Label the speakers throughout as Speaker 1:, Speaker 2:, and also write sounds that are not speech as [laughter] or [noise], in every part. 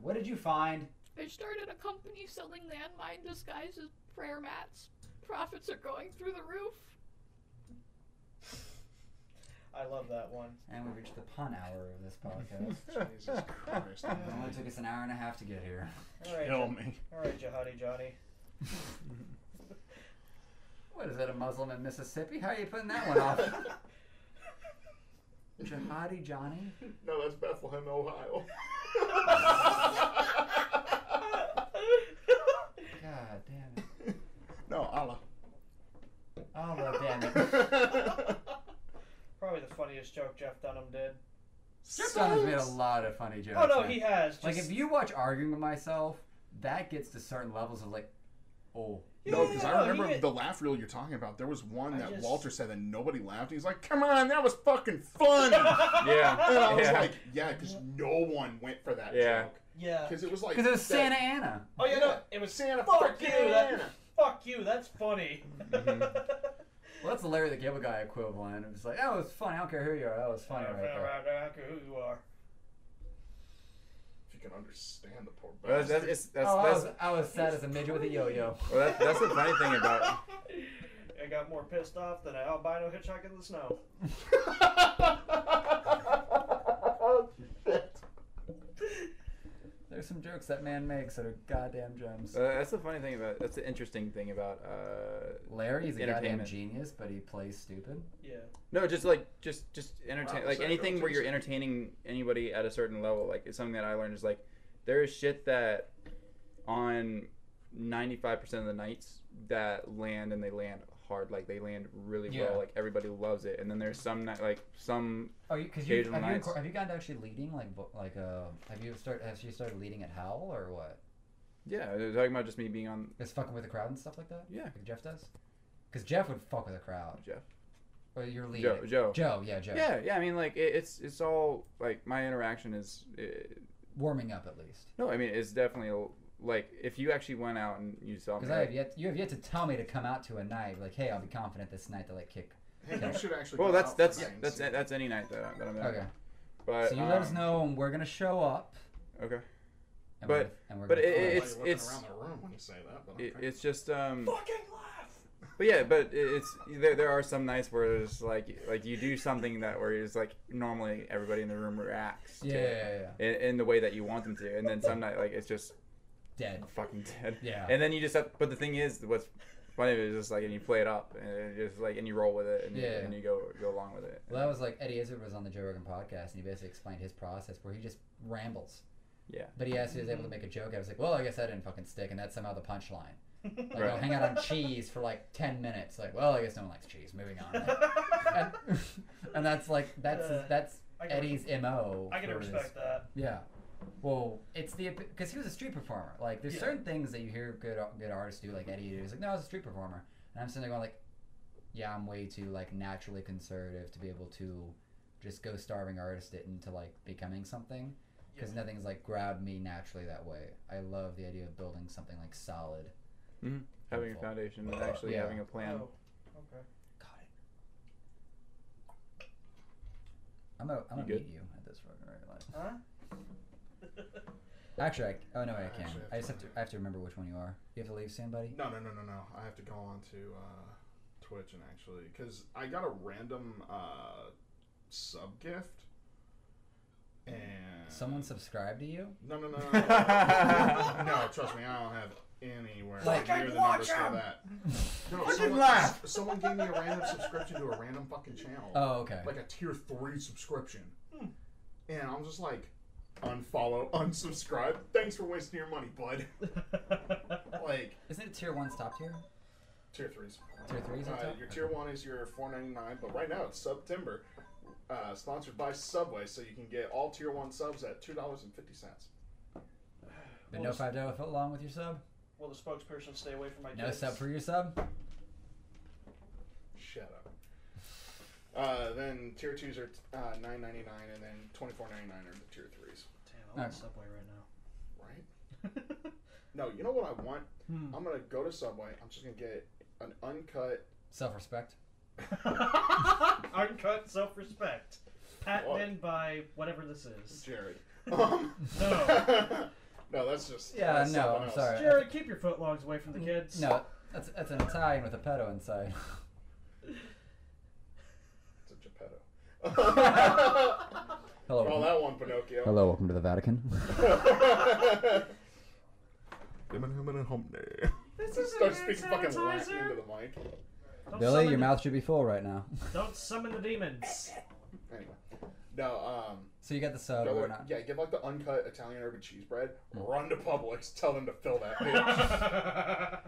Speaker 1: What did you find?
Speaker 2: They started a company selling landmine disguised as prayer mats. Profits are going through the roof.
Speaker 3: I love that one.
Speaker 1: And we reached the pun hour of this
Speaker 3: [laughs]
Speaker 1: podcast.
Speaker 4: Jesus Christ.
Speaker 1: it only
Speaker 4: [laughs]
Speaker 1: took us an hour and a half to get here.
Speaker 3: All right,
Speaker 4: Kill
Speaker 3: Ja-
Speaker 4: me.
Speaker 3: all right, jihadi Johnny. [laughs]
Speaker 1: What is that, a Muslim in Mississippi? How are you putting that one off? [laughs] Jihadi Johnny?
Speaker 5: No, that's Bethlehem,
Speaker 4: [laughs]
Speaker 5: Ohio.
Speaker 1: God damn it.
Speaker 5: no, Allah.
Speaker 1: Oh, well, damn it.
Speaker 3: Probably the funniest joke Jeff Dunham did.
Speaker 1: Son has made a lot of funny jokes.
Speaker 3: Oh no,
Speaker 1: man.
Speaker 3: he has. Just,
Speaker 1: Like, if you watch Arguing with Myself, that gets to certain levels of, like, oh.
Speaker 5: No, because
Speaker 3: Yeah,
Speaker 5: I
Speaker 3: he
Speaker 5: remember
Speaker 3: did.
Speaker 5: the laugh reel you're talking about. There was one
Speaker 3: I
Speaker 5: that
Speaker 3: just-
Speaker 5: Walter said and nobody laughed. He's like, "Come on, that was fucking
Speaker 3: [laughs]
Speaker 5: fun." and
Speaker 4: Yeah.
Speaker 5: I was
Speaker 4: Yeah.
Speaker 5: like, "Yeah," because no one went for that
Speaker 4: Yeah.
Speaker 5: joke
Speaker 3: yeah.
Speaker 5: because it was like
Speaker 1: Because it was
Speaker 5: that-
Speaker 1: Santa Ana.
Speaker 3: Oh yeah, no, it was
Speaker 5: Santa
Speaker 3: Fuck
Speaker 5: fucking
Speaker 3: you, that-
Speaker 5: Ana.
Speaker 3: fuck you. That's funny.
Speaker 4: Mm-hmm.
Speaker 3: [laughs]
Speaker 1: Well, that's the Larry the Cable Guy equivalent. It was like, that was funny. I don't care who you are. That was funny right there.
Speaker 3: who you are.
Speaker 5: If you can understand the poor
Speaker 4: That's, that's,
Speaker 5: bastard.
Speaker 4: it's- that's,
Speaker 1: Oh, I
Speaker 4: that's,
Speaker 1: was, I was sad as a midget with a
Speaker 4: [laughs]
Speaker 1: yo-yo.
Speaker 4: well, that, that's the funny thing
Speaker 3: [laughs]
Speaker 4: about uh,
Speaker 3: I got more pissed off than an albino hitchhiker in the snow.
Speaker 5: Shit.
Speaker 1: There's some jokes that man makes that are goddamn gems.
Speaker 4: uh, that's the funny thing about that's the interesting thing about uh,
Speaker 1: Larry is a goddamn
Speaker 4: entertainment.
Speaker 1: genius, but he plays stupid.
Speaker 3: Yeah.
Speaker 4: no just like just just entertain
Speaker 5: Wow,
Speaker 4: like
Speaker 5: so
Speaker 4: anything where you're
Speaker 5: rotation.
Speaker 4: entertaining anybody at a certain level like it's something that I learned is like there is shit that on 95% of the nights that land and they land hard like they land really
Speaker 1: Yeah.
Speaker 4: well like everybody loves it and then there's some night like some
Speaker 1: Are Oh, you? Because you, have,
Speaker 4: Occasional
Speaker 1: you
Speaker 4: nights.
Speaker 1: inco- have you gotten to actually leading like vo- like uh have you start has she started leading at Howl or what?
Speaker 4: yeah they're talking about just me being on
Speaker 1: Is fucking with the crowd and stuff like that?
Speaker 4: yeah
Speaker 1: Like Jeff does. Because Jeff would fuck with the crowd.
Speaker 4: Jeff.
Speaker 1: Or your lead.
Speaker 4: Joe Joe
Speaker 1: Joe, yeah, Joe.
Speaker 4: yeah yeah I mean like it, it's it's all like my interaction is uh,
Speaker 1: Warming up at least.
Speaker 4: No, I mean it's definitely a- like if you actually went out and you saw me.
Speaker 1: Because I
Speaker 4: like-
Speaker 1: have yet you have yet to tell me to come out to a night like, hey, I'll be confident this night to like kick.
Speaker 5: Hey, you should actually.
Speaker 4: well,
Speaker 5: go
Speaker 4: that's
Speaker 5: out
Speaker 4: that's
Speaker 5: tonight and
Speaker 4: that's
Speaker 5: see.
Speaker 4: that's, any night that, I- that I'm at.
Speaker 1: Okay.
Speaker 4: But,
Speaker 1: so you let us
Speaker 4: um,
Speaker 1: know when we're gonna show up.
Speaker 4: Okay.
Speaker 1: And
Speaker 4: But-
Speaker 1: we're, and we're
Speaker 4: but
Speaker 1: gonna
Speaker 5: I
Speaker 4: it-
Speaker 5: don't know
Speaker 1: fuck.
Speaker 5: why you're
Speaker 4: it's-
Speaker 5: looking
Speaker 4: it's-
Speaker 5: around the room when you say that, but
Speaker 4: It,
Speaker 5: Oh, okay.
Speaker 4: it's just um.
Speaker 3: Fucking laugh.
Speaker 4: But yeah, but it- it's there. There are some nights where it's like like you do something that where it's like normally everybody in the room reacts.
Speaker 1: yeah,
Speaker 4: to
Speaker 1: yeah,
Speaker 4: it
Speaker 1: yeah, yeah.
Speaker 4: In, in the way that you want them to, and then some night like it's just
Speaker 1: Dead.
Speaker 4: fucking dead.
Speaker 1: Yeah.
Speaker 4: And then you just have. But the thing is, what's funny is just like and you play it up and it just like and you roll with it and, you,
Speaker 1: Yeah.
Speaker 4: and you go go along with it.
Speaker 1: Well, that was like Eddie Izzard was on the Joe Rogan podcast, and he basically explained his process where he just rambles.
Speaker 4: Yeah.
Speaker 1: But he asked if he was able to make a joke. I was like, well, I guess that didn't fucking stick, and that's somehow the punchline. Like, I'll
Speaker 4: Right.
Speaker 1: hang out on cheese for like 10 minutes. Like, well, I guess no one likes cheese. Moving on. [laughs] and, and that's like, that's
Speaker 3: Uh,
Speaker 1: that's
Speaker 3: [laughs] I can,
Speaker 1: Eddie's MO.
Speaker 3: I can
Speaker 1: for his-
Speaker 3: respect that.
Speaker 1: Yeah. Well, it's the because he was a street performer. Like, there's
Speaker 3: Yeah.
Speaker 1: certain things that you hear good good artists do, like Eddie. He's like, no, I was a street performer, and I'm sitting there going like, yeah, I'm way too like naturally conservative to be able to just go starving artist it into like becoming something because nothing's like grabbed me naturally that way. I love the idea of building something like solid.
Speaker 4: having a
Speaker 1: Helpful.
Speaker 4: foundation and actually
Speaker 1: Yeah.
Speaker 4: having a plan.
Speaker 3: Oh, okay.
Speaker 1: Got it. I'm gonna, I'm
Speaker 4: You
Speaker 1: gonna
Speaker 4: good?
Speaker 1: meet you at this fucking right life.
Speaker 3: Huh?
Speaker 1: Actually, I, oh no, I can.
Speaker 5: Actually, I have
Speaker 1: I just
Speaker 5: to-
Speaker 1: have to. I have to remember which one you are. You have to leave soon, buddy.
Speaker 5: No, no, no, no, no. I have to go on to uh, Twitch and actually, because I got a random uh, sub gift, and
Speaker 1: Someone subscribed to you.
Speaker 5: No, no, no,
Speaker 1: [laughs]
Speaker 5: no, no. no, trust me, I don't have anywhere
Speaker 1: Like,
Speaker 5: near
Speaker 3: I
Speaker 5: the
Speaker 3: watch
Speaker 5: numbers for
Speaker 3: him!
Speaker 5: that. [laughs] No,
Speaker 4: Fucking
Speaker 5: someone,
Speaker 4: laugh.
Speaker 5: s- [laughs] someone gave me a random subscription to a random fucking channel,
Speaker 1: Oh, okay.
Speaker 5: like a tier three subscription, and I'm just like, unfollow, unsubscribe. Thanks for wasting your money, bud. [laughs] like.
Speaker 1: Isn't it tier one stop tier?
Speaker 5: Tier threes.
Speaker 1: Tier threes, that's
Speaker 5: Uh,
Speaker 1: it?
Speaker 5: your tier one is your four ninety nine, but right now it's September, uh, sponsored by Subway, so you can get all tier one subs at two dollars and fifty cents.
Speaker 1: But
Speaker 3: Well,
Speaker 1: no
Speaker 3: it's-
Speaker 1: five dollar foot long with your sub.
Speaker 3: [laughs] Will the spokesperson stay away from my
Speaker 1: No
Speaker 3: kids?
Speaker 1: sub for your sub.
Speaker 5: Shut up. Uh, then tier twos are uh, nine ninety nine, and then twenty four ninety nine are the tier threes.
Speaker 3: Damn, I want Subway right now.
Speaker 5: Right? No, you know what I want?
Speaker 1: Hmm.
Speaker 5: I'm gonna go to Subway. I'm just gonna get an uncut.
Speaker 1: Self respect.
Speaker 3: Hmm. [laughs] Uncut
Speaker 5: [laughs]
Speaker 3: self-respect, patented by whatever this is.
Speaker 5: Jared. Um,
Speaker 3: No.
Speaker 5: that's just
Speaker 1: Yeah,
Speaker 5: that's
Speaker 1: no,
Speaker 5: something
Speaker 1: I'm
Speaker 5: else.
Speaker 1: sorry.
Speaker 3: Jared, keep your footlogs away from the kids.
Speaker 1: No, that's that's an Italian with a pedo inside. [laughs]
Speaker 5: It's a [laughs] Geppetto.
Speaker 1: Hello.
Speaker 5: Call
Speaker 1: welcome-
Speaker 5: that one Pinocchio.
Speaker 1: Hello, welcome to the Vatican.
Speaker 5: [laughs]
Speaker 1: [laughs]
Speaker 3: This is
Speaker 5: Start speaking fucking Latin into the mic.
Speaker 3: Don't
Speaker 1: Billy,
Speaker 3: summon
Speaker 1: your
Speaker 3: the-
Speaker 1: mouth should be full right now. [laughs]
Speaker 3: Don't summon the demons.
Speaker 5: Anyway, no. Um,
Speaker 1: So you got the sub,
Speaker 5: go
Speaker 1: or
Speaker 5: with-
Speaker 1: not? Hmm.
Speaker 5: yeah, get like the uncut Italian urban cheese bread. Run to Publix, tell them to
Speaker 3: [laughs]
Speaker 5: fill that. Bitch.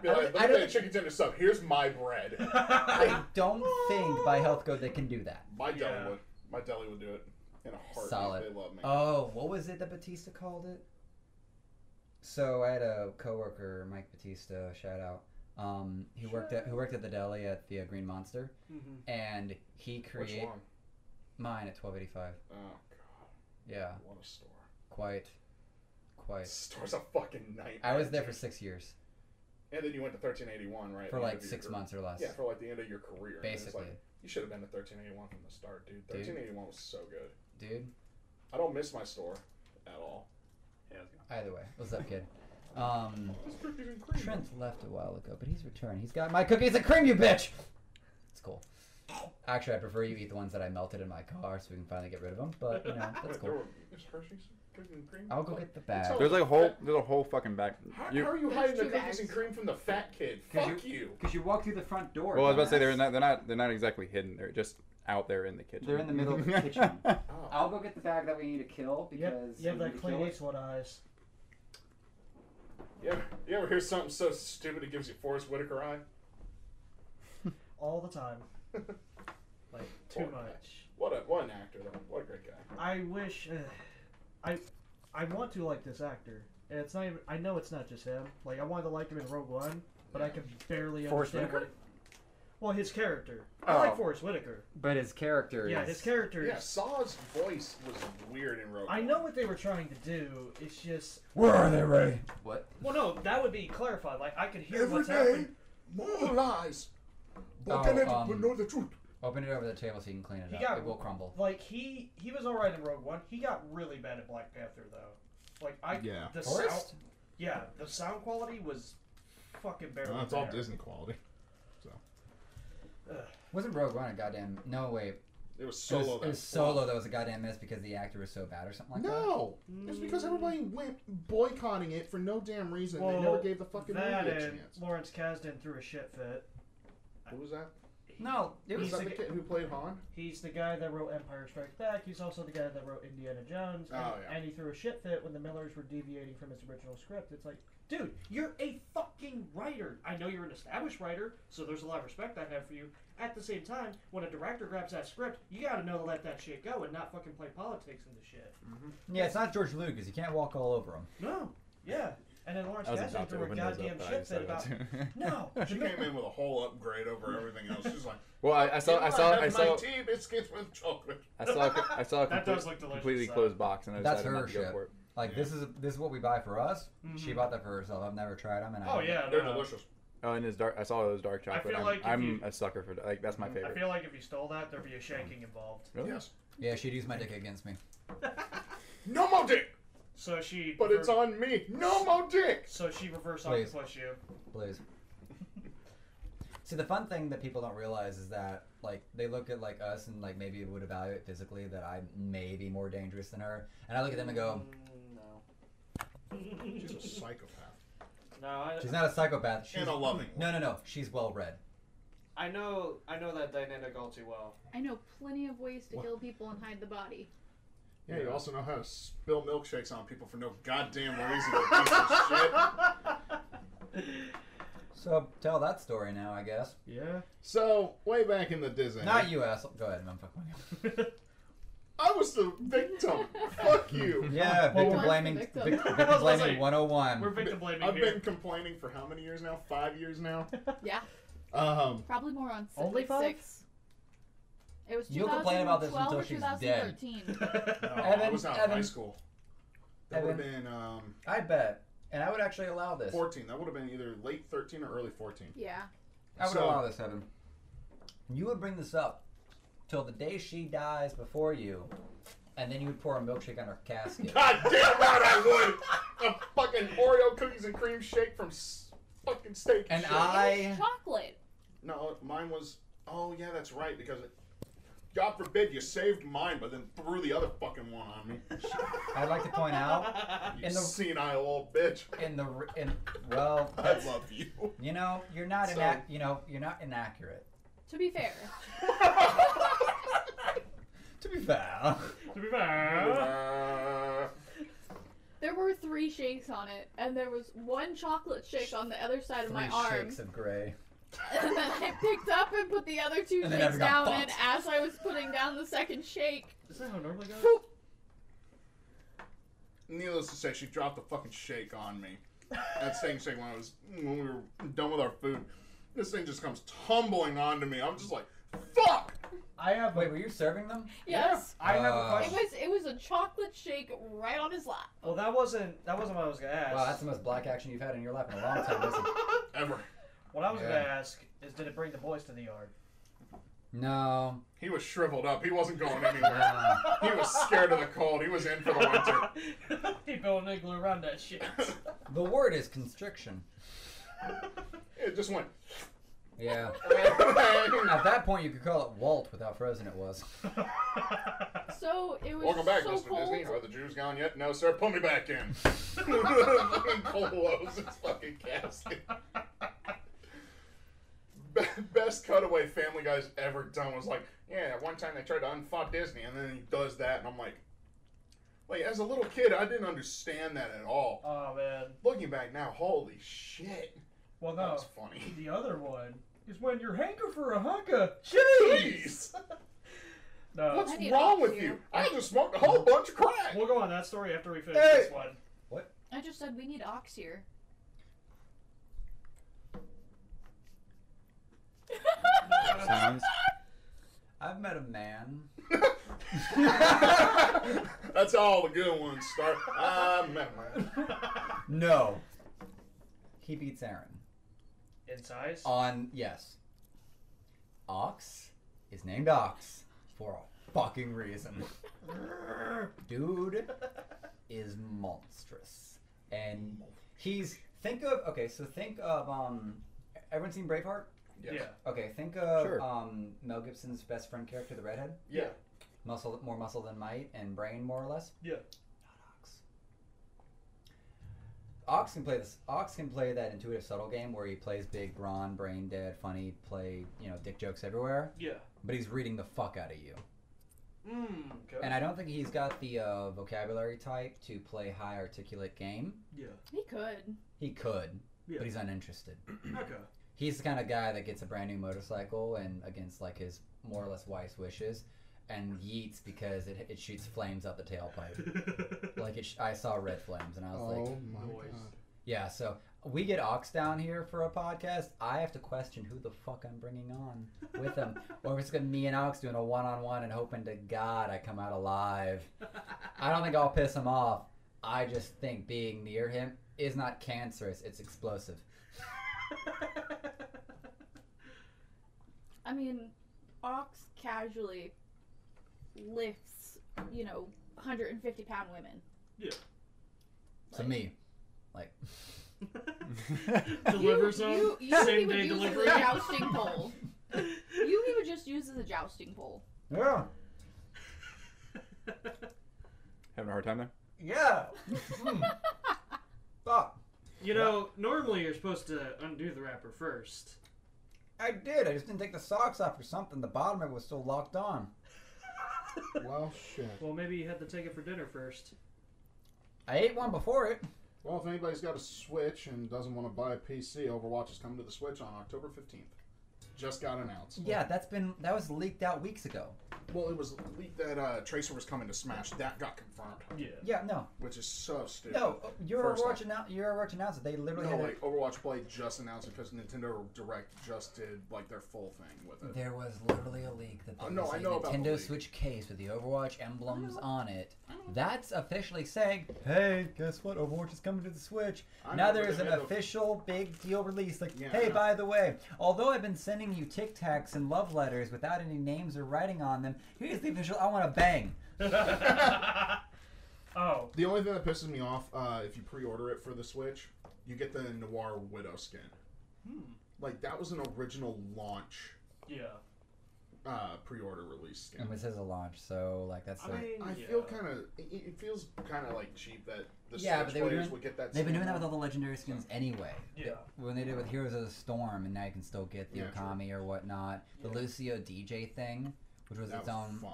Speaker 5: Be
Speaker 1: I
Speaker 5: like,
Speaker 1: don't-
Speaker 5: let
Speaker 1: I
Speaker 5: me get
Speaker 1: don't-
Speaker 5: a chicken tender sub. Here's my bread.
Speaker 1: I don't think by health code they can do that.
Speaker 5: My deli
Speaker 3: Yeah.
Speaker 5: would. My deli would do it in a heartbeat.
Speaker 1: Solid.
Speaker 5: They love me.
Speaker 1: Oh, what was it that Batista called it? So I had a coworker, Mike Batista, shout out. Um, who worked at who worked at the deli at the uh, Green Monster,
Speaker 3: Mhm.
Speaker 1: and he
Speaker 5: Which
Speaker 1: created
Speaker 5: one?
Speaker 1: mine at twelve eighty five.
Speaker 5: Oh god,
Speaker 1: Yeah,
Speaker 5: what a store.
Speaker 1: quite, quite.
Speaker 5: This store's a fucking nightmare.
Speaker 1: I was there for
Speaker 5: dude.
Speaker 1: six years,
Speaker 5: And then you went to 1381, right?
Speaker 1: for
Speaker 5: The end
Speaker 1: like
Speaker 5: of your
Speaker 1: six
Speaker 5: career.
Speaker 1: months or less,
Speaker 5: Yeah, for like the end of your career. And it's
Speaker 1: basically,
Speaker 5: like, you should have been to 1381 from the start, dude. 1381 was so good.
Speaker 1: dude.
Speaker 5: I don't miss my store at all.
Speaker 1: Either way, what's up, kid? Um,
Speaker 5: It's cookies and cream.
Speaker 1: Trent left a while ago, but he's returned. He's got my cookies and cream, you bitch. It's cool. Actually, I prefer you eat the ones that I melted in my car, so we can finally get rid of them. But you know, that's
Speaker 5: Wait,
Speaker 1: cool.
Speaker 5: there were- there's Hershey's cookies and cream.
Speaker 1: I'll go get the
Speaker 5: It's
Speaker 1: bag.
Speaker 5: all-
Speaker 4: There's like a whole there's a whole fucking back.
Speaker 5: How,
Speaker 4: You,
Speaker 5: how are you
Speaker 2: There's
Speaker 5: hiding the
Speaker 2: two
Speaker 5: cookies
Speaker 2: bags.
Speaker 5: and cream from the fat kid?
Speaker 1: Could
Speaker 5: Fuck you.
Speaker 1: Because you walk through the front door.
Speaker 4: well, I was about to say
Speaker 1: dumbass.
Speaker 4: they're not they're not they're not exactly hidden. They're just out there in the kitchen.
Speaker 1: They're in the middle of
Speaker 4: [laughs]
Speaker 1: the kitchen.
Speaker 5: Oh.
Speaker 1: I'll go get the bag that we need to kill
Speaker 3: Yep,
Speaker 1: because
Speaker 3: you have
Speaker 1: we need
Speaker 3: that
Speaker 1: to
Speaker 3: Clint
Speaker 1: kill it.
Speaker 3: Eastwood eyes.
Speaker 5: You, ever, you ever hear something so stupid it gives you Forrest Whitaker eye?
Speaker 3: All the [laughs] time. Like, too
Speaker 5: Poor guy.
Speaker 3: much.
Speaker 5: What a what an actor though. What a great guy.
Speaker 3: I wish. Uh, I I want to like this actor. And it's not even. I know it's not just him. Like I wanted to like him in Rogue One, but I could barely
Speaker 4: Forrest
Speaker 3: understand.
Speaker 4: Whitaker?
Speaker 3: what- well, his character. I
Speaker 1: Oh.
Speaker 3: like Forrest Whitaker.
Speaker 1: But his character
Speaker 3: Yeah,
Speaker 1: is
Speaker 3: his character.
Speaker 5: Yeah,
Speaker 3: Is,
Speaker 5: Saw's voice was weird in Rogue.
Speaker 3: I
Speaker 5: One.
Speaker 3: know what they were trying to do. It's just.
Speaker 1: Where are they, Ray? What?
Speaker 3: Well, no, that would be clarified. Like I could hear
Speaker 5: Every
Speaker 3: what's
Speaker 5: day,
Speaker 3: happening.
Speaker 5: more lies.
Speaker 1: But can Oh, it- um, but know
Speaker 5: the truth.
Speaker 1: Open it over the table so you can clean it
Speaker 3: He
Speaker 1: up.
Speaker 3: got-
Speaker 1: It will crumble.
Speaker 3: Like he he was all right in Rogue One. He got really bad at Black Panther though. Like I
Speaker 5: Yeah.
Speaker 3: the sound
Speaker 1: Forest?
Speaker 3: yeah the sound quality was fucking barely.
Speaker 5: That's all
Speaker 3: there.
Speaker 5: Disney quality.
Speaker 1: Wasn't Rogue One a goddamn? No wait. It
Speaker 5: It was
Speaker 1: was,
Speaker 5: solo.
Speaker 1: it was solo that was a goddamn miss because the actor was so bad or something like that.
Speaker 5: No, it was because everybody went boycotting it for no damn reason.
Speaker 3: Well,
Speaker 5: they never gave the fucking movie
Speaker 3: That
Speaker 5: a
Speaker 3: and
Speaker 5: chance.
Speaker 3: Lawrence Kasdan threw a shit fit.
Speaker 5: Who was that?
Speaker 1: No, it
Speaker 5: Was
Speaker 1: was.
Speaker 3: He's
Speaker 5: that
Speaker 3: a
Speaker 5: the
Speaker 3: g-
Speaker 5: kid who played Han?
Speaker 3: He's the guy that wrote Empire Strikes Back. He's also the guy that wrote Indiana Jones. And,
Speaker 5: Oh, yeah.
Speaker 3: and he threw a shit fit when the Millers were deviating from his original script. It's like, dude, you're a fucking writer. I know you're an established writer, so there's a lot of respect I have for you. At the same time, when a director grabs that script, you gotta know to let that shit go and not fucking play politics into shit.
Speaker 1: Yeah, it's not George Lucas. You can't walk all over him.
Speaker 3: No. Yeah. And then Lawrence
Speaker 4: I was
Speaker 3: Kasdan
Speaker 4: about to
Speaker 3: threw a
Speaker 4: open those
Speaker 3: goddamn
Speaker 4: up. but I
Speaker 3: shit fit
Speaker 4: decided not
Speaker 3: about.
Speaker 4: to.
Speaker 3: [laughs]
Speaker 5: [laughs]
Speaker 3: No.
Speaker 5: She came in with a whole upgrade [laughs] over everything else. She's like,
Speaker 4: [laughs] Well, I, I saw I saw I saw
Speaker 5: tea biscuits with chocolate.
Speaker 4: I saw a, co- I saw a
Speaker 3: [laughs] That
Speaker 4: complete-
Speaker 3: does look delicious,
Speaker 4: completely
Speaker 3: though.
Speaker 4: closed box, and I
Speaker 1: That's
Speaker 4: decided not to
Speaker 1: her
Speaker 4: go
Speaker 1: shit.
Speaker 4: for it.
Speaker 1: Like this is this is what we buy for us. She
Speaker 3: Mhm.
Speaker 1: bought that for herself. I've never tried them, and uh, I
Speaker 3: Oh
Speaker 1: haven't.
Speaker 3: yeah.
Speaker 5: They're
Speaker 3: no.
Speaker 5: delicious.
Speaker 4: Oh, and it's dark. I saw those dark chocolate.
Speaker 3: feel
Speaker 4: I'm,
Speaker 3: like if
Speaker 4: I'm
Speaker 3: you-
Speaker 4: a sucker for like that's my
Speaker 5: I
Speaker 4: favorite.
Speaker 3: I feel like if you stole that, there'd be a shanking involved.
Speaker 4: really?
Speaker 5: Yes.
Speaker 1: yeah. She'd use my dick against me.
Speaker 5: No more dick,
Speaker 3: So she.
Speaker 5: but it's on me. No more dick.
Speaker 3: So she reverse
Speaker 1: Please.
Speaker 3: octopus you. [laughs]
Speaker 1: Blues. See, the fun thing that people don't realize is that like they look at like us and like maybe would evaluate physically that I may be more dangerous than her, and I look at them and go,
Speaker 3: Mm, [laughs] no.
Speaker 5: [laughs] She's a psychopath
Speaker 3: no, I,
Speaker 1: she's not a psychopath. She's
Speaker 5: and a loving one.
Speaker 1: [laughs] no, no, no. She's well read.
Speaker 3: I know, I know that dynamic all too [laughs] well.
Speaker 2: I know plenty of ways to
Speaker 5: What?
Speaker 2: kill people and hide the body.
Speaker 5: Yeah, you also know how to spill milkshakes on people for no goddamn [laughs] reason. you piece of shit.
Speaker 1: So tell that story now, I guess.
Speaker 3: [laughs] Yeah.
Speaker 5: So way back in the Disney,
Speaker 1: Not you, asshole. Go ahead, I'm fucking. with
Speaker 3: [laughs]
Speaker 1: you.
Speaker 5: I was the
Speaker 1: [laughs]
Speaker 5: victim. Fuck you.
Speaker 1: Yeah,
Speaker 3: Well,
Speaker 1: victim
Speaker 2: we're-
Speaker 1: blaming, vic-
Speaker 2: Victim.
Speaker 1: victim,
Speaker 3: [laughs] I was gonna
Speaker 1: blaming
Speaker 3: say,
Speaker 1: 101.
Speaker 3: [laughs] We're victim blaming
Speaker 5: I've
Speaker 3: here.
Speaker 5: been complaining for how many years now? Five years now.
Speaker 1: [laughs]
Speaker 2: Yeah,
Speaker 5: Um,
Speaker 2: probably more on six,
Speaker 3: [laughs] Only
Speaker 2: like
Speaker 3: five? [laughs]
Speaker 2: six. It was
Speaker 1: You'll complain about this
Speaker 2: 2012 or
Speaker 1: until she's dead.
Speaker 2: 2013.
Speaker 5: no, I
Speaker 1: Evan-
Speaker 5: was not in high
Speaker 1: Evan-
Speaker 5: school. That would have been um,
Speaker 1: I bet, and I would actually allow this.
Speaker 5: 14. That would have been either late 13 or early 14.
Speaker 2: yeah,
Speaker 1: I would
Speaker 5: So-
Speaker 1: allow this, Evan. You would bring this up till the day she dies before [laughs] you, and then you would pour a milkshake on her casket.
Speaker 5: God damn right I would. I fucking an Oreo cookies and cream shake from s- fucking steak.
Speaker 1: And
Speaker 5: Shack.
Speaker 1: I-
Speaker 2: It was chocolate.
Speaker 5: No, mine was. Oh yeah, that's right. Because it, God forbid you saved mine, but then threw the other fucking one on me.
Speaker 1: I'd like to point out [laughs]
Speaker 5: You
Speaker 1: In the-
Speaker 5: senile old bitch. [laughs]
Speaker 1: in the r- in well,
Speaker 5: I love you.
Speaker 1: you know, you're not
Speaker 5: So-
Speaker 1: inac- you know, you're not inaccurate.
Speaker 2: To be fair,
Speaker 1: To be [laughs] fair,
Speaker 3: [laughs] To be fair.
Speaker 1: Uh,
Speaker 2: there were three shakes on it, and there was one chocolate shake on the other side of my
Speaker 1: three
Speaker 2: arm.
Speaker 1: shakes of gray.
Speaker 2: [laughs] And then I picked up and put the other two
Speaker 1: And then
Speaker 2: shakes
Speaker 1: everyone
Speaker 2: down,
Speaker 1: got
Speaker 2: and
Speaker 1: fucked.
Speaker 2: as I was putting down the second shake,
Speaker 3: Is that how it normally goes?
Speaker 5: Needless to say, she dropped the fucking shake on me. That same shake when I was when we were done with our food. This thing just comes tumbling onto me. I'm just like, fuck.
Speaker 3: I have
Speaker 1: Wait,
Speaker 3: a,
Speaker 1: were you serving them?
Speaker 2: yes,
Speaker 3: I have a
Speaker 1: Uh,
Speaker 2: it
Speaker 3: question.
Speaker 2: was it was a chocolate shake right on his lap.
Speaker 3: Well, that wasn't that wasn't what I was gonna ask.
Speaker 1: Wow, that's the most black action you've had in your life in a long time. Listen.
Speaker 3: [laughs]
Speaker 5: Ever.
Speaker 3: what I was
Speaker 1: Yeah.
Speaker 3: gonna ask is, did it bring the boys to the yard?
Speaker 1: [laughs] No,
Speaker 5: He was shriveled up. He wasn't going anywhere.
Speaker 1: no.
Speaker 5: He was scared of the cold. He was in for the winter.
Speaker 3: [laughs] he built an igloo around that
Speaker 5: [laughs]
Speaker 3: shit.
Speaker 1: The word is constriction.
Speaker 5: It just went. [laughs]
Speaker 1: Yeah. At that point, you could call it Walt with how frozen it was.
Speaker 2: So it was
Speaker 5: Welcome back,
Speaker 2: so
Speaker 5: Mr.
Speaker 2: cold.
Speaker 5: Disney. Are the Jews gone yet? No, sir. Put me
Speaker 3: [laughs]
Speaker 5: back in. Fucking blows his fucking casket. Be- Best cutaway Family Guy's ever done was like, yeah, one time they tried to unfuck Disney, and then he does that, and I'm like, like as a little kid, I didn't understand that at all.
Speaker 3: oh man.
Speaker 5: Looking back now, holy shit,
Speaker 3: Well,
Speaker 5: that
Speaker 3: no.
Speaker 5: was funny.
Speaker 3: The other one is when you're hanker for a hunka. Jeez.
Speaker 5: Jeez,
Speaker 3: [laughs] no.
Speaker 5: what's
Speaker 2: I need
Speaker 5: wrong
Speaker 2: ice
Speaker 5: with
Speaker 2: here.
Speaker 5: you? I just smoked a whole bunch of crack.
Speaker 3: [laughs]
Speaker 5: [laughs]
Speaker 3: We'll go on that story after we finish
Speaker 5: Hey!
Speaker 3: this one.
Speaker 2: I just said we need ox here.
Speaker 4: Sounds.
Speaker 1: I've met a man.
Speaker 5: That's all the good ones start. Ah, I met mine.
Speaker 1: No. He beats Aaron.
Speaker 3: In
Speaker 5: [laughs]
Speaker 3: size.
Speaker 1: On, yes. Ox is named Ox for a fucking reason. Dude is monstrous. And he's, think of, okay, so think of, um, everyone seen Braveheart?
Speaker 5: Yes.
Speaker 3: Yeah.
Speaker 1: Okay, think of
Speaker 4: Sure.
Speaker 1: um, Mel Gibson's best friend character, the redhead.
Speaker 5: Yeah.
Speaker 1: Muscle, more muscle than might, and brain more or less.
Speaker 3: Yeah.
Speaker 1: Not Ox. Ox can play this. Ox can play that intuitive, subtle game where he plays big, brawn, brain dead, funny, play you know dick jokes everywhere,
Speaker 3: Yeah.
Speaker 1: but he's reading the fuck out of you.
Speaker 3: Mm, okay.
Speaker 1: And I don't think he's got the uh, vocabulary type to play high articulate game.
Speaker 3: yeah.
Speaker 2: He could.
Speaker 1: He could,
Speaker 3: Yeah.
Speaker 1: but he's uninterested.
Speaker 3: Okay.
Speaker 1: he's the kind of guy that gets a brand new motorcycle and against like his more or less wife's wishes and yeets because it, it shoots flames out the tailpipe [laughs] like it sh- i saw red flames and i was
Speaker 4: Oh
Speaker 1: like "Oh
Speaker 5: my
Speaker 3: Noise.
Speaker 1: yeah so we get ox down here for a podcast i have to question who the fuck i'm bringing on with him
Speaker 3: [laughs]
Speaker 1: or if it's gonna be me and ox doing a one-on-one and hoping to god i come out alive i don't think i'll piss him off i just think being near him is not cancerous it's explosive
Speaker 2: I mean, ox casually lifts, you know, 150 pound women.
Speaker 3: Yeah.
Speaker 1: so me like
Speaker 3: [laughs] Delivers
Speaker 2: you,
Speaker 3: them.
Speaker 2: You, you
Speaker 3: Same
Speaker 2: he would
Speaker 3: day
Speaker 2: use
Speaker 3: delivery.
Speaker 2: as a jousting
Speaker 3: [laughs]
Speaker 2: pole. You he would just use as a jousting pole.
Speaker 1: [laughs] yeah
Speaker 4: Having a hard time there?
Speaker 1: Yeah. Hmm. Fuck.
Speaker 3: you know, normally you're supposed to undo the wrapper first.
Speaker 1: I did. I just didn't take the socks off or something. The bottom of it was still locked on.
Speaker 5: Well, shit.
Speaker 3: Well, maybe you had to take it for dinner first.
Speaker 1: I ate one before it.
Speaker 5: Well, if anybody's got a Switch and doesn't want to buy a PC, Overwatch is coming to the Switch on October 15th. Just got announced.
Speaker 1: Yeah, that's been that was leaked out weeks ago.
Speaker 5: Well, it was leaked that uh, Tracer was coming to Smash. That got confirmed,
Speaker 3: Yeah. [laughs]
Speaker 1: Yeah, no,
Speaker 5: which is so stupid.
Speaker 1: no. uh, You're
Speaker 5: First
Speaker 1: Overwatch announced. You're Overwatch announced. They literally
Speaker 5: No,
Speaker 1: had. a-
Speaker 5: like Overwatch Play just announced it because Nintendo Direct just did like their full thing with it.
Speaker 1: there was literally a leak that there
Speaker 5: Uh, no,
Speaker 1: was
Speaker 5: I
Speaker 1: a
Speaker 5: know about the
Speaker 1: Nintendo
Speaker 5: leak.
Speaker 1: Switch case with the Overwatch emblems on it. That's officially saying, "Hey, guess what? Overwatch is coming to the Switch."
Speaker 5: I
Speaker 1: now
Speaker 5: know,
Speaker 1: there
Speaker 5: but
Speaker 1: is
Speaker 5: they
Speaker 1: an
Speaker 5: had the-
Speaker 1: official big deal release. Like,
Speaker 5: Yeah, I
Speaker 1: hey,
Speaker 5: know.
Speaker 1: by the way, although I've been sending you Tic Tacs and love letters without any names or writing on them, here's the official. I want to bang.
Speaker 3: Oh,
Speaker 5: The only thing that pisses me off, uh, if you pre-order it for the Switch, you get the Noir Widow skin.
Speaker 3: hmm.
Speaker 5: Like that was an original launch
Speaker 3: Yeah.
Speaker 5: uh, pre-order release skin.
Speaker 1: And this is a launch, so like that's.
Speaker 3: I
Speaker 1: the-
Speaker 3: mean,
Speaker 5: I
Speaker 3: yeah.
Speaker 5: feel kind of it, it feels kind of like cheap that the
Speaker 1: Yeah, but
Speaker 5: Switch
Speaker 1: they were
Speaker 5: players
Speaker 1: doing-
Speaker 5: would get that.
Speaker 1: They've been
Speaker 5: skin
Speaker 1: doing that with
Speaker 5: now.
Speaker 1: all the legendary skins anyway.
Speaker 3: Yeah.
Speaker 1: When they did it with Heroes of the Storm, and now you can still get the
Speaker 5: Yeah, true.
Speaker 1: Okami or whatnot. The
Speaker 3: Yeah.
Speaker 1: Lucio DJ thing, which was
Speaker 5: That
Speaker 1: its um,
Speaker 5: was
Speaker 1: own.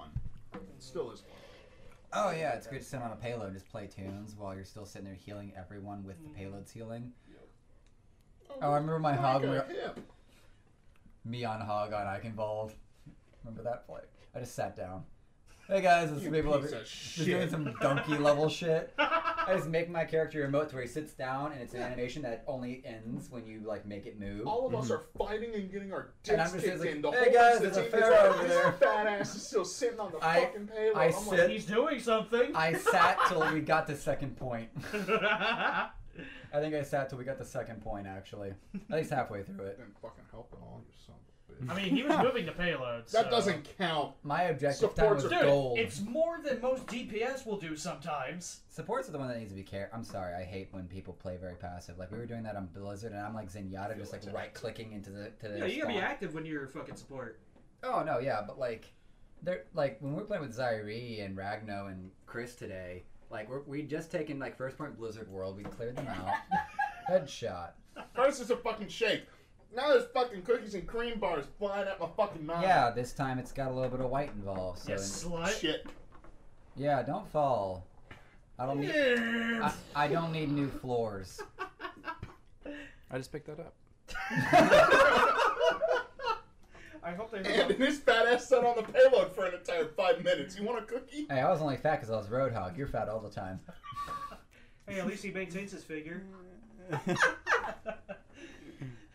Speaker 5: fun. Still is fun.
Speaker 1: Oh yeah, it's good to sit on a payload and just play tunes while you're still sitting there healing everyone with the
Speaker 3: Mhm.
Speaker 1: payloads healing. Oh, I remember my
Speaker 5: like
Speaker 1: hog-
Speaker 5: a hip.
Speaker 1: Me on Hog on Eichenwald. Remember that play? I just sat down. Hey guys, this is
Speaker 5: You
Speaker 1: people over
Speaker 5: piece
Speaker 1: here.
Speaker 5: of
Speaker 1: Just doing
Speaker 5: shit.
Speaker 1: some donkey level
Speaker 5: [laughs]
Speaker 1: shit. I just make my character remote to where he sits down, and it's an animation that only ends when you like make it move.
Speaker 5: All of us are fighting and getting our
Speaker 1: And I'm
Speaker 5: dicks
Speaker 1: just
Speaker 5: kicked
Speaker 1: like,
Speaker 5: in. The
Speaker 1: "Hey,
Speaker 5: whole rest
Speaker 1: guys,
Speaker 5: of the
Speaker 1: there's a
Speaker 5: team is
Speaker 1: pharaoh
Speaker 5: like,
Speaker 1: over
Speaker 5: "This
Speaker 1: there."
Speaker 5: fat ass is still sitting on the
Speaker 1: I-
Speaker 5: fucking payload.
Speaker 1: I
Speaker 5: am
Speaker 1: sit-
Speaker 5: like,
Speaker 3: He's doing something.
Speaker 1: I sat till we got to second
Speaker 5: [laughs]
Speaker 1: point. I think I sat till we got to second point, actually. At least halfway through it.
Speaker 5: didn't fucking help at all, you son of a
Speaker 3: [laughs]
Speaker 5: bitch.
Speaker 3: I mean, he
Speaker 5: [laughs]
Speaker 3: was moving the payloads.
Speaker 5: that
Speaker 3: so-
Speaker 5: doesn't count.
Speaker 1: My objective time
Speaker 5: Supports
Speaker 1: was
Speaker 5: are-
Speaker 3: Dude,
Speaker 1: gold.
Speaker 3: it's more than most DPS will do sometimes.
Speaker 1: Supports are the one that needs to be care. I'm sorry, I hate when people play very passive. Like we were doing that on Blizzard, and I'm like Zenyatta,
Speaker 5: Feel
Speaker 1: just like
Speaker 5: attacked.
Speaker 1: right clicking into the to the.
Speaker 3: Yeah, you gotta be
Speaker 1: spawn.
Speaker 3: active when you're fucking support.
Speaker 1: Oh no, yeah, but like, they're like when we we're playing with Zaire and Ragno and Chris today, like we're, we just taken like first point Blizzard World, we cleared them
Speaker 3: [laughs]
Speaker 1: out, headshot.
Speaker 5: First it's a fucking shake. Now there's fucking cookies and cream bars flying at my fucking mouth.
Speaker 1: Yeah, this time it's got a little bit of white involved. So
Speaker 3: You slut.
Speaker 5: Shit.
Speaker 1: yeah, don't fall. I don't need. I,
Speaker 5: Yeah.
Speaker 1: I don't need new floors.
Speaker 4: I just picked that
Speaker 3: [laughs]
Speaker 4: up.
Speaker 3: I hope
Speaker 5: [laughs]
Speaker 3: they
Speaker 5: And this fat ass sat on the payload for an entire five minutes. You want a cookie?
Speaker 1: Hey, I was only fat because I was Roadhog. You're fat all the time.
Speaker 3: Hey, at least he maintains his figure.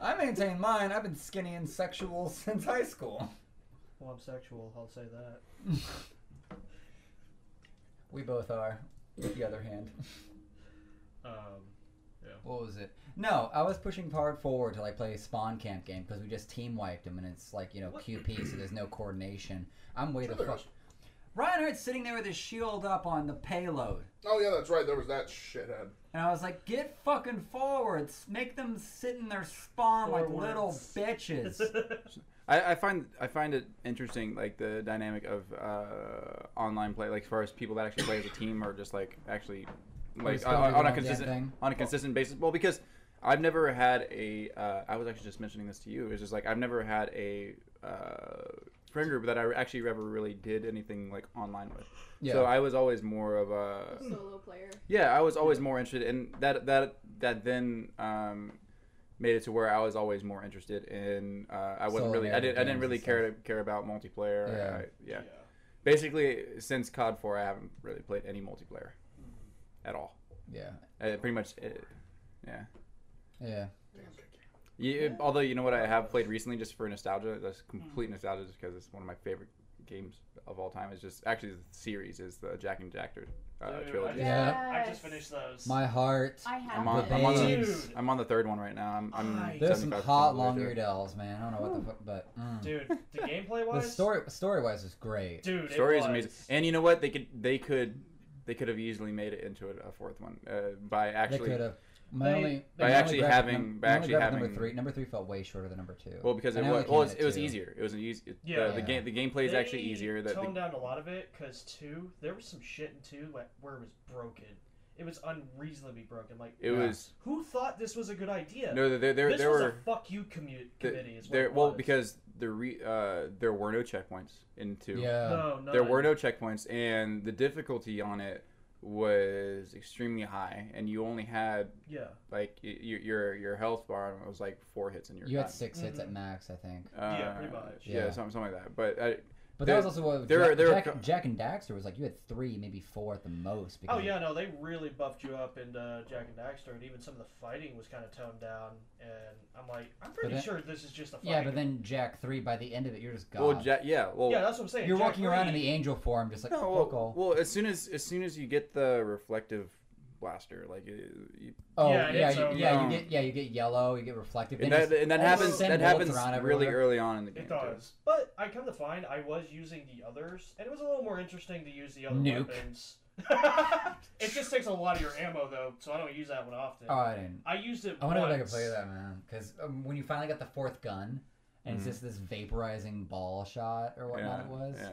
Speaker 1: I maintain mine. I've been skinny and sexual [laughs] since high school.
Speaker 3: well, I'm sexual. I'll say that.
Speaker 1: We both are. With the other hand.
Speaker 3: Um,
Speaker 1: What was it? No, I was pushing hard forward to like play a spawn camp game because we just team wiped him and it's like you know
Speaker 3: What?
Speaker 1: QP, so there's no coordination. I'm way the
Speaker 5: Sure there
Speaker 1: fuck. Ryan Hart's sitting there with his shield up on the payload,
Speaker 5: Oh yeah, that's right. There was that shithead.
Speaker 1: and I was like, "Get fucking forwards! Make them sit in their spawn like little
Speaker 3: Forwards. [laughs]
Speaker 1: bitches."
Speaker 4: I, I find I find it interesting, like the dynamic of uh, online play, like as far as people that actually play as a team or just like actually like
Speaker 1: Just don't
Speaker 4: on,
Speaker 1: do
Speaker 4: on
Speaker 1: the
Speaker 4: a
Speaker 1: damn
Speaker 4: consistent
Speaker 1: thing.
Speaker 4: on a consistent basis. Well, because I've never had a. Uh, I was actually just mentioning this to you. It's just like I've never had a uh, friend group that I actually ever really did anything like online with.
Speaker 1: yeah,
Speaker 4: So I was always more of a
Speaker 1: Uh.
Speaker 2: Solo player.
Speaker 4: yeah, I was always more interested in that. That that then um, made it to where I was always more interested in. Uh, I wasn't
Speaker 1: Solo
Speaker 4: really. I didn't. I
Speaker 1: narrative
Speaker 4: didn't really
Speaker 1: games and
Speaker 4: care care about multiplayer.
Speaker 1: Yeah.
Speaker 4: I- yeah. Basically, since COD Four, I haven't really played any multiplayer at all.
Speaker 1: yeah,
Speaker 4: Uh, pretty much. uh yeah.
Speaker 1: yeah.
Speaker 4: Yeah, Although you know what I have played recently, just for nostalgia, that's complete nostalgia, just because it's one of my favorite games of all time. It's just actually the series is the Jack and Jacker uh,
Speaker 3: Dude,
Speaker 4: trilogy.
Speaker 1: Yeah.
Speaker 3: I just finished those.
Speaker 1: My heart.
Speaker 2: I have
Speaker 4: I'm on,
Speaker 2: it.
Speaker 4: I'm, on the,
Speaker 3: Dude.
Speaker 4: I'm on the third one right now. I'm, I'm
Speaker 3: Nice.
Speaker 1: There's some
Speaker 4: 75%
Speaker 1: hot
Speaker 4: of the way through.
Speaker 1: long-eared elves, man. I don't know what the fuck, but mm.
Speaker 3: Dude, the gameplay
Speaker 1: the
Speaker 3: wise.
Speaker 1: story story-wise is great.
Speaker 3: Dude, it
Speaker 4: story is
Speaker 3: was.
Speaker 4: amazing. And you know what? They could they could they could have easily made it into a a fourth one uh, by
Speaker 1: they could
Speaker 4: actually
Speaker 1: have. My
Speaker 3: They-
Speaker 1: only, my
Speaker 3: By
Speaker 1: only
Speaker 4: actually
Speaker 1: gripe with
Speaker 4: having-
Speaker 1: num-
Speaker 4: by
Speaker 1: my only
Speaker 4: actually
Speaker 1: gripe with
Speaker 4: having-
Speaker 1: number three. Number three felt way shorter than number two.
Speaker 4: well because it
Speaker 1: And I
Speaker 4: was
Speaker 1: only
Speaker 4: well
Speaker 1: came
Speaker 4: it's,
Speaker 1: at
Speaker 4: it was
Speaker 1: two.
Speaker 4: easier. It was an easy it- the,
Speaker 3: Yeah.
Speaker 4: the game the gameplay is
Speaker 3: They
Speaker 4: actually easier. That
Speaker 3: toned
Speaker 4: the,
Speaker 3: down a lot of it because two, there was some shit in two like, where it was broken. It was unreasonably broken. Like
Speaker 4: it
Speaker 1: Yeah.
Speaker 4: was
Speaker 3: who thought this was a good idea?
Speaker 4: no there there,
Speaker 3: this
Speaker 4: there
Speaker 3: was
Speaker 4: were
Speaker 3: a fuck you commu- committee. Is what
Speaker 4: there
Speaker 3: it
Speaker 4: well
Speaker 3: was.
Speaker 4: because the re, uh, there were no checkpoints in two.
Speaker 1: Yeah.
Speaker 3: no, no,
Speaker 4: There were no checkpoints, and the difficulty on it was extremely high, and you only had
Speaker 3: Yeah,
Speaker 4: like y- y- your your health bar was like four hits and you're
Speaker 1: You
Speaker 4: done.
Speaker 1: had 6 hits at
Speaker 3: Mhm.
Speaker 1: max, I think.
Speaker 4: Uh,
Speaker 3: Yeah, pretty much.
Speaker 4: Yeah,
Speaker 1: Yeah.
Speaker 4: Something, something like that. But uh, I,
Speaker 1: But
Speaker 4: There-
Speaker 1: that was also what
Speaker 4: there
Speaker 1: Jack,
Speaker 4: are- there are
Speaker 1: Jack,
Speaker 4: co-
Speaker 1: Jack and Daxter was like you had three, maybe four at the most.
Speaker 3: Oh
Speaker 1: Because
Speaker 3: yeah, no, they really buffed you up in uh, Jack and Daxter, and even some of the fighting was kind of toned down. And I'm like, I'm pretty
Speaker 1: that-
Speaker 3: sure this is just a fight.
Speaker 1: Yeah, but then Jack three. By the end of it, you're just gone.
Speaker 4: well, ja- yeah, well,
Speaker 3: yeah, that's what I'm saying.
Speaker 1: you're
Speaker 3: Jack
Speaker 1: walking around in
Speaker 3: Reed-
Speaker 1: the angel form, just like
Speaker 4: no,
Speaker 1: fuck
Speaker 4: well,
Speaker 1: all.
Speaker 4: well, as soon as as soon as you get the reflective blaster, like it, you,
Speaker 1: oh
Speaker 3: yeah,
Speaker 1: yeah,
Speaker 3: it
Speaker 1: yeah,
Speaker 3: is,
Speaker 1: you,
Speaker 3: um,
Speaker 1: yeah,
Speaker 4: um,
Speaker 1: you get yeah, you get yellow, you get reflective,
Speaker 4: and
Speaker 1: then
Speaker 4: that and that
Speaker 3: all
Speaker 4: happens
Speaker 3: send
Speaker 4: that
Speaker 1: bullets
Speaker 4: happens
Speaker 1: around
Speaker 4: really
Speaker 1: everywhere.
Speaker 4: early on in the game.
Speaker 3: It
Speaker 4: too.
Speaker 3: does, but I come to find I was using the others, and it was a little more interesting to use the other
Speaker 1: Nuke.
Speaker 3: weapons. [laughs] it just takes a lot of your ammo though, so I don't use that one often.
Speaker 1: Oh, I didn't.
Speaker 3: I used it.
Speaker 1: I wonder if I could
Speaker 3: once.
Speaker 1: play that, man. Because um, when you finally got the fourth gun, and
Speaker 4: Mhm.
Speaker 1: it's just this vaporizing ball shot or whatnot
Speaker 4: yeah,
Speaker 1: it was.
Speaker 4: Yeah.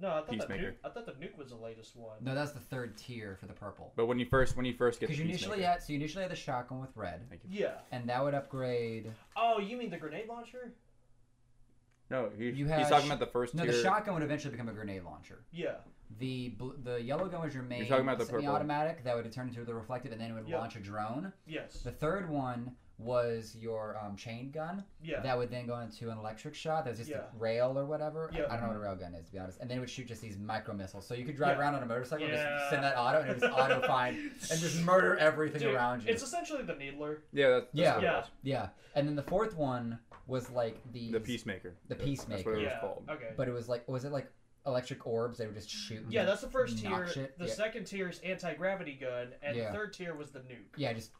Speaker 3: No, I thought the
Speaker 4: Peacemaker.
Speaker 3: nuke. I thought the nuke was the latest one.
Speaker 1: No, that's the third tier for the purple.
Speaker 4: But when you first when you first get
Speaker 1: Because
Speaker 4: the
Speaker 1: you initially
Speaker 4: Peacemaker-
Speaker 1: had so you initially had the shotgun with red,
Speaker 4: Thank you.
Speaker 3: Yeah.
Speaker 1: and that would upgrade.
Speaker 3: Oh, you mean the grenade launcher?
Speaker 4: No, he,
Speaker 1: You
Speaker 4: he's
Speaker 1: had
Speaker 4: talking
Speaker 1: sh-
Speaker 4: about the first
Speaker 1: No,
Speaker 4: tier.
Speaker 1: the shotgun would eventually become a grenade launcher.
Speaker 3: Yeah.
Speaker 1: The bl- the yellow gun was your main
Speaker 4: talking about the purple.
Speaker 1: semi-automatic that would turn into the reflective, and then it would
Speaker 3: Yeah.
Speaker 1: launch a drone.
Speaker 3: Yes.
Speaker 1: The third one was your um, chain gun
Speaker 3: Yeah.
Speaker 1: that would then go into an electric shot. That was just
Speaker 3: Yeah.
Speaker 1: a rail or whatever. I-
Speaker 3: Yeah.
Speaker 1: I don't know what a rail gun is to be honest. And then it would shoot just these mmicro missiles. So you could drive
Speaker 3: Yeah.
Speaker 1: around on a motorcycle, and
Speaker 3: Yeah.
Speaker 1: just send that auto, and it just auto
Speaker 3: [laughs]
Speaker 1: fire and just murder everything
Speaker 3: Dude,
Speaker 1: around you.
Speaker 3: It's essentially the needler.
Speaker 4: yeah, that's, that's
Speaker 1: Yeah.
Speaker 4: what it
Speaker 3: Yeah.
Speaker 4: was.
Speaker 1: Yeah, and then the fourth one was like these,
Speaker 4: The Peacemaker.
Speaker 1: the
Speaker 4: That's what
Speaker 1: peacemaker,
Speaker 4: it was
Speaker 3: yeah.
Speaker 4: called.
Speaker 3: Okay.
Speaker 1: but it was like was it like electric orbs? They would just shoot.
Speaker 3: yeah, that's the first tier.
Speaker 1: knock shit.
Speaker 3: The
Speaker 1: Yeah.
Speaker 3: second tier is anti gravity gun, and the
Speaker 1: Yeah.
Speaker 3: third tier was
Speaker 1: [laughs]
Speaker 3: the nuke.
Speaker 1: yeah, just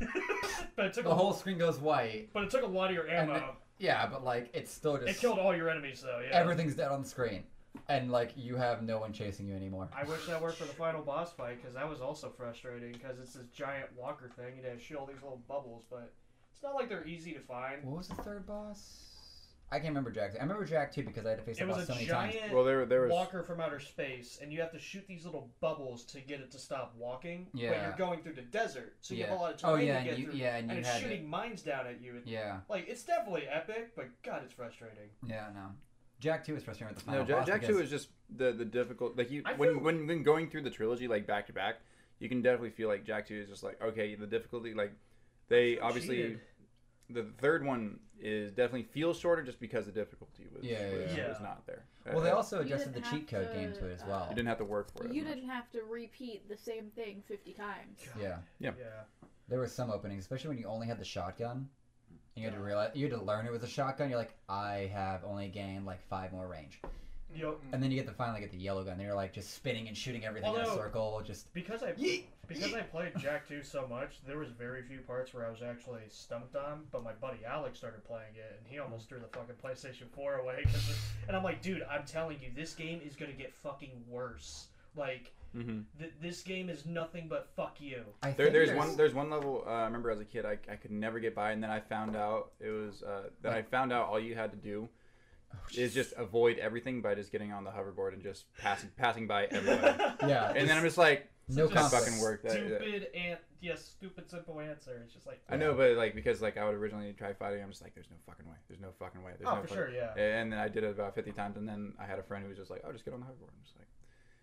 Speaker 3: [laughs] but it took
Speaker 1: the
Speaker 3: a,
Speaker 1: whole screen goes white.
Speaker 3: But it took a lot of your
Speaker 1: And
Speaker 3: ammo.
Speaker 1: Yeah, but like it's still just
Speaker 3: it killed all your enemies though. Yeah.
Speaker 1: everything's dead on the screen, and like you have no one chasing you anymore.
Speaker 3: I wish that were for the final boss fight because that was also frustrating because it's this giant walker thing and it has shit all these little bubbles, but it's not like they're easy to find.
Speaker 1: What was the third boss? I can't remember Jack. I remember Jack too because I had to face
Speaker 3: It
Speaker 1: that
Speaker 3: was
Speaker 1: boss so
Speaker 3: a
Speaker 1: many times.
Speaker 3: giant
Speaker 4: Well, there there was
Speaker 3: walker from outer space, and you have to shoot these little bubbles to get it to stop walking. But you're
Speaker 1: Yeah.
Speaker 3: going through the desert, so you have a
Speaker 1: Yeah.
Speaker 3: lot of terrain
Speaker 1: Oh yeah,
Speaker 3: to get
Speaker 1: and you
Speaker 3: through,
Speaker 1: yeah, and
Speaker 3: and
Speaker 1: you
Speaker 3: it's
Speaker 1: had
Speaker 3: shooting mines down at you.
Speaker 1: to- yeah,
Speaker 3: Like it's definitely epic, but God, it's frustrating.
Speaker 1: yeah, no. Jack too was frustrating with the final
Speaker 4: No, Jack,
Speaker 1: boss
Speaker 4: Jack
Speaker 1: because-
Speaker 4: Two is just the the difficult. Like you,
Speaker 3: I
Speaker 4: when,
Speaker 3: feel-
Speaker 4: when when going through the trilogy like back to back, you can definitely feel like Jack Two is just like okay, the difficulty like they
Speaker 3: So
Speaker 4: obviously
Speaker 3: cheated.
Speaker 4: the third one is definitely feels shorter just because the difficulty was
Speaker 1: Yeah,
Speaker 4: was,
Speaker 3: yeah, yeah.
Speaker 4: was not there.
Speaker 1: Well, they
Speaker 4: Uh,
Speaker 1: also
Speaker 2: You
Speaker 1: adjusted the
Speaker 2: didn't
Speaker 1: cheat
Speaker 2: have
Speaker 1: code game
Speaker 2: to,
Speaker 1: to it as
Speaker 2: uh,
Speaker 1: well.
Speaker 4: you didn't have to work for it. as
Speaker 2: You
Speaker 4: much.
Speaker 2: didn't have to repeat the same thing 50 times.
Speaker 3: God,
Speaker 1: Yeah,
Speaker 4: Yeah.
Speaker 1: there were some openings, especially when you only had the shotgun. And you had to realize you had to learn it was a shotgun. You're like, I have only gained like five more range,
Speaker 3: You know,
Speaker 1: and then you get to finally get the yellow gun. And you're like just spinning and shooting everything in
Speaker 3: Although-
Speaker 1: a circle. Just
Speaker 3: because I
Speaker 1: Yeet.
Speaker 3: because I [laughs] played Jack Two so much, there was very few parts where I was actually stumped on. But my buddy Alex started playing it, and he almost threw the fucking PlayStation Four away. 'cause it- and I'm like, dude, I'm telling you, this game is gonna get fucking worse. Like
Speaker 4: Mhm.
Speaker 3: th- this game is nothing but fuck you.
Speaker 1: I
Speaker 4: There,
Speaker 1: think
Speaker 4: there's one. There's one level. Uh, I remember as a kid, I, I could never get by, and then I found out it was. Uh, then I found out all you had to do is just avoid everything by just getting on the hoverboard and just passing passing by
Speaker 3: [laughs]
Speaker 4: everybody.
Speaker 1: [laughs] Yeah.
Speaker 4: and then I'm just like,
Speaker 1: no
Speaker 3: Such a
Speaker 1: confidence.
Speaker 4: fucking work. That- that-
Speaker 3: Stupid and yeah, stupid simple answer. It's just like
Speaker 4: I know, but like because like I would originally try fighting, I'm just like, there's no fucking way, there's no fucking way, there's
Speaker 3: oh
Speaker 4: no
Speaker 3: for
Speaker 4: fucking-
Speaker 3: sure, yeah.
Speaker 4: And then I did it about 50 times, and then I had a friend who was just like, oh, just get on the hoverboard. I'm just like, "Hmm."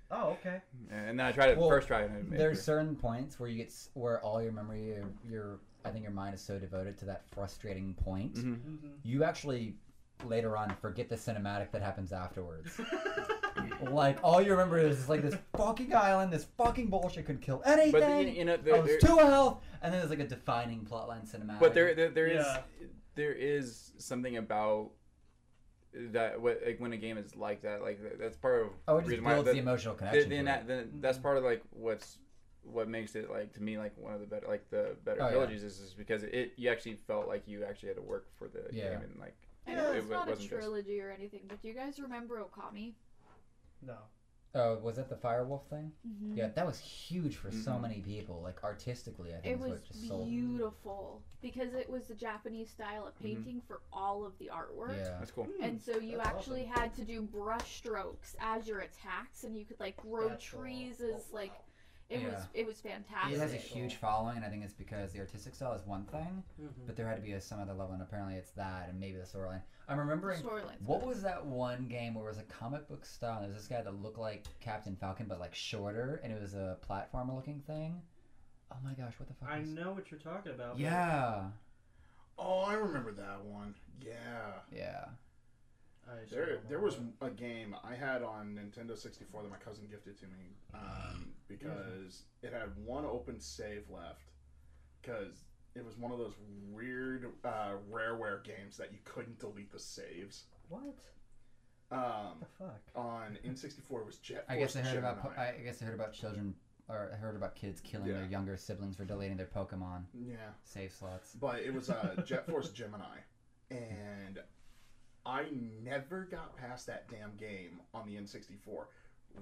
Speaker 3: Oh okay.
Speaker 4: and then I tried it
Speaker 1: Well,
Speaker 4: first try, and it- it-
Speaker 1: There's certain points where you get s- where all your memory, your, your I think your mind is so devoted to that frustrating point,
Speaker 4: Mhm.
Speaker 3: Mm-hmm.
Speaker 1: you actually later on forget the cinematic that happens afterwards. [laughs] like all you remember is like this
Speaker 4: [laughs]
Speaker 1: fucking island, this fucking bullshit could kill anything.
Speaker 4: But the- you know,
Speaker 1: I
Speaker 4: there,
Speaker 1: was
Speaker 4: there,
Speaker 1: two health, and then there's like a defining plotline cinematic.
Speaker 4: but there, there, there is,
Speaker 3: Yeah.
Speaker 4: there is something about that what- like, when a game is like that, like that- that's part of
Speaker 1: oh, it
Speaker 4: the
Speaker 1: just
Speaker 4: reason why
Speaker 1: builds
Speaker 4: that-
Speaker 1: the emotional
Speaker 4: the,
Speaker 1: connection. to
Speaker 4: the,
Speaker 1: it.
Speaker 4: ana- the- that's part of like what's what makes it like to me like one of the better like the better
Speaker 1: Oh, yeah.
Speaker 4: trilogies is, is because it you actually felt like you actually had to work for the
Speaker 1: Yeah.
Speaker 4: game and like
Speaker 2: I
Speaker 4: it,
Speaker 2: know it's
Speaker 4: it
Speaker 2: not a
Speaker 4: wasn't just
Speaker 2: trilogy or anything, but do you guys remember Okami?
Speaker 3: [laughs] No.
Speaker 1: Oh, was that the Firewolf thing? Yeah, that was huge for so
Speaker 4: Mhm.
Speaker 1: many people. Like artistically, I think
Speaker 2: Mm-hmm. It
Speaker 1: is what
Speaker 2: was
Speaker 1: it just sold.
Speaker 2: beautiful because it was the Japanese style of painting for all of the artwork.
Speaker 1: Yeah,
Speaker 4: that's
Speaker 3: Hmm,
Speaker 4: cool.
Speaker 2: And so you
Speaker 3: That's
Speaker 2: actually had to do brush strokes as your attacks, and you could like grow
Speaker 3: That's all.
Speaker 2: trees
Speaker 3: Oh,
Speaker 2: as like
Speaker 3: wow.
Speaker 2: it was
Speaker 1: Yeah.
Speaker 2: it was
Speaker 1: it has a
Speaker 2: fantastic.
Speaker 1: huge following, and I think it's because the artistic style is one thing,
Speaker 3: Mhm.
Speaker 1: but there had to be a, some other level, and apparently it's that, and maybe the storyline. I'm remembering
Speaker 2: Storylines.
Speaker 1: What was that one game where it was a comic book style? There was this guy that looked like Captain Falcon, but like shorter, and it was a platformer looking thing. Oh my gosh, what the fuck?
Speaker 3: I
Speaker 1: was-
Speaker 3: know what you're talking about. but-
Speaker 1: Yeah,
Speaker 5: Oh, I remember that one. Yeah.
Speaker 1: yeah.
Speaker 3: I just
Speaker 5: There,
Speaker 3: don't
Speaker 5: there was
Speaker 3: remember.
Speaker 5: a game I had on Nintendo 64 that my cousin gifted to me um, because it had one open save left because it was one of those weird uh, Rareware games that you couldn't delete the saves.
Speaker 3: what
Speaker 5: Um,
Speaker 3: the fuck.
Speaker 5: on N64 was Jet
Speaker 1: I guess I
Speaker 5: Force
Speaker 1: heard about. Po-
Speaker 5: Gemini.
Speaker 1: I guess I heard about children, or I heard about kids killing
Speaker 5: Yeah.
Speaker 1: their younger siblings for deleting their Pokemon
Speaker 5: yeah,
Speaker 1: save slots.
Speaker 5: but it was uh, Jet Force Gemini, and I never got past that damn game on the N64.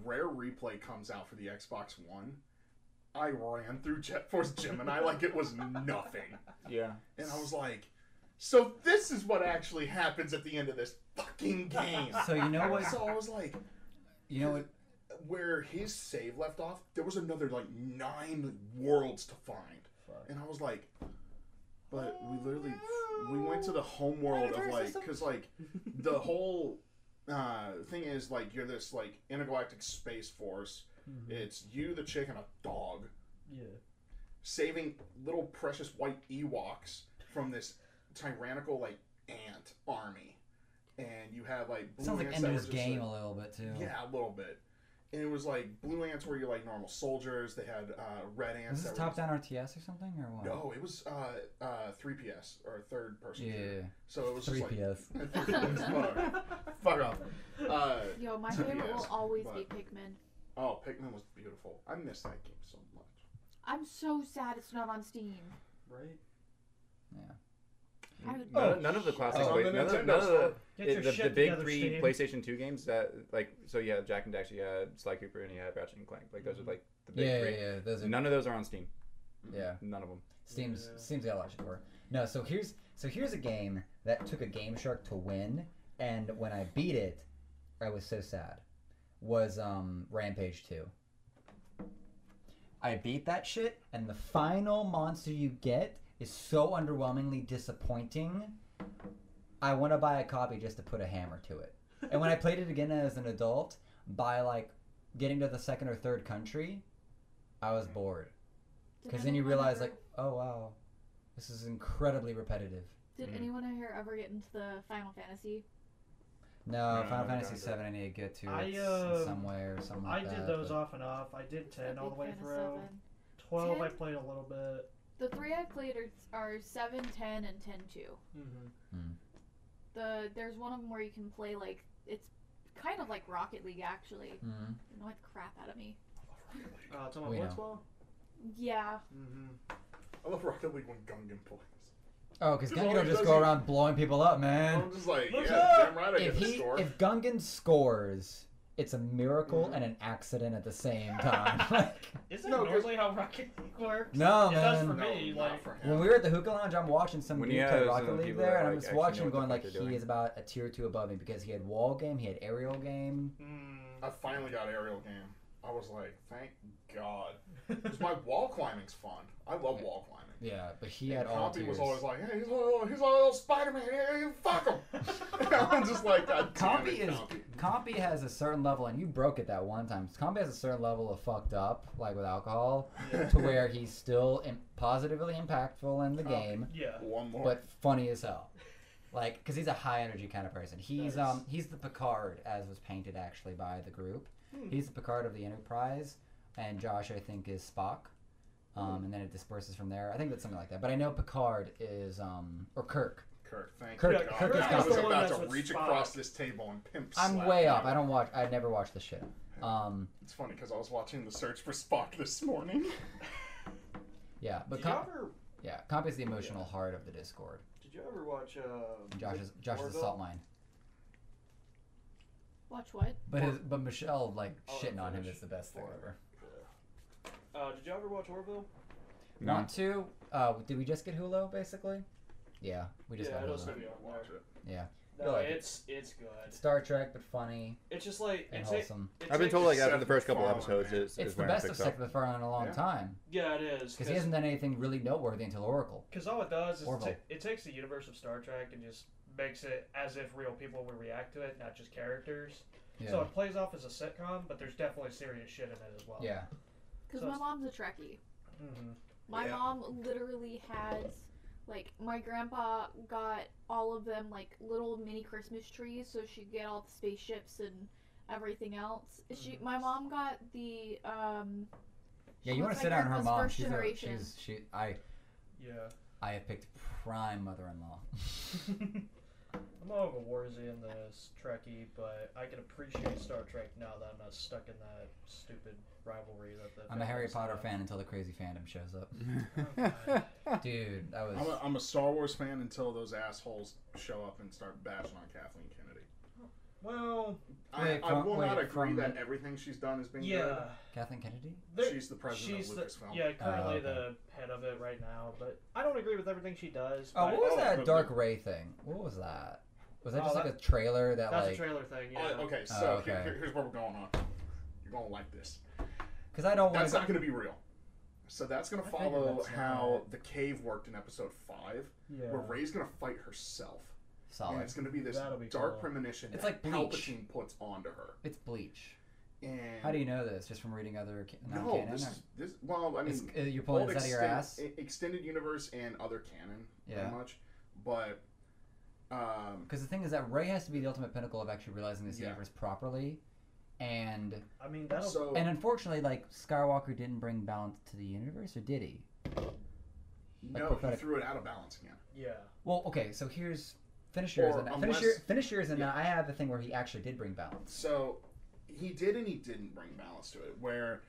Speaker 5: Rare Replay comes out for the Xbox One. I ran through Jet Force Gemini like it was nothing.
Speaker 4: Yeah.
Speaker 5: And I was like, so this is what actually happens at the end of this fucking game.
Speaker 1: So you
Speaker 5: [laughs]
Speaker 1: know what?
Speaker 5: So I was like,
Speaker 1: You know what?
Speaker 5: where his save left off, there was another like nine worlds to find.
Speaker 3: Fuck.
Speaker 5: And I was like, but we literally we went to the home world of
Speaker 1: Planetary
Speaker 5: like
Speaker 1: system?
Speaker 5: because like the whole uh, thing is like you're this like intergalactic space force.
Speaker 1: Mm-hmm.
Speaker 5: It's you, the chick, and a dog
Speaker 3: Yeah.
Speaker 5: saving little precious white Ewoks from this tyrannical like ant army, and you have like blue
Speaker 1: Sounds like
Speaker 5: ants that were
Speaker 1: Ender's
Speaker 5: just, like-
Speaker 1: Game a little bit too.
Speaker 5: yeah, a little bit. And it was like blue ants were your like normal soldiers. They had uh, red ants.
Speaker 1: Was this
Speaker 5: that
Speaker 1: top
Speaker 5: were
Speaker 1: down RTS or something or what?
Speaker 5: No, it was uh, uh, 3PS or third person.
Speaker 1: Yeah.
Speaker 5: shooter. So it was just
Speaker 1: Three
Speaker 5: like [laughs]
Speaker 1: PS.
Speaker 5: 3PS. Fuck. Fuck off. Uh,
Speaker 2: Yo, my favorite
Speaker 5: Yes,
Speaker 1: [laughs]
Speaker 2: will always
Speaker 5: but-
Speaker 2: be Pikmin.
Speaker 5: oh, Pikmin was beautiful. I miss that game so much.
Speaker 2: I'm so sad it's not on Steam.
Speaker 3: Right.
Speaker 2: I would
Speaker 4: None, none of the
Speaker 2: shit.
Speaker 4: classic,
Speaker 5: Oh,
Speaker 4: wait,
Speaker 5: the
Speaker 4: none, of the,
Speaker 5: Nintendo
Speaker 4: none of the,
Speaker 5: store.
Speaker 3: Get
Speaker 4: it-
Speaker 3: your
Speaker 4: the,
Speaker 3: shit
Speaker 4: the big
Speaker 3: together,
Speaker 4: three
Speaker 3: Steam.
Speaker 4: PlayStation Two games that like so you have Jack and Daxter, you had Sly Cooper, and you had Ratchet and Clank. Like those are like the big
Speaker 1: Yeah, yeah,
Speaker 4: three.
Speaker 1: yeah. Those are
Speaker 4: None of those are on Steam.
Speaker 1: yeah.
Speaker 4: None of them.
Speaker 1: Steam's
Speaker 3: Yeah.
Speaker 1: Steam's got a lot of shit for. it. No, so here's so here's a game that took a Game Shark to win, and when I beat it, I was so sad. Was um Rampage Two. I beat that shit, and the final monster you get is so underwhelmingly disappointing. I want to buy a copy just to put a hammer to it. And when I played it again as an adult, by like getting to the second or third country, I was bored.
Speaker 2: Did
Speaker 1: Because then you
Speaker 2: anyone
Speaker 1: realize,
Speaker 2: ever-
Speaker 1: like, oh wow, this is incredibly repetitive.
Speaker 2: Did
Speaker 4: Mm.
Speaker 2: anyone here ever get into the Final Fantasy?
Speaker 1: No,
Speaker 4: Yeah,
Speaker 1: Final
Speaker 4: I
Speaker 1: Fantasy
Speaker 4: got it.
Speaker 1: VII, I need to get to
Speaker 3: I,
Speaker 1: it
Speaker 3: uh,
Speaker 1: in some way or something
Speaker 3: [laughs] I
Speaker 1: like that.
Speaker 3: did those
Speaker 1: but-
Speaker 3: off and off. I did
Speaker 2: I'm a
Speaker 3: ten all the
Speaker 2: big
Speaker 3: way
Speaker 2: fan of
Speaker 3: through.
Speaker 2: seven.
Speaker 3: Twelve, I
Speaker 2: 10?
Speaker 3: played a little bit.
Speaker 2: The three I've played are, are 7, 10, and 10 2.
Speaker 3: Mm-hmm.
Speaker 2: The, there's one of them where you can play, like, it's kind of like Rocket League, actually. It
Speaker 1: Mhm.
Speaker 2: annoyed the crap out of me.
Speaker 3: Uh, it's on my
Speaker 1: We know.
Speaker 3: Blitzball.
Speaker 2: Yeah.
Speaker 3: Mm-hmm.
Speaker 5: I love Rocket League when Gungan plays.
Speaker 1: Oh, because
Speaker 5: Just all
Speaker 1: Gungan
Speaker 5: he
Speaker 1: just
Speaker 5: does
Speaker 1: go
Speaker 5: is-
Speaker 1: around blowing people up,
Speaker 5: I'm
Speaker 1: man.
Speaker 5: just like,
Speaker 3: Look
Speaker 5: Oh, yeah,
Speaker 3: up!
Speaker 5: damn right I get
Speaker 1: If
Speaker 5: the
Speaker 1: he,
Speaker 5: score.
Speaker 1: if Gungan scores, it's a miracle and an accident at the same time. [laughs] Like,
Speaker 3: Isn't
Speaker 5: No,
Speaker 3: that
Speaker 5: 'cause-
Speaker 3: normally how Rocket League works?
Speaker 1: no,
Speaker 3: it does for
Speaker 1: man.
Speaker 3: me.
Speaker 5: No, not
Speaker 3: like,
Speaker 5: for him.
Speaker 1: When we were at the hookah lounge, I'm watching some
Speaker 4: When
Speaker 1: dude
Speaker 4: you have
Speaker 1: play
Speaker 4: some
Speaker 1: Rocket League
Speaker 4: people
Speaker 1: there,
Speaker 4: that,
Speaker 1: and I'm
Speaker 4: like,
Speaker 1: just
Speaker 4: actually know
Speaker 1: watching,
Speaker 4: what the
Speaker 1: going
Speaker 4: fuck
Speaker 1: like,
Speaker 4: they're
Speaker 1: he
Speaker 4: doing.
Speaker 1: is about a tier or two above me because he had wall game, he had aerial game.
Speaker 5: I
Speaker 3: mm.
Speaker 5: finally got aerial game. I was like, thank God. Because my wall climbing's fun. I love wall climbing.
Speaker 1: Yeah, but he
Speaker 5: And
Speaker 1: had all
Speaker 5: Compy
Speaker 1: tiers.
Speaker 5: was always like, hey, he's all, he's all Spider Man, fuck him. [laughs] And I'm just like, God damn
Speaker 1: Compy
Speaker 5: it,
Speaker 1: is
Speaker 5: Compy.
Speaker 1: Compy has a certain level, and you broke it that one time. Compy has a certain level of fucked up, like with alcohol, to where he's still Im- positively impactful in the
Speaker 5: Oh.
Speaker 1: game,
Speaker 3: [laughs] yeah.
Speaker 5: One more.
Speaker 1: but funny as hell. Like, because he's a high energy kind of person. He's
Speaker 5: Nice.
Speaker 1: um he's the Picard, as was painted actually by the group.
Speaker 3: Hmm.
Speaker 1: He's the Picard of the Enterprise, and Josh I think is Spock. Um,
Speaker 3: Hmm.
Speaker 1: and then it disperses from there. I think that's something like that. But I know Picard is um or Kirk.
Speaker 5: Kirk, thank
Speaker 1: Kirk-
Speaker 5: you.
Speaker 1: Kirk is
Speaker 5: I was
Speaker 1: Compy.
Speaker 5: about
Speaker 3: That's
Speaker 5: to
Speaker 3: with
Speaker 5: reach
Speaker 3: Spock.
Speaker 5: across this table and pimp
Speaker 1: I'm
Speaker 5: slap
Speaker 1: way
Speaker 5: you.
Speaker 1: off. I don't watch. I never watched this shit. Um,
Speaker 5: It's funny because I was watching The Search for Spock [laughs] this morning.
Speaker 1: yeah, but
Speaker 3: Did
Speaker 1: Com-
Speaker 3: you ever
Speaker 1: Yeah, Comp is the emotional heart of the Discord.
Speaker 3: Did you ever watch uh?
Speaker 1: Josh's Josh's
Speaker 3: Orville?
Speaker 1: assault line.
Speaker 2: Watch what?
Speaker 1: But his, but Michelle like
Speaker 3: Oh,
Speaker 1: shitting on him
Speaker 3: finish.
Speaker 1: is the best thing
Speaker 3: Or-
Speaker 1: ever.
Speaker 3: Uh, did you ever watch Orville?
Speaker 4: No.
Speaker 1: Want to? Uh, did we just get Hulu basically? Yeah, we just
Speaker 3: Yeah,
Speaker 1: got
Speaker 3: it was
Speaker 1: Hulu.
Speaker 3: good.
Speaker 5: Watch it.
Speaker 1: No,
Speaker 3: No,
Speaker 1: I didn't.
Speaker 3: it's it's good.
Speaker 1: Star Trek, but funny
Speaker 3: It's just like
Speaker 1: and
Speaker 3: it's
Speaker 1: wholesome.
Speaker 3: it
Speaker 4: I've been
Speaker 3: takes-
Speaker 4: told like
Speaker 5: Seth
Speaker 4: after the first couple
Speaker 5: MacFarlane,
Speaker 4: episodes
Speaker 5: man.
Speaker 4: is, is
Speaker 1: It's the
Speaker 4: when
Speaker 1: best
Speaker 4: it
Speaker 1: of
Speaker 4: picks
Speaker 1: Seth
Speaker 4: up.
Speaker 1: McFarlane in a long
Speaker 5: Yeah.
Speaker 1: time
Speaker 3: Yeah, it is
Speaker 1: because he hasn't done anything really noteworthy until Oracle.
Speaker 3: Because all it does is
Speaker 1: Orville.
Speaker 3: ta- it takes the universe of Star Trek and just makes it as if real people would react to it, not just characters.
Speaker 1: Yeah,
Speaker 3: So it plays off as a sitcom, but there's definitely serious shit in it as well.
Speaker 1: yeah.
Speaker 2: Because
Speaker 3: So
Speaker 2: my
Speaker 3: it's-
Speaker 2: mom's a Trekkie.
Speaker 3: Mm-hmm.
Speaker 2: My
Speaker 5: Yeah.
Speaker 2: mom literally has like my grandpa got all of them like little mini Christmas trees so she could get all the spaceships and everything else. She
Speaker 3: Mhm.
Speaker 2: my mom got the um
Speaker 1: Yeah,
Speaker 2: she
Speaker 1: you
Speaker 2: was
Speaker 1: want to
Speaker 2: my
Speaker 1: sit down on her
Speaker 2: grandpa's
Speaker 1: mom.
Speaker 2: first
Speaker 1: She's, a,
Speaker 2: generation.
Speaker 1: she's she. I
Speaker 3: Yeah.
Speaker 1: I have picked prime mother-in-law.
Speaker 3: I'm more of a Warzone than a s- Trekkie, but I can appreciate Star Trek now that I'm not stuck in that stupid rivalry that the
Speaker 1: I'm a Harry
Speaker 3: fandoms
Speaker 1: Potter
Speaker 3: have.
Speaker 1: fan until the crazy fandom shows [laughs] up.
Speaker 3: [laughs] God.
Speaker 1: Dude, that was.
Speaker 5: I'm a, I'm a Star Wars fan until those assholes show up and start bashing on Kathleen Kennedy.
Speaker 3: Well,
Speaker 5: I,
Speaker 1: Wait,
Speaker 5: I
Speaker 1: from-
Speaker 5: will not
Speaker 1: wait,
Speaker 5: agree
Speaker 1: from-
Speaker 5: that everything she's done has been
Speaker 3: yeah.
Speaker 1: Kathleen Kennedy?
Speaker 5: good.
Speaker 3: There-
Speaker 5: She's the president
Speaker 3: she's
Speaker 5: of
Speaker 3: the,
Speaker 5: Lucasfilm.
Speaker 3: yeah, currently
Speaker 1: Oh, okay.
Speaker 3: the head of it right now, but I don't agree with everything she does.
Speaker 1: Oh,
Speaker 3: but-
Speaker 1: what was
Speaker 5: oh,
Speaker 1: that
Speaker 5: from
Speaker 1: Dark
Speaker 5: the-
Speaker 1: Ray thing? What was that? Was that
Speaker 3: Oh,
Speaker 1: just like a trailer that
Speaker 3: That's
Speaker 1: like?
Speaker 3: a trailer thing. Yeah.
Speaker 5: Oh, okay, so
Speaker 1: Oh,
Speaker 5: here-
Speaker 1: okay.
Speaker 5: here- here's where we're going on. You're gonna like this.
Speaker 1: Because
Speaker 3: Oh,
Speaker 1: I don't want
Speaker 5: That's
Speaker 1: to.
Speaker 5: not gonna be real. So that's gonna
Speaker 1: I figured
Speaker 5: follow
Speaker 1: that's not
Speaker 5: how
Speaker 1: right.
Speaker 5: the cave worked in episode five,
Speaker 3: Yeah.
Speaker 5: where Ray's gonna fight herself, and
Speaker 1: Solid.
Speaker 5: it's gonna be this
Speaker 3: That'll be
Speaker 5: dark
Speaker 3: cool.
Speaker 5: premonition
Speaker 1: It's like
Speaker 5: that
Speaker 1: Bleach.
Speaker 5: Palpatine puts onto her.
Speaker 1: It's Bleach.
Speaker 5: And
Speaker 1: How do you know this? Just from reading other ca-
Speaker 5: No,
Speaker 1: non-canon?
Speaker 5: this
Speaker 1: or-
Speaker 5: is this. Well, I mean,
Speaker 1: It's- uh, you're pulling
Speaker 5: both
Speaker 1: this out of your
Speaker 5: exten-
Speaker 1: ass.
Speaker 5: e- Extended universe and other canon,
Speaker 1: Yeah.
Speaker 5: pretty much. But um,
Speaker 1: Because the thing is that Ray has to be the ultimate pinnacle of actually realizing this
Speaker 5: Yeah.
Speaker 1: universe properly, and
Speaker 3: I mean, that'll.
Speaker 5: so
Speaker 1: and unfortunately, like Skywalker didn't bring balance to the universe, or did he?
Speaker 5: no, he
Speaker 1: prophetic-
Speaker 5: threw it out of balance again.
Speaker 3: yeah.
Speaker 1: Well, okay, so here's finish yours,
Speaker 5: Or
Speaker 1: and
Speaker 5: unless-
Speaker 1: finish your finish yours, and
Speaker 5: Yeah.
Speaker 1: I have the thing where he actually did bring balance.
Speaker 5: So he did and he didn't bring balance to it. Where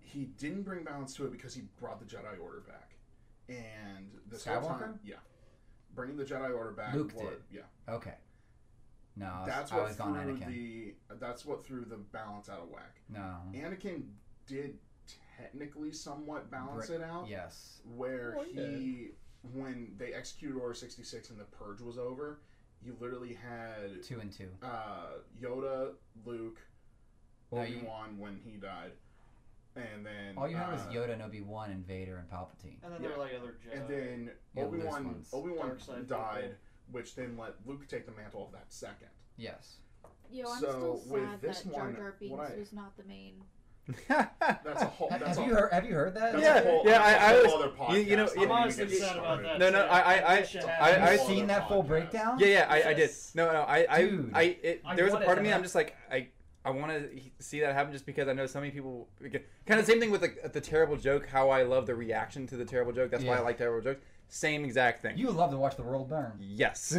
Speaker 5: he didn't bring balance to it because he brought the Jedi Order back, and this whole
Speaker 1: Skywalker?
Speaker 5: time, yeah, bringing the Jedi Order back.
Speaker 1: Luke
Speaker 5: wa-
Speaker 1: did.
Speaker 5: Yeah,
Speaker 1: Okay. No, I was,
Speaker 5: that's
Speaker 1: I
Speaker 5: what
Speaker 1: was going
Speaker 5: threw
Speaker 1: Anakin.
Speaker 5: the that's what threw the balance out of whack.
Speaker 1: No.
Speaker 5: Anakin did technically somewhat balance
Speaker 1: Bri-
Speaker 5: it out.
Speaker 1: Yes.
Speaker 5: where
Speaker 3: Oh, yeah.
Speaker 5: he, when they executed Order 66 and the purge was over, you literally had
Speaker 1: Two and two.
Speaker 5: uh, Yoda, Luke,
Speaker 1: No,
Speaker 5: Obi
Speaker 1: you-
Speaker 5: Wan when he died, and then
Speaker 1: All you had
Speaker 5: uh,
Speaker 1: was Yoda and Obi Wan and Vader and Palpatine.
Speaker 3: And then there
Speaker 5: Yeah.
Speaker 3: were like other Jedi.
Speaker 5: and then
Speaker 1: Yeah,
Speaker 5: Obi
Speaker 1: loose
Speaker 5: Wan
Speaker 1: ones.
Speaker 5: Obi Wan
Speaker 3: Dark side
Speaker 5: died,
Speaker 3: people.
Speaker 5: which then let Luke take the mantle of that second.
Speaker 1: Yes.
Speaker 2: Yo, I'm
Speaker 5: So,
Speaker 2: still
Speaker 5: with
Speaker 2: sad
Speaker 5: this
Speaker 2: that Jar
Speaker 5: one,
Speaker 2: Jar
Speaker 5: what
Speaker 2: Binks
Speaker 5: I-
Speaker 2: was not the main.
Speaker 4: [laughs]
Speaker 5: That's a whole.
Speaker 1: Ha-
Speaker 5: That's
Speaker 1: have
Speaker 5: a,
Speaker 1: you heard? Have you heard that?
Speaker 5: That's
Speaker 4: Yeah,
Speaker 5: a whole,
Speaker 4: yeah,
Speaker 5: that's
Speaker 4: I-
Speaker 5: a
Speaker 4: I
Speaker 5: whole
Speaker 4: was-
Speaker 5: other
Speaker 4: you- you
Speaker 3: I'm
Speaker 5: podcast. I
Speaker 4: know- you know-
Speaker 5: don't even
Speaker 3: honestly
Speaker 5: get
Speaker 3: sad about
Speaker 5: started.
Speaker 3: that.
Speaker 4: No, no,
Speaker 3: too.
Speaker 4: I- I- I-
Speaker 3: wish it
Speaker 5: I-
Speaker 3: happened.
Speaker 4: I-
Speaker 1: Have you
Speaker 4: I've
Speaker 1: seen
Speaker 5: seen
Speaker 1: that full
Speaker 5: podcasts.
Speaker 1: breakdown?
Speaker 4: Yeah, yeah, I, I did.
Speaker 3: Yes.
Speaker 4: No, no, I, I,
Speaker 1: Dude.
Speaker 4: I it,
Speaker 3: I
Speaker 4: there was a
Speaker 3: want it
Speaker 4: part
Speaker 3: to
Speaker 4: of me. I'm
Speaker 3: happen.
Speaker 4: just like, I, I want to see that happen just because I know so many people. Kind of the same thing with the, the terrible joke. How I love the reaction to the terrible joke. That's why I
Speaker 1: Yeah.
Speaker 4: like terrible jokes. Same exact thing.
Speaker 1: You love to watch the world burn.
Speaker 3: [laughs]
Speaker 4: yes.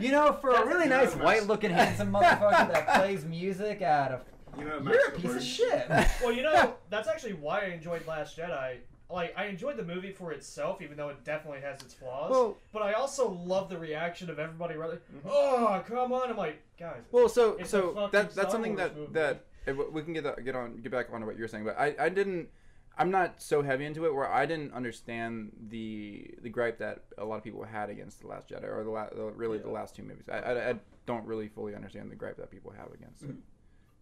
Speaker 4: [laughs]
Speaker 1: you know, for a really nice,
Speaker 5: That's-
Speaker 1: white-looking, handsome motherfucker that plays music out of
Speaker 5: You know,
Speaker 1: you're a
Speaker 5: Master
Speaker 1: piece of
Speaker 5: Luke-
Speaker 1: shit.
Speaker 3: Well, you
Speaker 4: [laughs]
Speaker 3: know, that's actually why I enjoyed Last Jedi. Like, I enjoyed the movie for itself, even though it definitely has its flaws.
Speaker 4: well,
Speaker 3: but I also love the reaction of everybody. around, Like,
Speaker 4: Mm-hmm.
Speaker 3: oh, come on! I'm like, guys.
Speaker 4: well, so
Speaker 3: It's a
Speaker 4: so
Speaker 3: fucking
Speaker 4: that
Speaker 3: Star
Speaker 4: that's something
Speaker 3: Wars
Speaker 4: that
Speaker 3: movie.
Speaker 4: that if we can get the, get on get back onto what you were saying, but I, I didn't. I'm not so heavy into it where I didn't understand the the gripe that a lot of people had against the Last Jedi or the, la- the really the
Speaker 3: Yeah.
Speaker 4: last two movies. I, I, I don't really fully understand the gripe that people have against
Speaker 3: Mm-hmm.
Speaker 4: it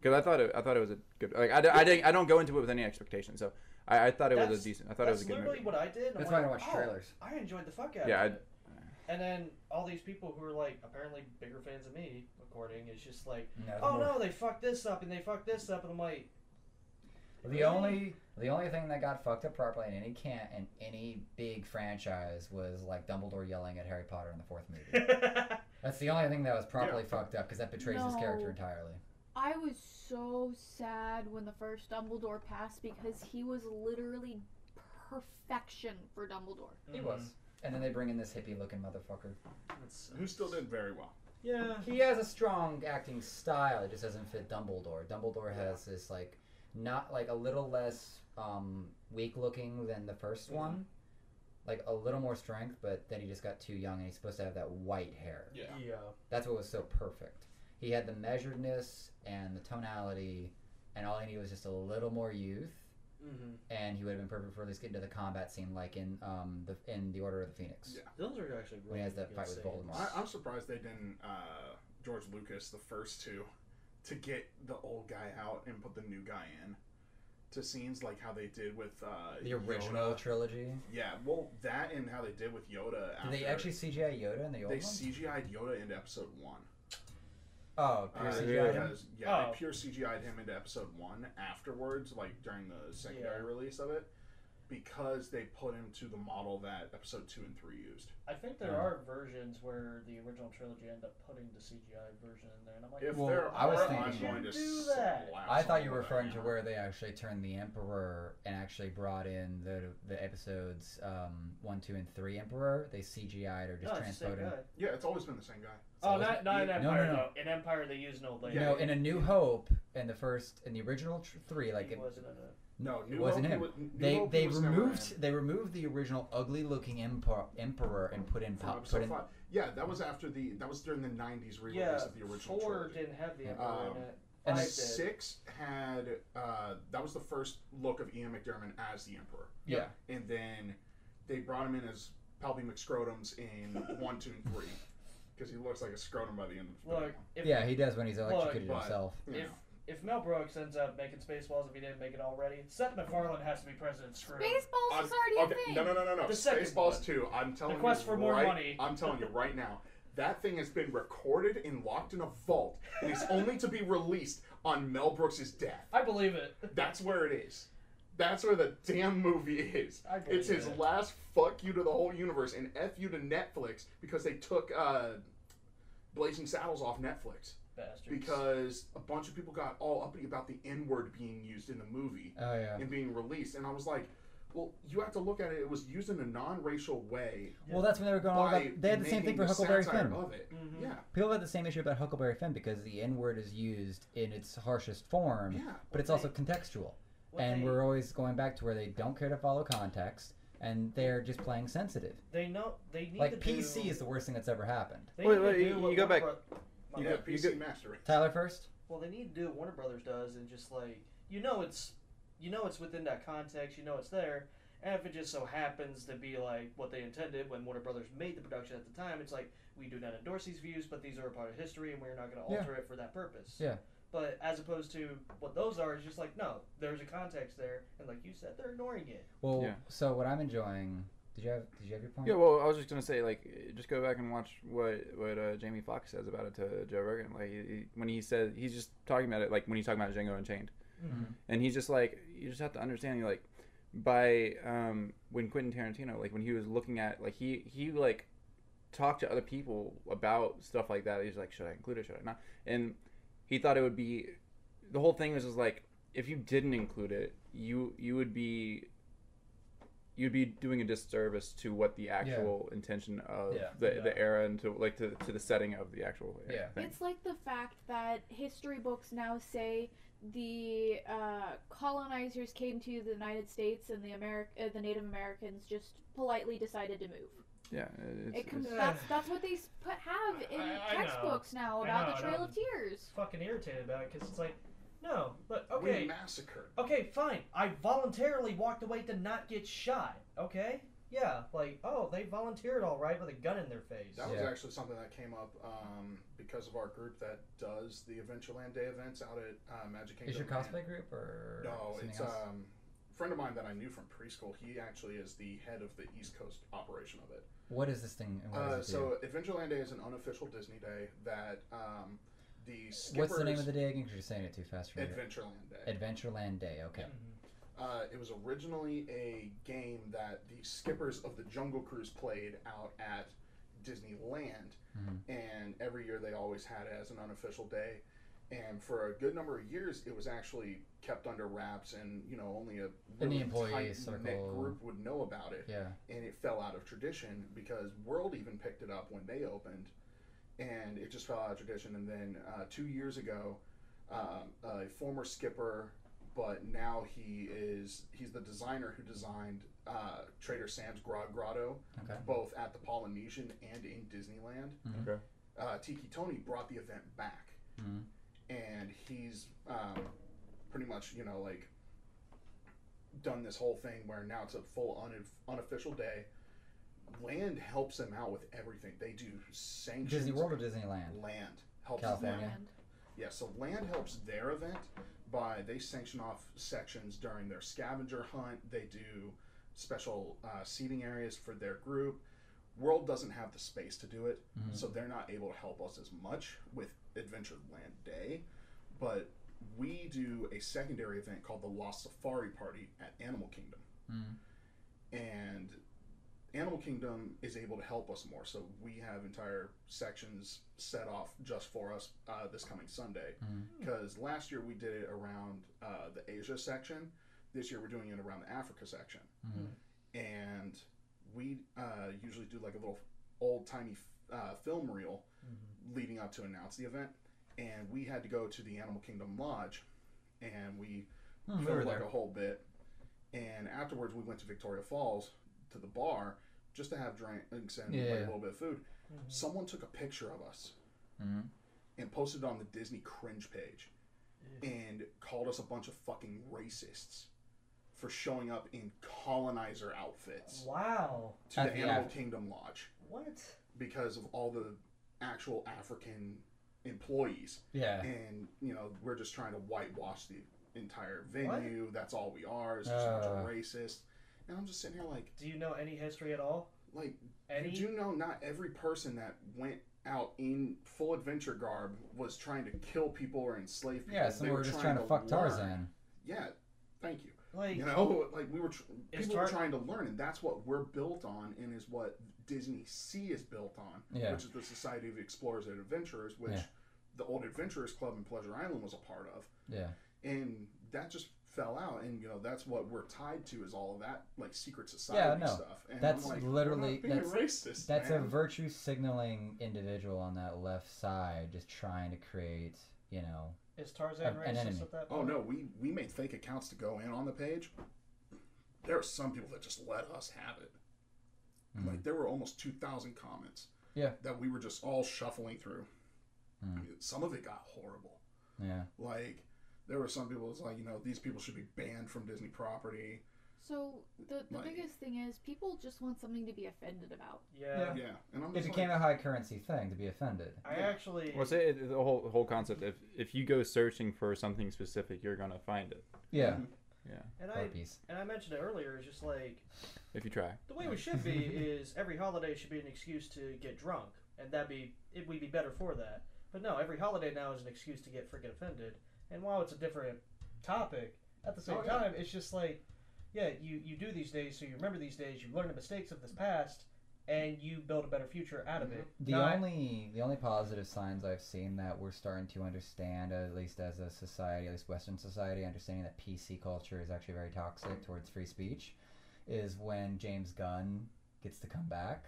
Speaker 4: because I thought it, I thought it was a good like I, d- I didn't I don't go into it with any expectations, so I, I thought it was
Speaker 3: That's-
Speaker 4: a decent. I thought
Speaker 3: that's
Speaker 4: it was a good
Speaker 3: literally
Speaker 4: movie.
Speaker 3: what I did. and I'm
Speaker 1: That's why I don't
Speaker 3: like,
Speaker 1: watch
Speaker 3: oh,
Speaker 1: trailers.
Speaker 3: I enjoyed the fuck out
Speaker 4: Yeah,
Speaker 3: of
Speaker 4: I-
Speaker 3: it. And then all these people who are like apparently bigger fans of me, according, is just like,
Speaker 1: No,
Speaker 3: oh no, they fucked this up and they fucked this up, and I'm
Speaker 4: [laughs]
Speaker 3: like,
Speaker 1: The only the only thing that got fucked up properly in any can in any big franchise was like Dumbledore yelling at Harry Potter in the fourth movie. That's the only thing that was properly fucked up because that betrays his character
Speaker 2: No.
Speaker 1: entirely.
Speaker 2: I was so sad when the first Dumbledore passed because he was literally perfection for Dumbledore.
Speaker 1: He was. And then they bring in this hippie looking motherfucker.
Speaker 3: That's-
Speaker 5: Who still did very well.
Speaker 3: Yeah.
Speaker 1: He has a strong acting style. It just doesn't fit Dumbledore. Dumbledore has this like not like a little less um, weak looking than the 1st one, like a little more strength. But then he just got too young, and he's supposed to have that white hair.
Speaker 5: Yeah.
Speaker 3: Yeah.
Speaker 1: That's what was so perfect. He had the measuredness and the tonality, and all he needed was just a little more youth,
Speaker 3: Mm-hmm.
Speaker 1: and he would have been perfect for at least getting to the combat scene, like in um the in the Order of the Phoenix.
Speaker 5: Yeah.
Speaker 3: Those are actually
Speaker 1: When he has that
Speaker 3: good
Speaker 1: fight with
Speaker 3: scenes.
Speaker 1: Voldemort.
Speaker 5: I, I'm surprised they didn't uh, George Lucas the first two to get the old guy out and put the new guy in to scenes like how they did with uh,
Speaker 1: The original
Speaker 5: Yoda.
Speaker 1: trilogy.
Speaker 5: Yeah, well, that and how they did with Yoda.
Speaker 1: Did
Speaker 5: After
Speaker 1: they actually CGI Yoda in the old
Speaker 5: they
Speaker 1: one?
Speaker 5: CGI'd Yoda into Episode One.
Speaker 1: oh, pure
Speaker 5: Uh,
Speaker 1: CGI.
Speaker 4: him?
Speaker 5: because- yeah,
Speaker 3: Oh.
Speaker 5: they pure CGI'd him into Episode One afterwards, like during the secondary
Speaker 3: Yeah.
Speaker 5: release of it, because they put him to the model that Episode Two and Three used.
Speaker 3: I think there
Speaker 1: Yeah.
Speaker 3: are versions where the original trilogy end up putting the CGI version in there, and I'm like,
Speaker 5: If
Speaker 1: Well,
Speaker 5: there
Speaker 1: I was
Speaker 5: are, I'm
Speaker 1: thinking-
Speaker 5: going to
Speaker 3: Do that.
Speaker 5: slap
Speaker 1: I thought
Speaker 5: someone
Speaker 1: you were
Speaker 5: with a
Speaker 1: referring to
Speaker 5: hammer.
Speaker 1: where they actually turned the Emperor and actually brought in the the episodes um, one, two, and three Emperor. They CGI'd or just
Speaker 3: no, it's the same
Speaker 5: Oh,
Speaker 1: transposed him.
Speaker 3: guy.
Speaker 5: Yeah, it's always been the same guy.
Speaker 3: Oh,
Speaker 1: always-
Speaker 3: not, not
Speaker 1: you-
Speaker 3: in
Speaker 1: no,
Speaker 3: Empire,
Speaker 1: no, no.
Speaker 3: though. In Empire, they use an old lady.
Speaker 5: Yeah.
Speaker 1: No, in A New Hope, in the first, in the original tr- three, like
Speaker 3: he
Speaker 1: it,
Speaker 3: wasn't in it.
Speaker 5: No,
Speaker 1: it
Speaker 5: New
Speaker 1: wasn't
Speaker 5: Hope
Speaker 1: him.
Speaker 5: was- New
Speaker 1: they
Speaker 5: Hope
Speaker 1: they
Speaker 5: was never
Speaker 1: removed they removed the original ugly-looking emperor, emperor and put in
Speaker 5: in from
Speaker 1: pop,
Speaker 5: episode
Speaker 1: put in
Speaker 5: five. Uh, Yeah, that was after the that was during the '90s re-release
Speaker 3: Yeah,
Speaker 5: of the original
Speaker 3: four
Speaker 5: trilogy.
Speaker 3: didn't have the
Speaker 1: Yeah.
Speaker 3: Emperor
Speaker 5: Um,
Speaker 3: in
Speaker 1: Uh, and
Speaker 3: it. Five
Speaker 5: And
Speaker 3: did.
Speaker 5: six had uh, that was the first look of Ian McDermott as the Emperor,
Speaker 1: yeah.
Speaker 5: and then they brought him in as Palpy McScrotums in [laughs] one, two, and three, because he looks like a scrotum by the end of the
Speaker 3: Look,
Speaker 5: film.
Speaker 3: if,
Speaker 1: yeah, he does when he's electrocuted
Speaker 5: but-
Speaker 1: himself.
Speaker 5: You
Speaker 3: if
Speaker 5: know.
Speaker 3: if Mel Brooks ends up making Spaceballs if he didn't make it already, Seth MacFarlane has to be president. Screw. it.
Speaker 2: Spaceballs
Speaker 5: I'm-
Speaker 2: is already
Speaker 5: okay,
Speaker 2: a thing.
Speaker 5: No, no, no, no, no.
Speaker 3: The second
Speaker 5: Spaceballs
Speaker 3: one.
Speaker 5: two. I'm telling
Speaker 3: quest
Speaker 5: you
Speaker 3: for more
Speaker 5: right,
Speaker 3: money.
Speaker 5: I'm telling you right now. That thing has been recorded and locked in a vault, and it's only to be released on Mel Brooks' death.
Speaker 3: I believe it.
Speaker 5: That's where it is. That's where the damn movie is.
Speaker 3: I believe
Speaker 5: It's his
Speaker 3: it.
Speaker 5: last fuck you to the whole universe and F you to Netflix because they took uh, Blazing Saddles off Netflix
Speaker 3: Bastards.
Speaker 5: because a bunch of people got all uppity about the N word being used in the movie
Speaker 1: Oh yeah.
Speaker 5: and being released. And I was like, well, you have to look at it. It was used in a non racial way.
Speaker 1: Well, that's when they were going all
Speaker 5: by
Speaker 1: about. They had the same thing
Speaker 5: making
Speaker 1: for Huckleberry
Speaker 5: satire Oh,
Speaker 1: Finn.
Speaker 5: Of it.
Speaker 3: Mhm.
Speaker 5: Yeah.
Speaker 1: People had the same issue about Huckleberry Finn because the N word is used in its harshest form,
Speaker 5: Yeah.
Speaker 1: but it's also contextual.
Speaker 3: What
Speaker 1: And
Speaker 3: they,
Speaker 1: we're always going back to where they don't care to follow context and they're just playing sensitive.
Speaker 3: they know they need
Speaker 1: Like
Speaker 3: to do,
Speaker 1: PC is the worst thing that's ever happened.
Speaker 3: They
Speaker 4: Wait,
Speaker 3: need to
Speaker 4: wait,
Speaker 3: do
Speaker 4: you-
Speaker 3: what
Speaker 4: you go
Speaker 3: Warner
Speaker 4: back.
Speaker 3: Bro- my
Speaker 5: You
Speaker 3: bad.
Speaker 5: got PC Master.
Speaker 1: Tyler first.
Speaker 3: Well, they need to do what Warner Brothers does and just like you know it's you know it's within that context, you know it's there, and if it just so happens to be like what they intended when Warner Brothers made the production at the time, it's like we do not endorse these views, but these are a part of history, and we're not going to
Speaker 1: Yeah.
Speaker 3: alter it for that purpose.
Speaker 1: Yeah.
Speaker 3: But as opposed to what those are, it's just like no, there's a context there, and like you said, they're ignoring it.
Speaker 1: Well,
Speaker 4: Yeah.
Speaker 1: so what I'm enjoying. Did you have? Did you have your point?
Speaker 4: Yeah, well, I was just gonna say, like, just go back and watch what what uh, Jamie Foxx says about it to Joe Rogan. Like, he, he- when he says he's just talking about it, like when he's talking about Django Unchained,
Speaker 1: Mhm.
Speaker 4: and he's just like, you just have to understand, like, by um, when Quentin Tarantino, like, when he was looking at, like, he he like talked to other people about stuff like that. He's like, should I include it? Should I not? And he thought it would be the whole thing was just like, if you didn't include it, you you would be you'd be doing a disservice to what the actual intention of
Speaker 1: Yeah.
Speaker 4: the,
Speaker 3: Yeah.
Speaker 4: the era and to like to, to the setting of the actual uh,
Speaker 1: Yeah.
Speaker 4: thing.
Speaker 2: It's like the fact that history books now say the uh, colonizers came to the United States and the Ameri- uh, the Native Americans just politely decided to move.
Speaker 4: yeah, it's,
Speaker 2: It com-
Speaker 4: it's-
Speaker 2: that's that's what they s- put have in
Speaker 3: I- I know.
Speaker 2: textbooks now
Speaker 3: I
Speaker 2: about
Speaker 3: know,
Speaker 2: the
Speaker 3: and
Speaker 2: Trail
Speaker 3: I'm-
Speaker 2: of Tears.
Speaker 3: Fucking irritated about it because it's like no, but
Speaker 5: We
Speaker 3: okay,
Speaker 5: massacred.
Speaker 3: okay, fine. I voluntarily walked away to not get shot. Okay. Yeah, like oh, they volunteered all right with a gun in their face.
Speaker 5: That was
Speaker 1: Yeah.
Speaker 5: actually something that came up um, because of our group that does the Adventureland Day events out at uh, Magic Kingdom.
Speaker 1: Is your
Speaker 5: and-
Speaker 1: cosplay group or
Speaker 5: No,
Speaker 1: something
Speaker 5: it's
Speaker 1: else?
Speaker 5: um, a friend of mine that I knew from preschool. He actually is the head of the East Coast operation of it.
Speaker 1: what is this thing? And what
Speaker 5: Uh,
Speaker 1: does it do?
Speaker 5: so Adventureland Day is an unofficial Disney day that um, the skippers.
Speaker 1: What's the name of the day again? 'Cause you're saying it too fast for me.
Speaker 5: Adventureland Day.
Speaker 1: Adventureland Day. Okay.
Speaker 5: Uh, it was originally a game that the skippers of the Jungle Cruise played out at Disneyland,
Speaker 1: Mhm.
Speaker 5: and every year they always had it as an unofficial day. And for a good number of years, it was actually kept under wraps, and you know only a
Speaker 1: In the
Speaker 5: really
Speaker 1: employee
Speaker 5: tight-knit
Speaker 1: circle.
Speaker 5: group would know about it.
Speaker 1: Yeah.
Speaker 5: And it fell out of tradition because World even picked it up when they opened, and it just fell out of tradition. And then uh, two years ago, um, a former skipper, but now he is he's the designer who designed uh, Trader Sam's Grog Grotto,
Speaker 1: Okay.
Speaker 5: both at the Polynesian and in Disneyland.
Speaker 1: Mhm.
Speaker 4: Okay.
Speaker 5: Uh, Tiki Tony brought the event back,
Speaker 1: Mhm.
Speaker 5: and he's um, pretty much you know like done this whole thing where now it's a full unof- unofficial day. Land helps them out with everything. They do sanctions.
Speaker 1: Disney World or Disneyland?
Speaker 5: Land helps them
Speaker 1: California.
Speaker 2: And
Speaker 5: yeah, so land helps their event by they sanction off sections during their scavenger hunt. They do special uh, seating areas for their group. World doesn't have the space to do it,
Speaker 1: Mhm.
Speaker 5: so they're not able to help us as much with Adventure Land Day. But we do a secondary event called the Lost Safari Party at Animal Kingdom
Speaker 1: Mhm.
Speaker 5: and Animal Kingdom is able to help us more. So we have entire sections set off just for us uh, this coming Sunday.
Speaker 1: Mhm.
Speaker 5: Because last year we did it around uh, the Asia section. This year we're doing
Speaker 1: hmm.
Speaker 5: it around the Africa section,
Speaker 1: Mhm.
Speaker 5: and we uh, usually do like a little old timey uh, film reel
Speaker 3: Mm-hmm.
Speaker 5: leading up to announce the event, and we had to go to the Animal Kingdom Lodge, and we
Speaker 1: Hmm, we
Speaker 5: filmed
Speaker 1: were
Speaker 5: like
Speaker 1: there.
Speaker 5: a whole bit, and afterwards we went to Victoria Falls to the bar just to have drinks and like,
Speaker 1: Yeah.
Speaker 5: a little bit of food. Someone took a picture of us
Speaker 1: Mhm.
Speaker 5: and posted it on the Disney cringe page
Speaker 3: Mm-hmm.
Speaker 5: and called us a bunch of fucking racists for showing up in colonizer outfits
Speaker 3: Mm-hmm. Wow.
Speaker 5: to
Speaker 1: Uh,
Speaker 5: the
Speaker 1: yeah.
Speaker 5: Animal Kingdom Lodge
Speaker 3: What?
Speaker 5: because of all the actual African employees.
Speaker 1: Yeah.
Speaker 5: And, you know, we're just trying to whitewash the entire venue. That's all we are. It's just a bunch
Speaker 1: Uh.
Speaker 5: of racists. And I'm just sitting here like,
Speaker 3: Do you know any history at all?
Speaker 5: like,
Speaker 3: Any?
Speaker 5: you do know not every person that went out in full adventure garb was trying to kill people or enslave people.
Speaker 1: Yeah, some
Speaker 5: They
Speaker 1: were just trying to fuck
Speaker 5: learn.
Speaker 1: Tarzan.
Speaker 5: Yeah, thank you.
Speaker 3: Like,
Speaker 5: You know, [laughs] like we were, tr-
Speaker 3: Is
Speaker 5: people were
Speaker 3: Tar-
Speaker 5: trying to learn, and that's what we're built on, and is what Disney Sea is built on,
Speaker 1: Yeah.
Speaker 5: which is the Society of Explorers and Adventurers, which
Speaker 1: Yeah.
Speaker 5: the old Adventurers Club in Pleasure Island was a part of,
Speaker 1: Yeah.
Speaker 5: and that just fell out, and you know that's what we're tied to is all of that like secret
Speaker 1: Yeah,
Speaker 5: society
Speaker 1: no.
Speaker 5: stuff. And
Speaker 1: That's
Speaker 5: I'm like,
Speaker 1: literally-
Speaker 5: we're not being racist.
Speaker 1: That's a
Speaker 5: man.
Speaker 1: virtue signaling individual on that left side, just trying to create, you know.
Speaker 3: is Tarzan
Speaker 1: An- an
Speaker 3: racist
Speaker 1: enemy.
Speaker 3: at that point?
Speaker 5: Oh no, we we made fake accounts to go in on the page. There are some people that just let us have it.
Speaker 1: Mhm.
Speaker 5: Like there were almost two thousand comments.
Speaker 1: Yeah.
Speaker 5: That we were just all shuffling through.
Speaker 1: Mm.
Speaker 5: Some of it got horrible.
Speaker 1: Yeah.
Speaker 5: Like there were some people that's like, you know, these people should be banned from Disney property.
Speaker 2: So the, the
Speaker 5: Like-
Speaker 2: biggest thing is people just want something to be offended about.
Speaker 3: Yeah.
Speaker 1: Yeah.
Speaker 5: Yeah. And I'm
Speaker 1: It
Speaker 5: just
Speaker 1: became
Speaker 5: like,
Speaker 1: a high currency thing to be offended.
Speaker 3: I actually.
Speaker 4: Well, say it- the whole whole concept. If if you go searching for something specific, you're gonna find it.
Speaker 1: Yeah.
Speaker 3: And I
Speaker 1: Burpees.
Speaker 3: and I mentioned it earlier. It's just like
Speaker 4: If you try.
Speaker 3: the way we
Speaker 1: [laughs]
Speaker 3: should be is every holiday should be an excuse to get drunk, and that'd be it. We'd be better for that. But no, every holiday now is an excuse to get freaking offended. And while it's a different topic, at the same
Speaker 5: Oh, yeah.
Speaker 3: time, it's just like, yeah, you you do these days, so you remember these days. You learn the mistakes of this past, and you build a better future out of it.
Speaker 5: Mm-hmm.
Speaker 1: The
Speaker 3: Not-
Speaker 1: only the only positive signs I've seen that we're starting to understand, at least as a society, at least Western society, understanding that PC culture is actually very toxic towards free speech, is when James Gunn gets to come back,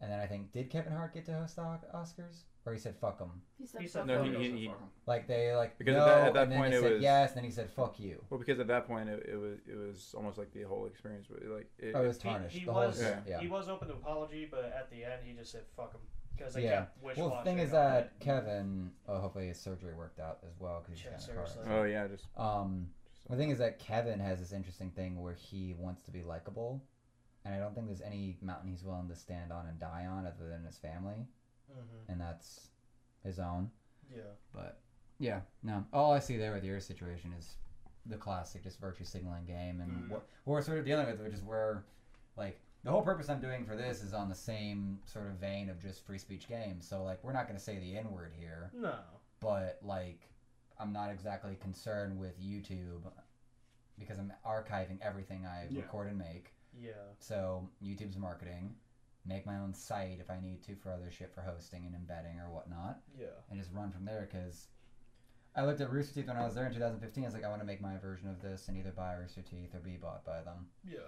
Speaker 1: and then I think did Kevin Hart get to host the O- Oscars, or he said fuck them,
Speaker 2: He said
Speaker 3: He
Speaker 2: so.
Speaker 3: said
Speaker 4: No,
Speaker 5: "Fuck
Speaker 4: he-
Speaker 5: those
Speaker 4: he-
Speaker 5: that
Speaker 4: he-
Speaker 5: fuck 'em."
Speaker 1: like they like
Speaker 4: Because at
Speaker 1: no,
Speaker 4: that- at that
Speaker 1: and then
Speaker 4: point
Speaker 1: they
Speaker 4: it
Speaker 1: said
Speaker 4: was-
Speaker 1: yes, and then he said fuck you.
Speaker 4: Well, because at that point it, it was it was almost like the whole experience. was Like it,
Speaker 1: Oh, it was
Speaker 3: He-
Speaker 1: tarnished.
Speaker 3: He,
Speaker 1: the
Speaker 3: was
Speaker 1: whole yeah. yeah.
Speaker 3: he was open to apology, but at the end he just said fuck him because they
Speaker 1: Yeah.
Speaker 3: kept wish
Speaker 1: Well, the thing is that Kevin, oh, hopefully his surgery worked out as well because
Speaker 3: Yeah,
Speaker 1: he's kind of
Speaker 3: seriously.
Speaker 4: oh yeah, just
Speaker 1: Um, the thing is that Kevin has this interesting thing where he wants to be likable, and I don't think there's any mountain he's willing to stand on and die on other than his family,
Speaker 3: hmm
Speaker 1: and that's his own.
Speaker 3: Yeah.
Speaker 1: But yeah, no. All I see there with your situation is the classic just virtue signaling game, and
Speaker 5: Mm.
Speaker 1: what, what we're sort of dealing with, which is where, like, the whole purpose I'm doing for this is on the same sort of vein of just free speech games. So like, we're not going to say the N word here
Speaker 3: No.
Speaker 1: but like I'm not exactly concerned with YouTube because I'm archiving everything I
Speaker 5: Yeah.
Speaker 1: record and make.
Speaker 3: Yeah.
Speaker 1: So YouTube's marketing, make my own site if I need to for other shit for hosting and embedding or whatnot,
Speaker 3: Yeah.
Speaker 1: and just run from there. Because I looked at Rooster Teeth when I was there in 2015. I was like, I want to make my version of this and either buy Rooster Teeth or be bought by them.
Speaker 3: Yeah.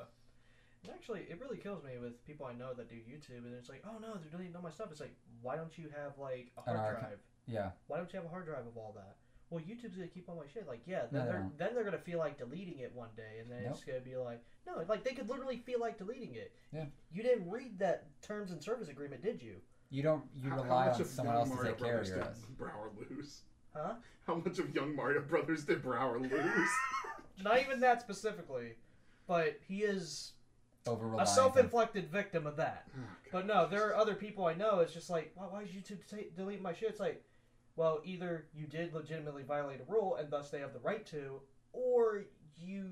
Speaker 3: And actually, it really kills me with people I know that do YouTube, and it's like, oh no, they're deleting all my stuff. It's like, why don't you have like a
Speaker 1: An
Speaker 3: hard
Speaker 1: archi-
Speaker 3: drive?
Speaker 1: Yeah,
Speaker 3: Why don't you have a hard drive of all that? Well, YouTube's gonna keep all my shit. Like, yeah,
Speaker 1: No,
Speaker 3: then
Speaker 1: they
Speaker 3: they're
Speaker 1: don't.
Speaker 3: then they're gonna feel like deleting it one day, and then it's gonna be like, no, like they could literally feel like deleting it.
Speaker 1: Yeah.
Speaker 3: You didn't read that terms and service agreement, did you?
Speaker 1: you don't you
Speaker 5: How- how
Speaker 1: rely
Speaker 5: much
Speaker 1: on
Speaker 5: of
Speaker 1: someone
Speaker 5: Young
Speaker 1: else to
Speaker 5: Mario
Speaker 1: take care of
Speaker 5: Brothers
Speaker 1: your
Speaker 5: did
Speaker 1: ass.
Speaker 5: Brower lose. [laughs]
Speaker 3: Huh?
Speaker 5: How much of Young Mario Brothers did Brower lose? [laughs] Oh,
Speaker 3: Not even that specifically, but he is
Speaker 1: Over
Speaker 3: a
Speaker 1: reliance.
Speaker 3: self-inflicted victim of that. But no, there are other people I know. It's just like, why, why did YouTube ta- delete my shit? It's like, well, either you did legitimately violate a rule, and thus they have the right to, or you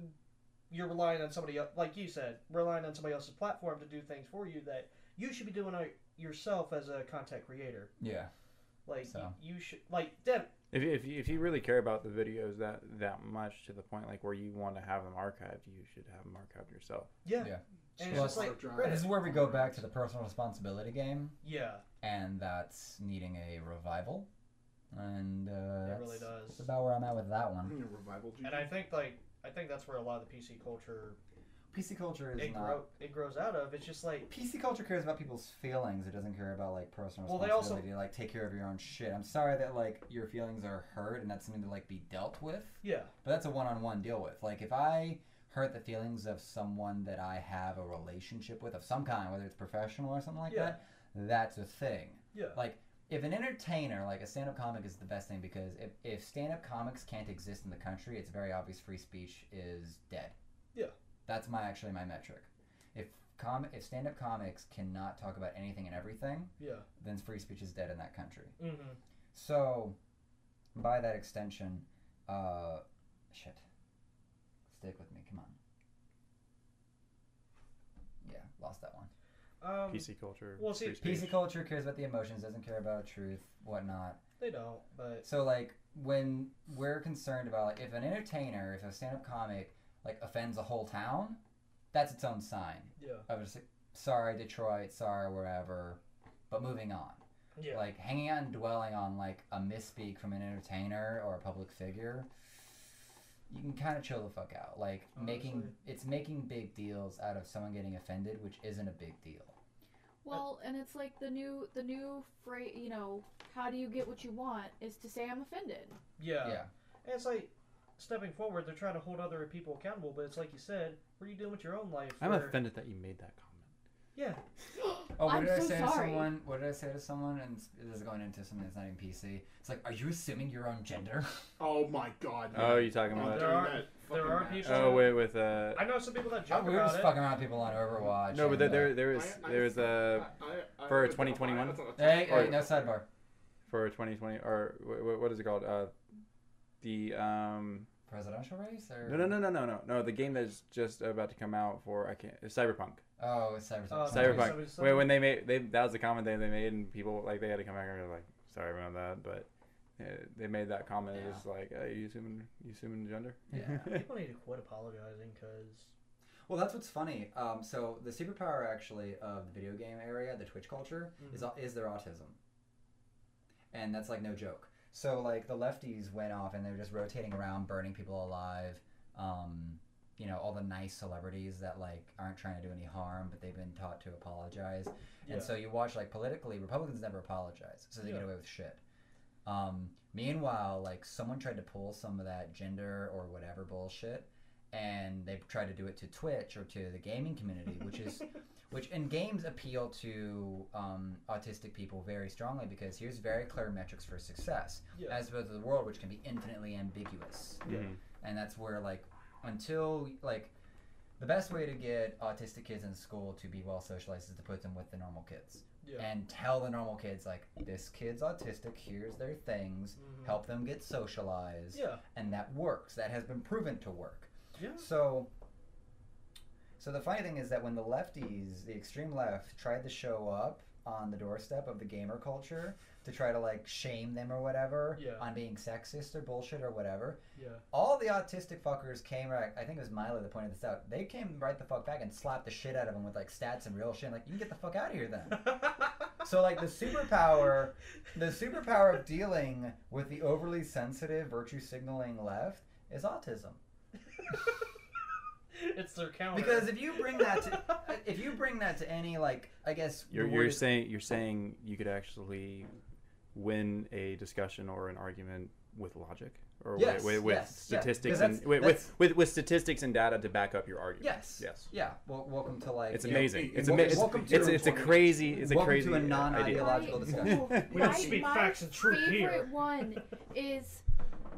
Speaker 3: you're relying on somebody else, like you said, relying on somebody else's platform to do things for you that you should be doing it yourself as a content creator.
Speaker 1: Yeah,
Speaker 3: Like
Speaker 1: So.
Speaker 3: you, you should, like Deb,
Speaker 4: if you- if you, if you really care about the videos that that much to the point like where you want to have them archived, you should have them archived yourself.
Speaker 3: yeah,
Speaker 1: Yeah.
Speaker 3: and it's
Speaker 1: Well,
Speaker 3: just like,
Speaker 5: it's-
Speaker 1: But this
Speaker 3: Reddit.
Speaker 1: is where we go back to the personal responsibility game.
Speaker 3: yeah,
Speaker 1: and that's needing a revival. And uh,
Speaker 3: it
Speaker 1: that's,
Speaker 3: really
Speaker 1: that's
Speaker 3: does.
Speaker 1: about where I'm at with that one.
Speaker 5: Revival.
Speaker 3: And I think like I think that's where a lot of the PC culture
Speaker 1: PC culture is
Speaker 3: it,
Speaker 1: not.
Speaker 3: grow, it grows out of. It's just like
Speaker 1: PC culture cares about people's feelings. It doesn't care about like personal
Speaker 3: Well, they also-
Speaker 1: responsibility. like take care of your own shit. I'm sorry that like your feelings are hurt and that's something to like be dealt with.
Speaker 3: yeah,
Speaker 1: But that's a one-on-one deal with. Like if I hurt the feelings of someone that I have a relationship with of some kind, whether it's professional or something like
Speaker 3: Yeah.
Speaker 1: that, that's a thing.
Speaker 3: yeah,
Speaker 1: Like if an entertainer, like a stand-up comic, is the best thing because if, if stand-up comics can't exist in the country, it's very obvious free speech is dead.
Speaker 3: Yeah.
Speaker 1: That's my actually my metric. If com if stand-up comics cannot talk about anything and everything,
Speaker 3: yeah.
Speaker 1: then free speech is dead in that country.
Speaker 3: hmm
Speaker 1: So, by that extension, uh, shit. Stick with me, come on. Yeah, lost that one.
Speaker 3: Um,
Speaker 4: PC culture.
Speaker 3: well, see,
Speaker 4: free speech.
Speaker 1: PC culture cares about the emotions, doesn't care about truth, whatnot.
Speaker 3: They don't, but
Speaker 1: So, like, when we're concerned about, like, if an entertainer, if a stand up comic, like, offends a whole town, that's its own sign
Speaker 3: yeah,
Speaker 1: of just, like, sorry, Detroit, sorry, wherever, but moving on.
Speaker 3: yeah.
Speaker 1: like hanging out and dwelling on like a misspeak from an entertainer or a public figure you can kind of chill the fuck out like making
Speaker 3: Honestly.
Speaker 1: it's making big deals out of someone getting offended which isn't a big deal
Speaker 2: Well, and it's like the new the new phrase, you know, how do you get what you want is to say I'm offended.
Speaker 3: yeah,
Speaker 1: yeah
Speaker 3: And it's like stepping forward, they're trying to hold other people accountable, but it's like you said, what are you doing with your own life?
Speaker 4: I'm
Speaker 3: Or-
Speaker 4: offended that you made that comment.
Speaker 3: Yeah,
Speaker 1: oh what
Speaker 2: I'm
Speaker 1: did
Speaker 2: so
Speaker 1: i say
Speaker 2: sorry.
Speaker 1: to someone what did i say to someone and s- this is going into something that's not even pc it's like are you assuming your own gender
Speaker 5: Oh my god.
Speaker 4: Oh, you talking
Speaker 5: Oh,
Speaker 4: about?
Speaker 3: There are-
Speaker 5: that
Speaker 3: there
Speaker 5: fucking
Speaker 3: are
Speaker 5: match.
Speaker 3: people-
Speaker 4: Oh wait, with uh.
Speaker 3: I know some people that
Speaker 1: Oh,
Speaker 3: [laughs] joke
Speaker 1: we were
Speaker 3: about
Speaker 1: just
Speaker 3: it.
Speaker 1: fucking around with people on overwatch
Speaker 4: No, but there
Speaker 1: and,
Speaker 4: there
Speaker 1: like-
Speaker 4: there is
Speaker 5: I- I-
Speaker 4: there is uh,
Speaker 1: uh,
Speaker 4: a
Speaker 5: I- I-
Speaker 4: for
Speaker 5: I-
Speaker 4: 2021?
Speaker 1: hey,
Speaker 4: Or-
Speaker 1: hey no sidebar
Speaker 4: for 2020 or wh- wh- what is it called? Uh, the um.
Speaker 1: presidential race or
Speaker 4: No, no, no, no, no, no, no. The game that's just about to come out for I can't it's Cyberpunk.
Speaker 1: oh it's cyber
Speaker 3: Uh,
Speaker 4: Cyberpunk.
Speaker 3: so- so-
Speaker 4: Wait, when they made they that was the comment they, they made and people like they had to come back and be like, sorry about that, but uh, they made that comment. It
Speaker 1: Yeah.
Speaker 4: was like, uh, you assuming you assuming gender? [laughs]
Speaker 1: Yeah.
Speaker 3: People need to quit apologizing because
Speaker 1: Well, that's what's funny. Um, so the superpower actually of the video game area, the Twitch culture, is au- is their autism, and that's like no joke. So like the lefties went off and they were just rotating around, burning people alive. Um, you know all the nice celebrities that like aren't trying to do any harm, but they've been taught to apologize.
Speaker 3: yeah,
Speaker 1: And so you watch like politically, Republicans never apologize, so they
Speaker 3: Yeah.
Speaker 1: get away with shit. Um, meanwhile, like someone tried to pull some of that gender or whatever bullshit, and they tried to do it to Twitch or to the gaming community, which
Speaker 3: [laughs]
Speaker 1: is which in games appeal to um, autistic people very strongly because here's very clear metrics for success,
Speaker 3: yeah. Mm-hmm.
Speaker 1: as opposed to the world, which can be infinitely ambiguous
Speaker 3: Yeah.
Speaker 4: Mhm.
Speaker 1: and that's where like until like the best way to get autistic kids in school to be well socialized is to put them with the normal kids
Speaker 3: Yeah.
Speaker 1: and tell the normal kids like this kid's autistic here's their things
Speaker 3: Mhm.
Speaker 1: help them get socialized
Speaker 3: Yeah,
Speaker 1: and that works that has been proven to work
Speaker 3: yeah.
Speaker 1: so, so the funny thing is that when the lefties, the extreme left, tried to show up on the doorstep of the gamer culture to try to like shame them or whatever
Speaker 3: Yeah.
Speaker 1: on being sexist or bullshit or whatever,
Speaker 3: Yeah. [laughs]
Speaker 1: all the autistic fuckers came right. I think it was Milo that pointed this out. They came right the fuck back and slapped the shit out of them with like stats and real shit. Like you can get the fuck out of here
Speaker 3: [laughs]
Speaker 1: then. So like the superpower, the superpower of dealing with the overly sensitive virtue signaling left is autism.
Speaker 3: it's their counter.
Speaker 1: Because if you bring that to if you bring that to any like I guess the
Speaker 4: You're
Speaker 1: word
Speaker 4: you're
Speaker 1: is-
Speaker 4: saying you're saying you could actually win a discussion or an argument with logic or wi-
Speaker 1: Yes,
Speaker 4: wi- with,
Speaker 1: yes, yeah, 'cause
Speaker 4: statistics
Speaker 1: that's-
Speaker 4: and wi- with,
Speaker 1: that's-
Speaker 4: with with statistics and data to back up your argument.
Speaker 1: yes
Speaker 4: Yes.
Speaker 1: yeah well welcome to like
Speaker 4: It's
Speaker 1: you know,
Speaker 4: amazing.
Speaker 5: it-
Speaker 4: It's
Speaker 5: it
Speaker 4: ama-
Speaker 5: wasn't
Speaker 4: it's,
Speaker 1: welcome
Speaker 4: it's,
Speaker 1: to
Speaker 4: it's, a
Speaker 5: employment.
Speaker 4: crazy it's a
Speaker 1: Welcome
Speaker 4: crazy
Speaker 1: to a
Speaker 4: uh, idea.
Speaker 2: non-ideologic-
Speaker 4: [laughs]
Speaker 1: non-ideological
Speaker 2: [laughs]
Speaker 1: discussion.
Speaker 3: we don't
Speaker 2: My-
Speaker 3: speak
Speaker 2: my
Speaker 3: facts and truth
Speaker 2: favorite
Speaker 3: here.
Speaker 2: one is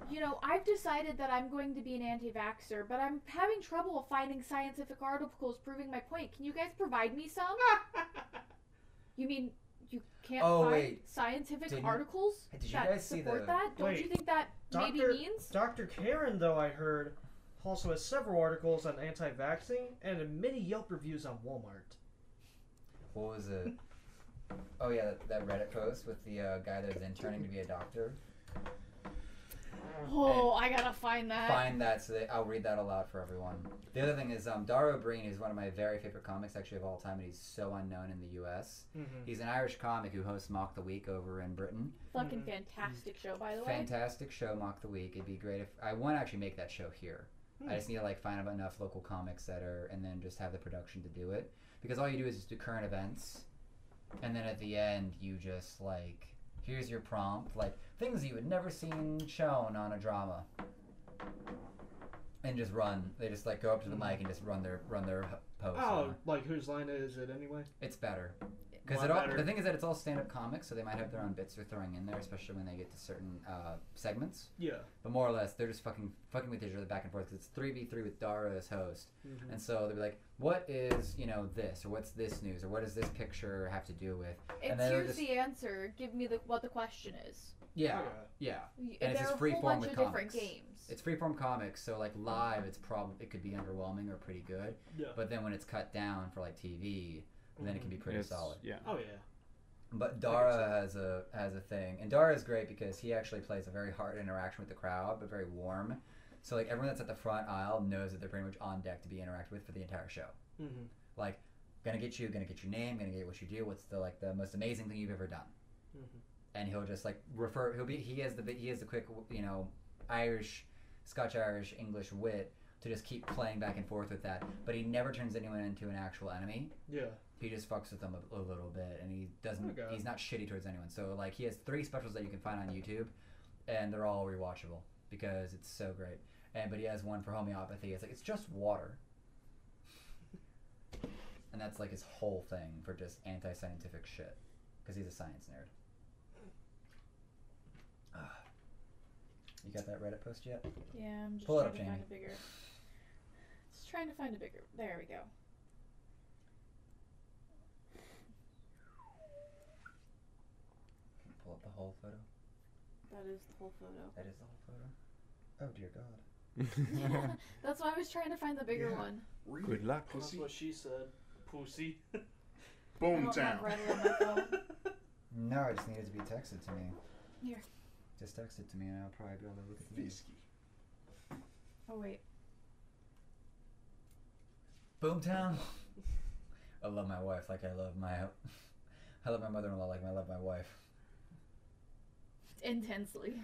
Speaker 2: you know i've decided that i'm going to be an anti-vaxxer but i'm having trouble finding scientific articles proving my point can you guys provide me
Speaker 3: [laughs]
Speaker 2: some you mean you can't
Speaker 1: Oh,
Speaker 2: find
Speaker 1: wait.
Speaker 2: scientific
Speaker 1: Didn't-
Speaker 2: articles
Speaker 1: Did you
Speaker 2: that
Speaker 1: guys see
Speaker 2: support
Speaker 1: the-
Speaker 2: that don't you
Speaker 3: Wait.
Speaker 2: think that maybe
Speaker 3: Doctor-
Speaker 2: means
Speaker 3: Dr. Karen, though, I heard, also has several articles on anti-vaxxing and many Yelp reviews on Walmart.
Speaker 1: what was it oh yeah that, that Reddit post with the uh, guy that was interning to be a doctor
Speaker 2: oh i gotta find that
Speaker 1: find that so that I'll read that aloud for everyone the other thing is um, Daro Breen is one of my very favorite comics actually of all time and he's so unknown in the U.S.
Speaker 3: Mm-hmm.
Speaker 1: He's an Irish comic who hosts Mock the Week over in Britain
Speaker 3: Mm.
Speaker 2: fucking fantastic show by the way
Speaker 1: Fantastic show, Mock the Week. It'd be great if I want to actually make that show here. I just need to like find enough local comics that are, and then just have the production to do it. Because all you do is just do current events, and then at the end you just like, here's your prompt, like things you had never seen shown on a drama, and just run. They just like go up to the mic and just run their run their h- post. on
Speaker 3: Oh,
Speaker 1: it.
Speaker 3: like whose line is it anyway?
Speaker 1: It's better. Because
Speaker 3: Lot
Speaker 1: it all
Speaker 3: better.
Speaker 1: the thing is that it's all stand up comics, so they might have their own bits they're throwing in there, especially when they get to certain uh, segments.
Speaker 3: Yeah.
Speaker 1: But more or less, they're just fucking fucking with each other back and forth 'cause it's 3v3 with Dara as host.
Speaker 3: Mhm.
Speaker 1: And so they'll be like, what is, you know, this? Or what's this news? Or what does this picture have to do with?
Speaker 2: It's
Speaker 1: then it'll
Speaker 2: here's
Speaker 1: just-
Speaker 2: the answer. Give me the what the question is.
Speaker 1: Yeah,
Speaker 3: Okay.
Speaker 1: yeah.
Speaker 2: Y-
Speaker 1: And it's
Speaker 2: there
Speaker 1: just
Speaker 2: are a
Speaker 1: free
Speaker 2: whole
Speaker 1: form with
Speaker 2: bunch of
Speaker 1: comics.
Speaker 2: different games.
Speaker 1: It's freeform comics, so like live, it's probably it could be underwhelming or pretty good.
Speaker 3: Yeah.
Speaker 1: But then when it's cut down for like TV, then it can be pretty
Speaker 4: It's-
Speaker 1: solid.
Speaker 4: Yeah.
Speaker 3: Oh yeah.
Speaker 1: But Dara has a has a thing, and Dara is great because he actually plays a very hard interaction with the crowd, but very warm. So like everyone that's at the front aisle knows that they're pretty much on deck to be interacted with for the entire show.
Speaker 3: Mm-hmm.
Speaker 1: Gonna get you, gonna get your name, gonna get what you do. What's the like the most amazing thing you've ever done?
Speaker 3: Mhm.
Speaker 1: And he'll just like refer. He'll be he has the bit- he has the quick you know Irish, Scotch Irish English wit to just keep playing back and forth with that. But he never turns anyone into an actual enemy.
Speaker 3: Yeah.
Speaker 1: he just fucks with them a, a little bit and he doesn't
Speaker 3: Okay.
Speaker 1: he's not shitty towards anyone so like he has three specials that you can find on youtube and they're all rewatchable because it's so great and but he has one for homeopathy it's like it's just [laughs] water and that's like his whole thing for just anti-scientific shit because he's a science nerd Ah. you got that reddit post yet
Speaker 2: yeah, I'm just
Speaker 1: Pull it
Speaker 2: trying
Speaker 1: up,
Speaker 2: to find a bigger. Just trying to find a bigger. There we go.
Speaker 1: pull up the whole photo
Speaker 2: That is the whole photo.
Speaker 1: that is the whole photo oh dear god [laughs]
Speaker 2: [laughs] That's why I was trying to find the bigger
Speaker 5: Yeah.
Speaker 2: one.
Speaker 5: Read
Speaker 4: [laughs] Good
Speaker 5: it,
Speaker 4: luck.
Speaker 3: That's
Speaker 5: Pussy.
Speaker 3: what she said. Pussy.
Speaker 2: I don't
Speaker 5: Boom
Speaker 2: have
Speaker 5: town.
Speaker 2: Reddit on my phone.
Speaker 1: No, I just needed to be texted to me.
Speaker 2: [laughs] Here.
Speaker 1: Just text it to me and I'll probably be able to look at these.
Speaker 5: Fisky.
Speaker 2: Oh wait.
Speaker 1: [laughs] [laughs] Boomtown. I love my wife like I love my. [laughs] I love my mother-in-law like I love my wife.
Speaker 2: Intensely.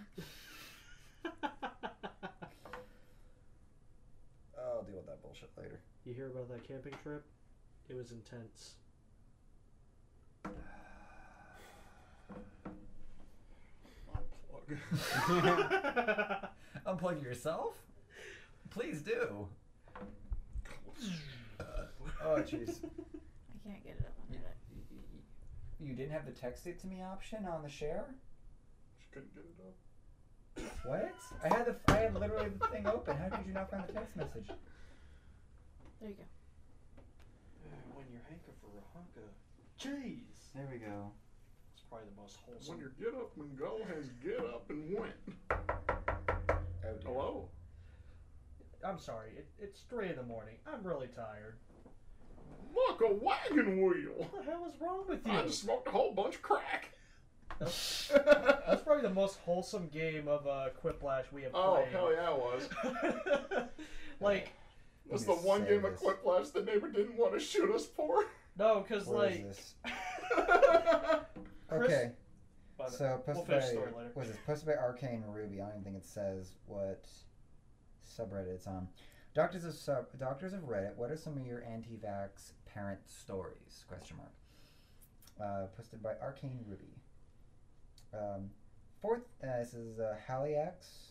Speaker 1: I'll deal with that bullshit later.
Speaker 3: [laughs] you hear about that camping trip? It was [sighs] intense.
Speaker 1: Unplug yourself. Please do. Oh jeez.
Speaker 2: I can't get it up on
Speaker 1: Yeah.
Speaker 2: Reddit.
Speaker 1: [laughs] You didn't have the text it to me option on the share.
Speaker 5: She couldn't get it up.
Speaker 1: What? I had the I had literally the thing open. How could you not find the text message?
Speaker 2: There you go.
Speaker 3: when you're hanker for a honka. Jeez.
Speaker 1: There we go.
Speaker 3: It's probably the most
Speaker 5: When
Speaker 3: wholesome.
Speaker 5: your get up and go has get up and went.
Speaker 1: Oh dear.
Speaker 5: Hello.
Speaker 3: I'm sorry. It, it's three in the morning. I'm really tired.
Speaker 5: Look, a wagon wheel.
Speaker 3: What the hell is wrong with you?
Speaker 5: I just smoked a whole bunch of crack.
Speaker 1: [laughs]
Speaker 3: That's probably the most wholesome game of uh, Quiplash we have
Speaker 5: Oh
Speaker 3: played.
Speaker 5: hell yeah, it was.
Speaker 3: [laughs] like
Speaker 5: It was the
Speaker 1: Let me
Speaker 5: one
Speaker 1: say
Speaker 5: game of
Speaker 1: this.
Speaker 5: Quiplash the neighbor didn't want to shoot us for. [laughs] Oh,
Speaker 3: no, because
Speaker 1: Where is
Speaker 3: like.
Speaker 1: this?
Speaker 3: Chris-
Speaker 1: Okay.
Speaker 3: But
Speaker 1: So
Speaker 3: we'll
Speaker 1: posted
Speaker 3: finish the
Speaker 1: by
Speaker 3: story later.
Speaker 1: was this posted by Arcane Ruby? I don't even think it says what subreddit it's on. Doctors of sub Doctors of Reddit. What are some of your anti-vax parent stories? Question mark. Uh, posted by Arcane Ruby. Um, fourth. Uh, this is uh, Haliax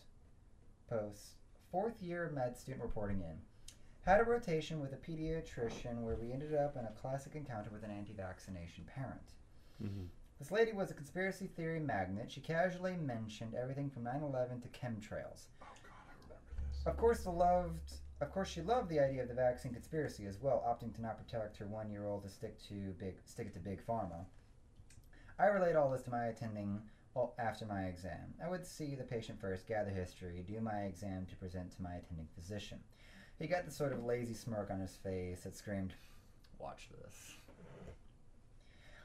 Speaker 1: post. Fourth year med student reporting in. Had a rotation with a pediatrician where we ended up in a classic encounter with an anti-vaccination parent. This lady was a conspiracy theory magnet. She casually mentioned everything from 9/11 to chemtrails.
Speaker 5: Oh god, I remember
Speaker 1: [laughs]
Speaker 5: this.
Speaker 1: Of course, the loved. Of course, she loved the idea of the vaccine conspiracy as well, opting to not protect her one-year-old to stick to big stick it to big pharma. I relate all this to my attending well, after my exam. I would see the patient first, gather history, do my exam to present to my attending physician. He got the sort of lazy smirk on his face that screamed, "Watch this."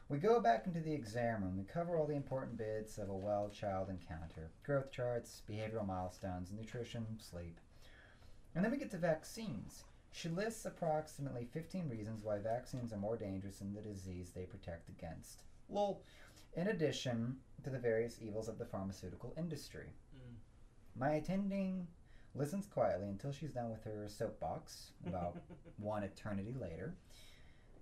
Speaker 1: We go back into the exam room. We cover all the important bits of a well child encounter growth charts, behavioral milestones, nutrition, sleep. And then we get to vaccines. She lists approximately 15 reasons why vaccines are more dangerous than the disease they protect against. Lol. In addition to the various evils of the pharmaceutical industry.
Speaker 3: Mm.
Speaker 1: My attending listens quietly until she's done with her soapbox about one eternity later,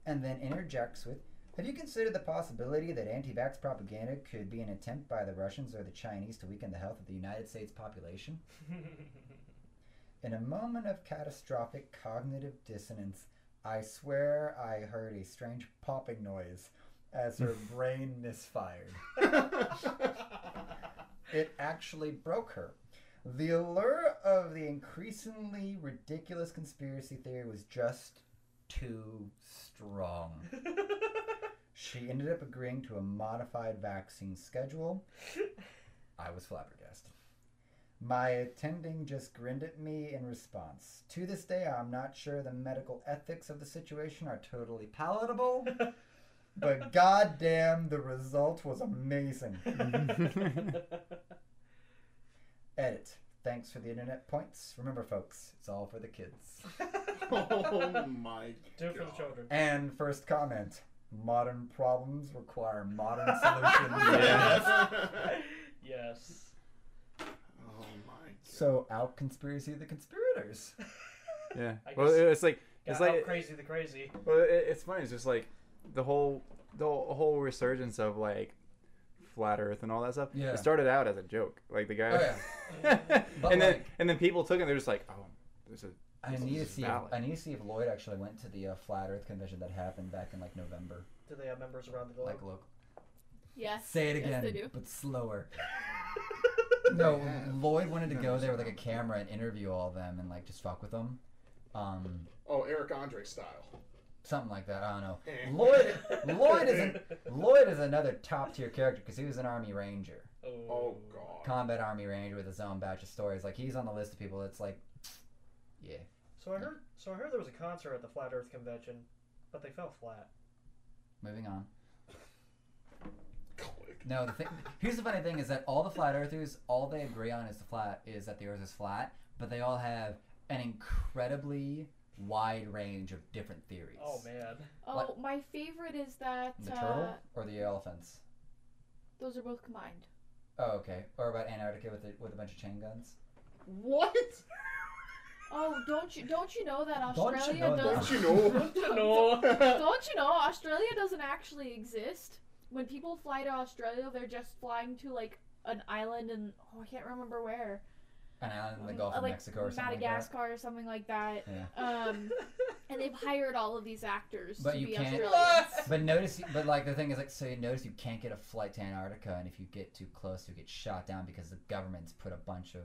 Speaker 1: and then interjects with, Have you considered the possibility that anti vax propaganda could be an attempt by the Russians or the Chinese to weaken the health of the United States population? In a moment of catastrophic cognitive dissonance, I swear I heard a strange popping noise as her brain misfired. It actually broke her. The allure of the increasingly ridiculous conspiracy theory was just too strong. She ended up agreeing to a modified vaccine schedule. I was flabbergasted. My attending just grinned at me in response. To this day, I'm not sure the medical ethics of the situation are totally palatable, but goddamn, the result was amazing. Edit. Thanks for the internet points. Remember, folks, it's all for the kids.
Speaker 5: oh my
Speaker 3: [laughs] Do it for the
Speaker 5: God.
Speaker 3: children.
Speaker 1: And first comment modern problems require [laughs]
Speaker 3: [laughs]
Speaker 1: modern solutions.
Speaker 4: Yes.
Speaker 5: [laughs]
Speaker 1: [laughs]
Speaker 3: yes.
Speaker 5: Oh my
Speaker 1: So, out conspiracy of the conspirators. [laughs]
Speaker 4: Yeah.
Speaker 3: I
Speaker 4: Well,
Speaker 3: guess-
Speaker 4: it's like
Speaker 3: Got
Speaker 4: it's
Speaker 3: how
Speaker 4: like
Speaker 3: crazy the crazy.
Speaker 4: well, it, it's funny. It's just like the whole the whole whole resurgence of like flat Earth and all that stuff.
Speaker 1: Yeah. Oh,
Speaker 4: It started out as a joke, like the guy. [laughs]
Speaker 1: But,
Speaker 4: and then
Speaker 1: like-
Speaker 4: and then people took it. and They're just like, oh, there's a
Speaker 1: I
Speaker 4: This
Speaker 1: need to
Speaker 4: is
Speaker 1: see. If,
Speaker 4: valid.
Speaker 1: I need to see if Lloyd actually went to the uh, flat Earth convention that happened back in like November.
Speaker 3: Do they have members around the globe?
Speaker 1: Like, look,
Speaker 2: Yes.
Speaker 1: say it
Speaker 2: Yes,
Speaker 1: again,
Speaker 2: they do.
Speaker 1: but
Speaker 2: [laughs]
Speaker 1: slower. no,
Speaker 5: They have.
Speaker 1: Lloyd wanted to
Speaker 5: No,
Speaker 1: go
Speaker 5: it's
Speaker 1: there with
Speaker 5: not
Speaker 1: like a
Speaker 5: on the
Speaker 1: camera and interview all of them and like just fuck with them, um,
Speaker 5: Oh, Eric Andre style.
Speaker 1: something like that. I don't know.
Speaker 5: Eh.
Speaker 4: [laughs]
Speaker 1: Lloyd, Lloyd is
Speaker 3: [laughs]
Speaker 1: an, Lloyd is another top tier character because he was an Army Ranger,
Speaker 5: Oh god.
Speaker 1: combat Army Ranger with his own batch of stories. Like he's on the list of people that's like, yeah,
Speaker 3: So I heard. So I heard there was a concert at the Flat Earth Convention, but they fell flat.
Speaker 1: moving on.
Speaker 5: Click.
Speaker 1: [laughs] No, the thing, here's the funny thing is that all the flat earthers, all they agree on is the flat is that the Earth is flat, but they all have an incredibly wide range of different theories.
Speaker 3: Oh man.
Speaker 2: Oh,
Speaker 1: What?
Speaker 2: my favorite is that
Speaker 1: The
Speaker 2: uh,
Speaker 1: turtle or the elephants?
Speaker 2: those are both combined.
Speaker 1: Oh, okay. Or about Antarctica with the, with a bunch of chain guns.
Speaker 3: [laughs]
Speaker 5: What?
Speaker 2: Oh, don't you don't you know that
Speaker 1: Don't
Speaker 2: Australia
Speaker 1: you know that?
Speaker 5: Don't you know?
Speaker 2: Don't you know Australia doesn't actually exist? When people fly to Australia, they're just flying to like an island and oh, I can't remember where.
Speaker 1: [laughs] An island in the
Speaker 2: Um,
Speaker 1: Gulf
Speaker 2: uh,
Speaker 1: of
Speaker 2: like
Speaker 1: Mexico or something
Speaker 2: Madagascar or something like that.
Speaker 1: like that. Yeah.
Speaker 2: [laughs]
Speaker 5: [laughs]
Speaker 2: Um, and they've hired all of these actors
Speaker 1: But
Speaker 2: to
Speaker 1: you
Speaker 2: be
Speaker 1: can't-
Speaker 2: Australians.
Speaker 1: But notice, but like the thing is, like, so you notice you can't get a flight to Antarctica, and if you get too close, you get shot down because the government's put a bunch of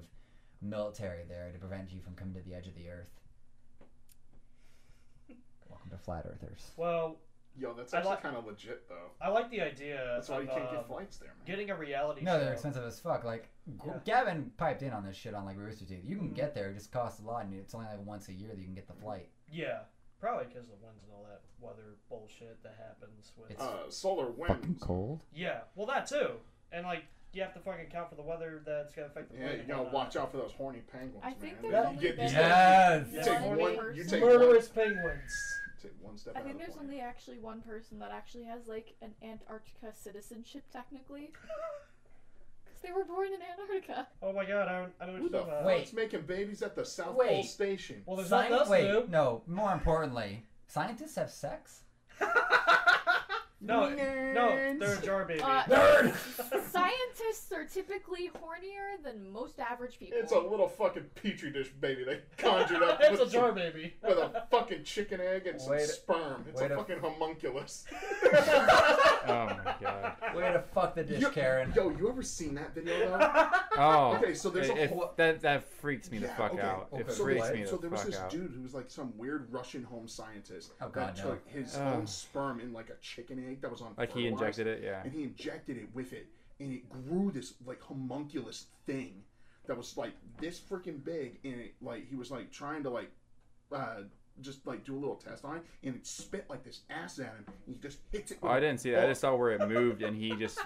Speaker 1: military there to prevent you from coming to the edge of the earth. Welcome to flat earthers.
Speaker 3: well,
Speaker 5: Yo, that's
Speaker 3: I
Speaker 5: actually
Speaker 3: like-
Speaker 5: kind of legit though.
Speaker 3: I like the idea.
Speaker 5: That's why
Speaker 3: of,
Speaker 5: you can't
Speaker 3: um,
Speaker 5: get flights there, man.
Speaker 3: Getting a reality
Speaker 1: No,
Speaker 3: show.
Speaker 1: they're expensive as fuck. Like G-
Speaker 3: Yeah.
Speaker 1: Gavin piped in on this shit on like Rooster Teeth. You can
Speaker 3: Mhm.
Speaker 1: get there, it just costs a lot, and it's only like once a year that you can get the flight.
Speaker 3: Yeah, probably because the winds and all that weather bullshit that happens with.
Speaker 1: It's-
Speaker 5: Uh, solar winds.
Speaker 1: cold.
Speaker 3: yeah, well that too, and like you have to fucking account for the weather that's gonna affect the.
Speaker 5: Yeah,
Speaker 3: plane
Speaker 5: you
Speaker 3: and
Speaker 5: gotta
Speaker 3: whatnot.
Speaker 5: watch out for those horny penguins,
Speaker 2: I
Speaker 5: man.
Speaker 2: think
Speaker 5: They-
Speaker 2: there's
Speaker 5: you
Speaker 2: only
Speaker 5: get
Speaker 2: been-
Speaker 5: these
Speaker 1: Yes.
Speaker 5: You
Speaker 3: Yeah.
Speaker 5: take
Speaker 3: One
Speaker 5: one. You
Speaker 2: person.
Speaker 5: take
Speaker 3: Murderous penguins.
Speaker 5: one. Take one step.
Speaker 2: I
Speaker 5: out
Speaker 2: think
Speaker 5: of the
Speaker 2: there's
Speaker 5: plane.
Speaker 2: only actually one person that actually has like an Antarctica citizenship
Speaker 5: [laughs]
Speaker 2: technically. Because they were born in Antarctica.
Speaker 3: Oh my god, I don't, I don't
Speaker 5: Who the
Speaker 3: know.
Speaker 1: Wait.
Speaker 5: fuck's making babies at the South Pole
Speaker 1: Wait.
Speaker 5: Station?
Speaker 3: Well, there's
Speaker 1: Sci-
Speaker 3: nothing else
Speaker 1: wait,
Speaker 3: to do.
Speaker 1: no. More importantly, scientists have
Speaker 3: [laughs]
Speaker 1: sex.
Speaker 3: No, no, they're a jar baby.
Speaker 2: Uh,
Speaker 1: Nerd.
Speaker 2: Scientists are typically hornier than most average people.
Speaker 5: It's a little fucking petri dish baby
Speaker 2: [laughs]
Speaker 5: they conjured up
Speaker 3: it's
Speaker 5: with,
Speaker 3: a
Speaker 5: some-
Speaker 3: jar baby. [laughs]
Speaker 5: with a fucking chicken egg and some
Speaker 1: Wait a-
Speaker 5: sperm. It's a
Speaker 1: wait a-
Speaker 5: fucking homunculus.
Speaker 4: oh my god.
Speaker 1: Way to fuck the dish,
Speaker 5: Yo-
Speaker 1: Karen.
Speaker 5: Yo, you ever seen that video
Speaker 2: [laughs]
Speaker 5: though?
Speaker 4: Oh.
Speaker 5: [laughs] Okay, so there's a
Speaker 4: it- it-
Speaker 5: whole-
Speaker 4: that that freaks me the
Speaker 5: Yeah,
Speaker 4: fuck
Speaker 5: okay,
Speaker 4: out. It
Speaker 1: okay.
Speaker 5: so
Speaker 4: freaks
Speaker 5: there,
Speaker 4: me the
Speaker 5: so there was
Speaker 4: fuck
Speaker 5: this
Speaker 4: out.
Speaker 5: dude who was like some weird Russian home scientist
Speaker 1: Oh, God,
Speaker 5: that
Speaker 1: no.
Speaker 5: took his
Speaker 4: Ugh.
Speaker 5: own sperm in like a chicken egg that was on
Speaker 4: Like he injected it, yeah.
Speaker 5: and he injected it with it, and it grew this like homunculus thing that was like this freaking big, and it like he was like trying to like uh, just like do a little test on it, and it spit like this ass at him, and he just hits it.
Speaker 4: Oh,
Speaker 5: With
Speaker 4: I
Speaker 5: a
Speaker 4: didn't see that. I
Speaker 5: ball.
Speaker 4: just saw where it moved, and he just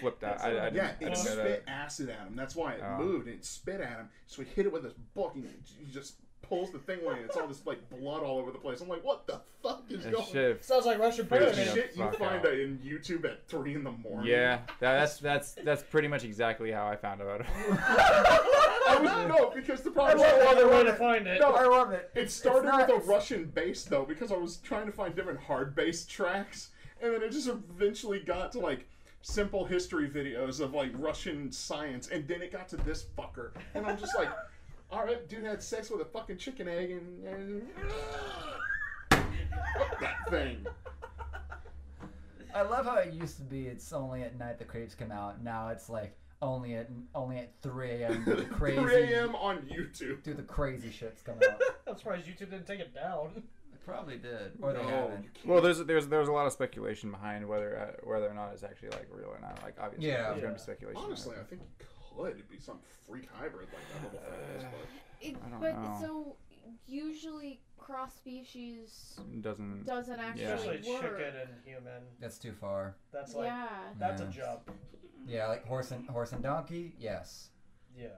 Speaker 4: flipped out.
Speaker 3: That's
Speaker 4: I, I,
Speaker 3: what-
Speaker 4: didn't,
Speaker 5: Yeah,
Speaker 4: I
Speaker 5: it
Speaker 4: didn't know
Speaker 5: spit
Speaker 4: that.
Speaker 5: acid at him. That's why it
Speaker 4: Oh.
Speaker 5: moved and it spit at him. So he hit it with his book and he just pulls the thing away and it's all this like blood all over the place. I'm like, what the fuck is
Speaker 4: That
Speaker 5: going
Speaker 4: shit
Speaker 3: Sounds like Russian
Speaker 5: What
Speaker 4: freaks
Speaker 5: the
Speaker 4: me the
Speaker 3: pyramid.
Speaker 5: shit you
Speaker 4: fuck
Speaker 5: find
Speaker 4: out.
Speaker 5: in YouTube at three in the morning.
Speaker 4: Yeah, that, that's that's that's pretty much exactly how I found out. [laughs]
Speaker 5: I was no because the problem
Speaker 3: There's no
Speaker 5: was
Speaker 3: other way to find it.
Speaker 5: No,
Speaker 1: I love it.
Speaker 5: it started
Speaker 1: It's not-
Speaker 5: with a Russian bass though because I was trying to find different hard bass tracks, and then it just eventually got to like simple history videos of like Russian science, and then it got to this fucker, and I'm just like, [laughs] all right, dude had sex with a fucking chicken egg and. [laughs] and Fuck that thing. [laughs]
Speaker 1: I love how it used to be. It's only at night the creeps come out. Now it's like only at only at 3
Speaker 5: [laughs]
Speaker 1: a.m. the
Speaker 5: 3
Speaker 1: crazy,
Speaker 5: a.m. on YouTube.
Speaker 1: do the crazy shits come out.
Speaker 3: I'm surprised YouTube didn't take it down.
Speaker 1: [laughs] It probably did, or they
Speaker 5: No,
Speaker 1: haven't.
Speaker 5: you can't.
Speaker 4: well, there's there's there's a lot of speculation behind whether uh, whether or not it's actually like real or not. Like obviously,
Speaker 1: Yeah.
Speaker 4: there's
Speaker 3: Yeah.
Speaker 4: gonna be speculation. on it.
Speaker 5: Honestly, I think it could be some freak hybrid like that little thing
Speaker 1: [sighs]
Speaker 5: is, but
Speaker 2: It,
Speaker 4: I don't
Speaker 2: but
Speaker 4: know.
Speaker 2: so usually cross species
Speaker 4: It doesn't.
Speaker 2: doesn't
Speaker 3: Especially
Speaker 2: actually work.
Speaker 3: chicken and human.
Speaker 1: That's too far.
Speaker 3: That's like
Speaker 2: yeah.
Speaker 3: that's a
Speaker 1: Yeah.
Speaker 3: jump.
Speaker 1: Yeah, like horse and horse and donkey. Yes.
Speaker 3: Yeah,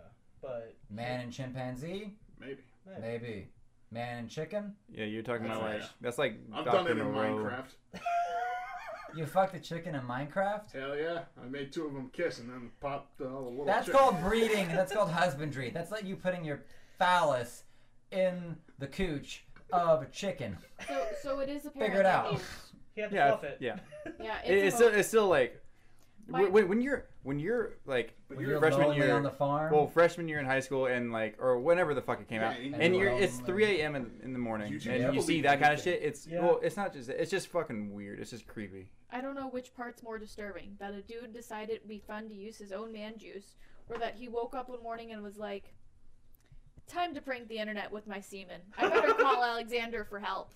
Speaker 3: but
Speaker 1: Man and chimpanzee.
Speaker 5: maybe.
Speaker 3: man,
Speaker 1: Maybe. Man and chicken.
Speaker 4: Yeah, you're talking
Speaker 5: That's
Speaker 4: about like
Speaker 5: fair.
Speaker 4: that's like
Speaker 5: I've
Speaker 4: Dr.
Speaker 5: done it in
Speaker 4: Moreau.
Speaker 5: Minecraft.
Speaker 1: You fucked a chicken in Minecraft.
Speaker 5: Hell yeah! I made two of them kiss and then popped all the little.
Speaker 1: That's
Speaker 5: chick-
Speaker 1: called breeding. and That's called husbandry. That's like you putting your phallus in the cooch of a chicken.
Speaker 2: So so it is apparent.
Speaker 1: Figure it out.
Speaker 3: [laughs] he had to
Speaker 4: Yeah,
Speaker 3: fluff it.
Speaker 4: yeah.
Speaker 2: Yeah.
Speaker 4: It, it's
Speaker 2: It's,
Speaker 4: still
Speaker 2: about-
Speaker 4: it's still like
Speaker 2: My-
Speaker 4: when, when you're when you're like
Speaker 5: But
Speaker 1: When
Speaker 4: your
Speaker 1: you're
Speaker 4: freshman
Speaker 1: lonely
Speaker 4: year
Speaker 1: on the farm.
Speaker 4: well freshman year in high school and like or whenever the fuck it came
Speaker 5: Yeah,
Speaker 4: out
Speaker 5: you-
Speaker 4: and you're it's
Speaker 1: Lonely.
Speaker 4: 3 a.m in, in the morning
Speaker 5: You just
Speaker 4: and
Speaker 5: can't
Speaker 4: you see
Speaker 5: believe
Speaker 4: that kind of
Speaker 5: anything.
Speaker 4: shit it's
Speaker 3: Yeah.
Speaker 4: well it's not just it's just fucking weird it's just creepy
Speaker 2: I don't know which part's more disturbing: that a dude decided it'd be fun to use his own man juice, or that he woke up one morning and was like, "Time to prank the internet with my semen. I
Speaker 5: [laughs]
Speaker 2: better call Alexander for help."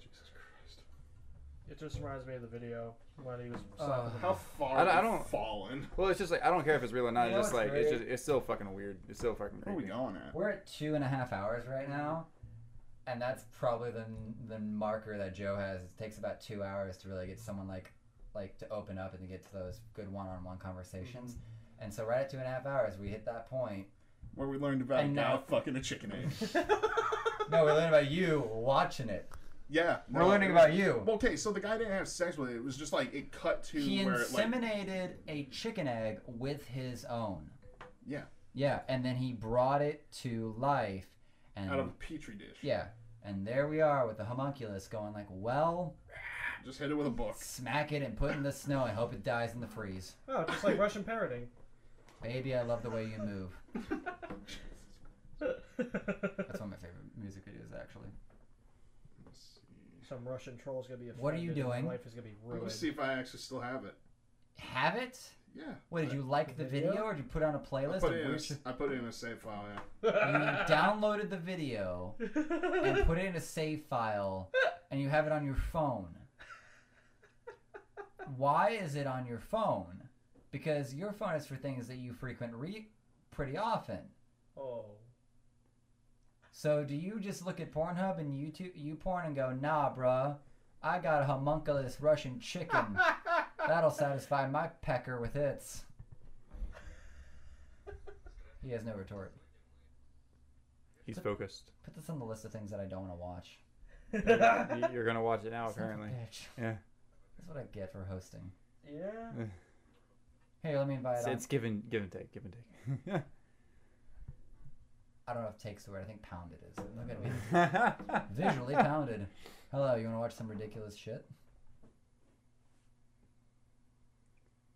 Speaker 5: Jesus Christ!
Speaker 3: [laughs] it just reminds me of the video when he was.
Speaker 1: Uh,
Speaker 5: How far
Speaker 4: I don't- I
Speaker 5: I
Speaker 4: don't-
Speaker 5: don't fallen.
Speaker 4: well it's just like i don't care if it's real or not
Speaker 1: You know
Speaker 4: it's just
Speaker 1: what's
Speaker 4: like it's
Speaker 1: great?
Speaker 4: just it's still fucking weird it's still fucking
Speaker 5: Where are we
Speaker 4: creepy
Speaker 5: going at?
Speaker 1: We're at two and a half hours right
Speaker 5: Mm-hmm.
Speaker 1: now, and that's probably the the marker that Joe has. It takes about two hours to really get someone like like to open up and to get to those good one-on-one conversations.
Speaker 5: Mm-hmm.
Speaker 1: And so right at two and a half hours, we hit that point.
Speaker 5: Where we learned about a
Speaker 1: And
Speaker 5: guy
Speaker 1: now-
Speaker 5: fucking a chicken egg.
Speaker 3: uh,
Speaker 1: [laughs] No, we're learning about you watching it.
Speaker 5: yeah,
Speaker 1: We're
Speaker 5: no,
Speaker 1: learning
Speaker 5: it was-
Speaker 1: about you.
Speaker 5: Okay, so the guy didn't have sex with it. It was just like it cut to
Speaker 1: he
Speaker 5: where it like
Speaker 1: inseminated a chicken egg with his own.
Speaker 5: Yeah.
Speaker 1: Yeah, and then he brought it to life, and
Speaker 5: out of a petri dish.
Speaker 1: yeah, and there we are with the homunculus going like, well,
Speaker 5: Just hit it with a book.
Speaker 1: smack it and put it in the snow and hope it dies in the freeze.
Speaker 3: [laughs] oh, just like Russian parroting. [laughs]
Speaker 1: Baby, I love the way you move. That's one of my favorite music videos, actually.
Speaker 3: Some Russian troll's gonna be offended.
Speaker 1: What are you
Speaker 3: and their
Speaker 1: doing?
Speaker 3: Life is gonna be
Speaker 5: Let me
Speaker 3: ruined. [laughs]
Speaker 5: see if I actually still have it.
Speaker 1: Have it?
Speaker 5: Yeah.
Speaker 1: What did you like the
Speaker 3: Video?
Speaker 1: video, or did you put on a
Speaker 5: I
Speaker 1: playlist?
Speaker 5: put,
Speaker 1: of
Speaker 5: it in a
Speaker 1: weird
Speaker 5: s
Speaker 1: shit?
Speaker 5: I put it in a save file. Yeah.
Speaker 1: you
Speaker 3: [laughs]
Speaker 1: downloaded the video and put it in a save file, and you have it on your phone. Why is it on your phone? Because your phone is for things that you frequent re- pretty often.
Speaker 3: oh,
Speaker 1: [laughs] So do you just look at Pornhub and YouTube you porn and go, nah, bruh, I got a homunculus Russian chicken. That'll satisfy my pecker with its. He has no retort.
Speaker 4: he's focused
Speaker 1: Put this on the list of things that I don't want to watch.
Speaker 3: yeah.
Speaker 4: [laughs]
Speaker 3: [laughs]
Speaker 4: You- you're gonna watch it now
Speaker 1: Son of a
Speaker 4: Oh, apparently
Speaker 1: bitch.
Speaker 4: yeah
Speaker 1: That's what I get for hosting.
Speaker 4: Eh.
Speaker 1: Here, let me invite.
Speaker 4: it's,
Speaker 1: on-
Speaker 4: it's give and give and take give [laughs] and
Speaker 1: I don't know if takes the word. I think pounded is. I'm gonna be
Speaker 4: take
Speaker 1: visually pounded. Hello, you want to watch some ridiculous shit?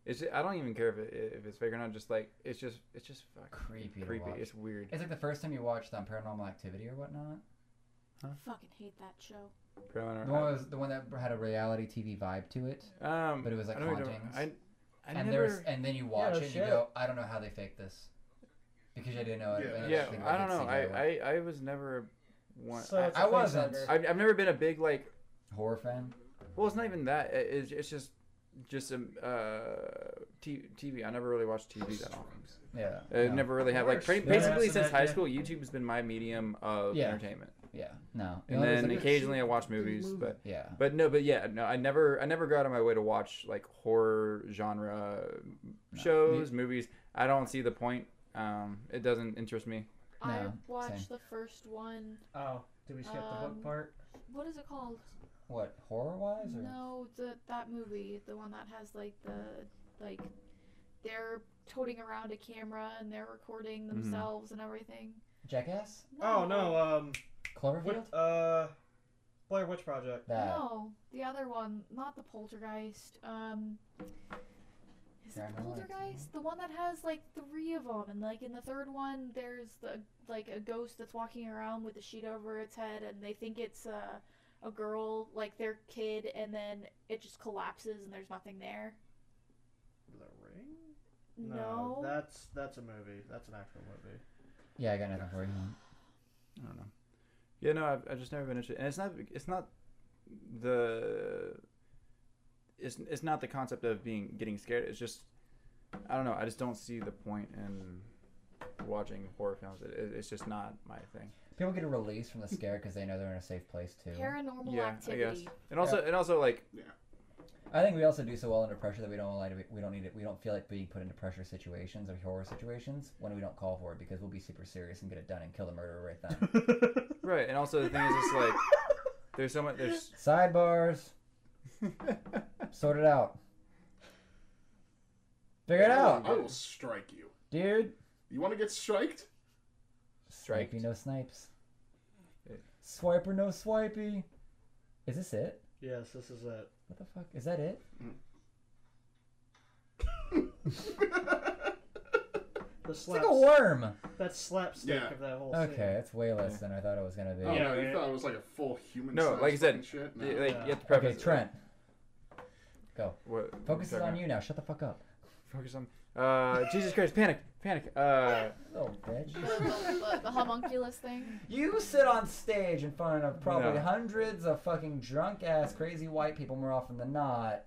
Speaker 4: It's ju- I don't even care if it, if it's fake or not. Just like it's just it's just fucking
Speaker 1: Creepy to
Speaker 4: creepy.
Speaker 1: watch.
Speaker 4: It's weird.
Speaker 1: It's like the first time you watched on Paranormal Activity or whatnot.
Speaker 2: Fucking hate that show.
Speaker 1: The one
Speaker 4: Paranormal.
Speaker 1: was the one that had a reality TV vibe to it,
Speaker 4: Um,
Speaker 1: but it was like
Speaker 4: I don't even know-
Speaker 1: hauntings.
Speaker 4: I, I
Speaker 1: and
Speaker 4: never.
Speaker 1: there's and then you watch
Speaker 3: no
Speaker 1: it and you
Speaker 3: shit.
Speaker 1: go, I don't know how they faked this, because I didn't know it.
Speaker 5: Yeah,
Speaker 1: and
Speaker 4: yeah,
Speaker 1: just think
Speaker 4: I
Speaker 1: could
Speaker 4: don't know.
Speaker 1: see how it worked.
Speaker 4: I, I I was never one.
Speaker 3: So
Speaker 4: I,
Speaker 3: it's a
Speaker 1: I wasn't.
Speaker 3: facehugger.
Speaker 4: I've, I've never been a big like.
Speaker 1: horror fan.
Speaker 4: Well, it's not even that. It, it's, it's just just a uh, t- TV. I never really watched TV that often.
Speaker 1: Yeah,
Speaker 4: I
Speaker 1: no.
Speaker 4: never really have like
Speaker 3: Worse.
Speaker 4: pretty,
Speaker 1: Yeah,
Speaker 4: basically
Speaker 3: that's
Speaker 4: since
Speaker 3: an
Speaker 4: high
Speaker 3: idea.
Speaker 4: school. YouTube's been my medium of
Speaker 1: Yeah.
Speaker 4: entertainment,
Speaker 1: yeah, no. You
Speaker 4: and
Speaker 1: know, there's
Speaker 4: then
Speaker 1: like-
Speaker 4: occasionally I watch movies, but
Speaker 1: yeah,
Speaker 4: But no, but yeah, no, I never, I never go out of my way to watch like horror genre shows, movies. I don't see the point. Um, it doesn't interest me.
Speaker 1: No,
Speaker 2: I
Speaker 1: same.
Speaker 2: watched the first one.
Speaker 3: oh, did we skip the
Speaker 2: Um,
Speaker 3: book part?
Speaker 2: What is it called?
Speaker 1: What horror wise or?
Speaker 2: No, the that movie, the one that has like the like they're toting around a camera and they're recording themselves and everything.
Speaker 1: Jackass?
Speaker 3: Oh no, um,
Speaker 1: Cloverfield?
Speaker 3: what, uh, Blair Witch Project.
Speaker 1: That.
Speaker 2: No, the other one, not the poltergeist. Um, is it the
Speaker 1: Paranormal Activity?
Speaker 2: poltergeist? The one that has like three of them, and like in the third one, there's the like a ghost that's walking around with a sheet over its head, and they think it's uh, a girl, like their kid, and then it just collapses, and there's nothing there.
Speaker 3: The Ring?
Speaker 2: No,
Speaker 3: that's that's a movie. That's an actual [laughs] movie.
Speaker 1: Yeah, I got nothing for you.
Speaker 4: I don't know. Yeah, no, I've, I've just never been interested, and it's not it's not the it's it's not the concept of being getting scared. It's just I don't know. I just don't see the point in watching horror films. It, it, it's just not my thing.
Speaker 1: People get a release from the scare because they know they're in a safe place too.
Speaker 2: paranormal
Speaker 4: yeah,
Speaker 2: activity.
Speaker 4: I [laughs] guess. And also, and also, like
Speaker 1: I think we also do so well under pressure that we don't like to be, we don't need it. We don't feel like being put into pressure situations or horror situations when we don't call for it because we'll be super serious and get it done and kill the murderer right then.
Speaker 4: right. And also, the thing is, it's like there's so
Speaker 1: [laughs]
Speaker 4: much. There's
Speaker 1: Sidebars, sort it out. Figure it out,
Speaker 5: I will strike you.
Speaker 1: dude.
Speaker 5: You want to get striked? [laughs]
Speaker 1: Snipey no snipes.
Speaker 4: Yeah.
Speaker 1: Swiper no swipey. Is this it?
Speaker 3: Yes, this is it.
Speaker 1: What the fuck? Is that it?
Speaker 3: The
Speaker 1: It's like
Speaker 3: slaps,
Speaker 1: a worm.
Speaker 3: that slapstick
Speaker 5: Yeah.
Speaker 3: of that whole
Speaker 1: Okay,
Speaker 3: scene.
Speaker 1: that's way less than I thought it was gonna be.
Speaker 5: Oh,
Speaker 3: Yeah,
Speaker 5: no, you
Speaker 3: right.
Speaker 5: thought it was like a full human.
Speaker 4: No,
Speaker 5: size
Speaker 4: like I said,
Speaker 5: fucking shit? No.
Speaker 4: y- like you have to
Speaker 1: Okay,
Speaker 4: preface.
Speaker 1: Trent,
Speaker 4: What,
Speaker 1: focus is
Speaker 4: sorry,
Speaker 1: on
Speaker 4: man.
Speaker 1: you now. Shut the fuck up.
Speaker 4: Focus on. Uh, Jesus Christ! Panic! Panic!
Speaker 1: [laughs]
Speaker 4: Uh,
Speaker 1: Oh, bitch.
Speaker 2: the, the, the, the homunculus thing.
Speaker 1: You sit on stage in front of probably
Speaker 4: No.
Speaker 1: hundreds of fucking drunk ass crazy white people more often than not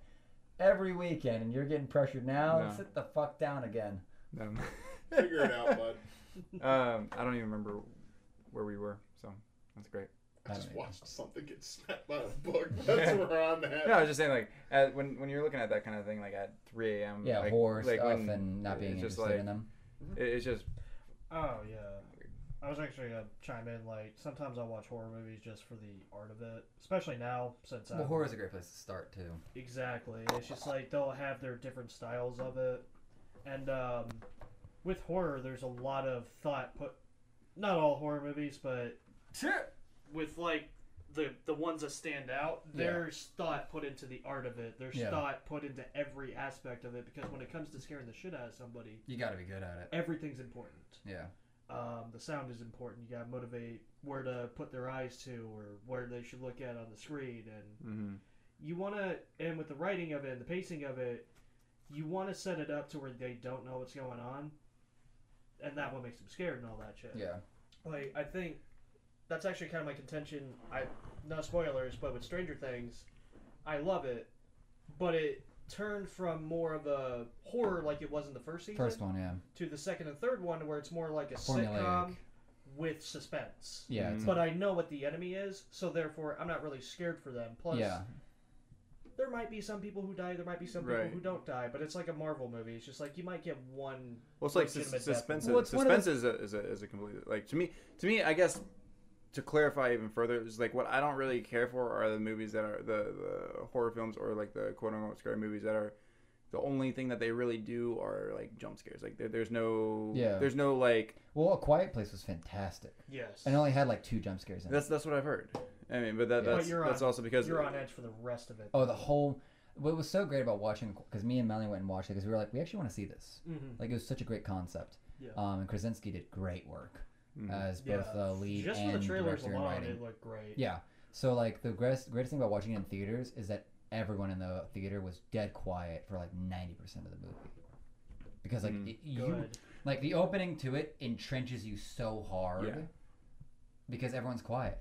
Speaker 1: every weekend and you're getting pressured now.
Speaker 4: No.
Speaker 1: Sit the fuck down again.
Speaker 4: no.
Speaker 5: Figure it out, [laughs] bud.
Speaker 4: um, I don't even remember where we were, so that's great.
Speaker 5: I
Speaker 1: I
Speaker 5: just
Speaker 1: don't
Speaker 5: watched something get snapped by a book. [laughs] That's where I'm at.
Speaker 4: No, I was just saying, like, at, when when you're looking at that kind of thing, like at 3 a.m.
Speaker 1: Yeah,
Speaker 4: like,
Speaker 1: horror
Speaker 4: like
Speaker 1: stuff
Speaker 4: when-
Speaker 1: and not being
Speaker 4: it's just
Speaker 1: interested
Speaker 4: like,
Speaker 1: in them.
Speaker 4: it- it's just
Speaker 3: Oh yeah. I was actually gonna chime in. Like sometimes I watch horror movies just for the art of it, especially now since I'm
Speaker 1: is a great place to start too.
Speaker 3: Exactly. It's just like they'll have their different styles of it. And um, with horror, there's a lot of thought put. Not all horror movies, but with like the the ones that stand out,
Speaker 1: Yeah.
Speaker 3: there's thought put into the art of it. There's
Speaker 1: Yeah.
Speaker 3: thought put into every aspect of it because when it comes to scaring the shit out of somebody,
Speaker 1: You gotta be good at
Speaker 3: everything's important.
Speaker 1: it. Yeah.
Speaker 3: Um, the sound is important. You gotta motivate where to put their eyes to or where they should look at on the screen and
Speaker 4: mhm.
Speaker 3: you want to, and with the writing of it and the pacing of it, you want to set it up to where they don't know what's going on, and that what makes them scared and all that shit.
Speaker 1: Yeah.
Speaker 3: Like I think that's actually kind of my contention. I no spoilers, but with Stranger Things, I love it, but it turned from more of a horror like it was in the first season
Speaker 1: First one, yeah.
Speaker 3: to the second and third one where it's more like a
Speaker 1: Formulaic. Mm.
Speaker 3: sitcom with suspense.
Speaker 1: Yeah.
Speaker 4: Mm-hmm.
Speaker 1: it's-
Speaker 3: But I know what the enemy is, so therefore I'm not really scared for them. Plus,
Speaker 1: yeah.
Speaker 3: there might be some people who die, there might be some
Speaker 4: Right.
Speaker 3: people who don't die, but it's like a Marvel movie. It's just like you might get one.
Speaker 4: Well, it's like
Speaker 3: legitimate
Speaker 4: sus-
Speaker 3: death.
Speaker 4: suspense.
Speaker 1: Well, it's one of
Speaker 4: suspense is, a, is a is a completely like to me to me. I guess to clarify even further, it's like what I don't really care for are the movies that are the, the horror films or like the quote unquote scary movies that are the only thing that they really do are like jump scares. Like there, there's no
Speaker 1: Yeah.
Speaker 4: there's no like
Speaker 1: Well, A Quiet Place was fantastic.
Speaker 3: Yes.
Speaker 1: And it only had like two jump scares in it.
Speaker 4: that's that's what I've heard. I mean, but that,
Speaker 1: Yeah.
Speaker 4: that's
Speaker 3: But you're
Speaker 4: that's
Speaker 3: on-
Speaker 4: also because
Speaker 3: You're on edge for the rest of it.
Speaker 1: Oh, the whole. What was so great about watching because me and Melanie went and watched it because we were like, we actually want to see this.
Speaker 3: Mm-hmm.
Speaker 1: Like it was such a great concept.
Speaker 3: Yeah.
Speaker 1: Um, and Krasinski did great work
Speaker 4: Mhm.
Speaker 1: as both the lead
Speaker 3: Just
Speaker 1: and
Speaker 3: for the trailers
Speaker 1: director and
Speaker 3: alone,
Speaker 1: writing.
Speaker 3: it looked great.
Speaker 1: Yeah. So like the greatest, greatest thing about watching it in theaters is that everyone in the theater was dead quiet for like ninety percent of the movie. Because like
Speaker 4: Mm.
Speaker 1: it,
Speaker 3: Good.
Speaker 1: you like the opening to it entrenches you so hard
Speaker 4: Yeah.
Speaker 1: because everyone's quiet.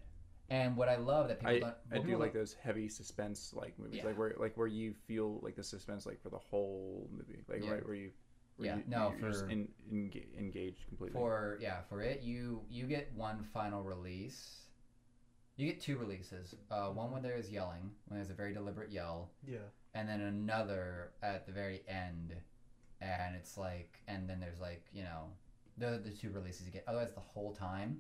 Speaker 1: And what I love that people
Speaker 4: I,
Speaker 1: don't what
Speaker 4: I do
Speaker 1: people
Speaker 4: like those heavy suspense like movies,
Speaker 1: Yeah.
Speaker 4: like where like where you feel like the suspense like for the whole movie, like
Speaker 1: Yeah.
Speaker 4: right where you, where
Speaker 1: Yeah,
Speaker 4: you,
Speaker 1: no,
Speaker 4: you're just
Speaker 1: for-
Speaker 4: in, enga- engaged completely.
Speaker 1: for yeah for it you you get one final release you get two releases uh, one when there is yelling when there's a very deliberate yell
Speaker 3: Yeah.
Speaker 1: and then another at the very end and it's like and then there's like you know the the two releases you get otherwise the whole time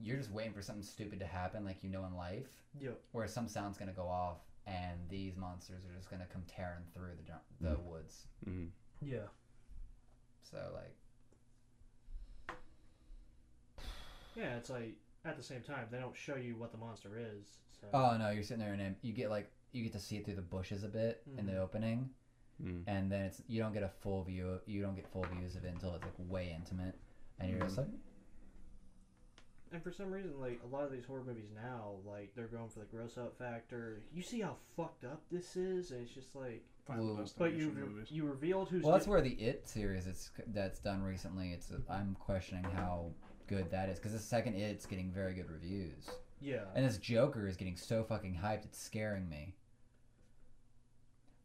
Speaker 1: you're just waiting for something stupid to happen, like you know in life,
Speaker 6: Yep.
Speaker 1: where some sound's gonna go off and these monsters are just gonna come tearing through the jun- the woods.
Speaker 4: Mm-hmm.
Speaker 6: Yeah.
Speaker 1: So like,
Speaker 3: Yeah, it's like at the same time they don't show you what the monster is. So.
Speaker 1: oh no, you're sitting there and then you get like you get to see it through the bushes a bit in the opening,
Speaker 4: Mm.
Speaker 1: and then it's you don't get a full view. of- You don't get full views of it until it's like way intimate, and you're just like,
Speaker 3: And for some reason, like a lot of these horror movies now, like they're going for the gross out factor. You see how fucked up this is, and it's just like.
Speaker 5: Final
Speaker 1: Well,
Speaker 3: But you
Speaker 5: destination movies.
Speaker 3: you revealed who's.
Speaker 1: Well, that's
Speaker 3: do-
Speaker 1: where the It series it's that's done recently. It's I'm questioning how good that is because the second It's getting very good reviews,
Speaker 3: yeah.
Speaker 1: and this Joker is getting so fucking hyped it's scaring me.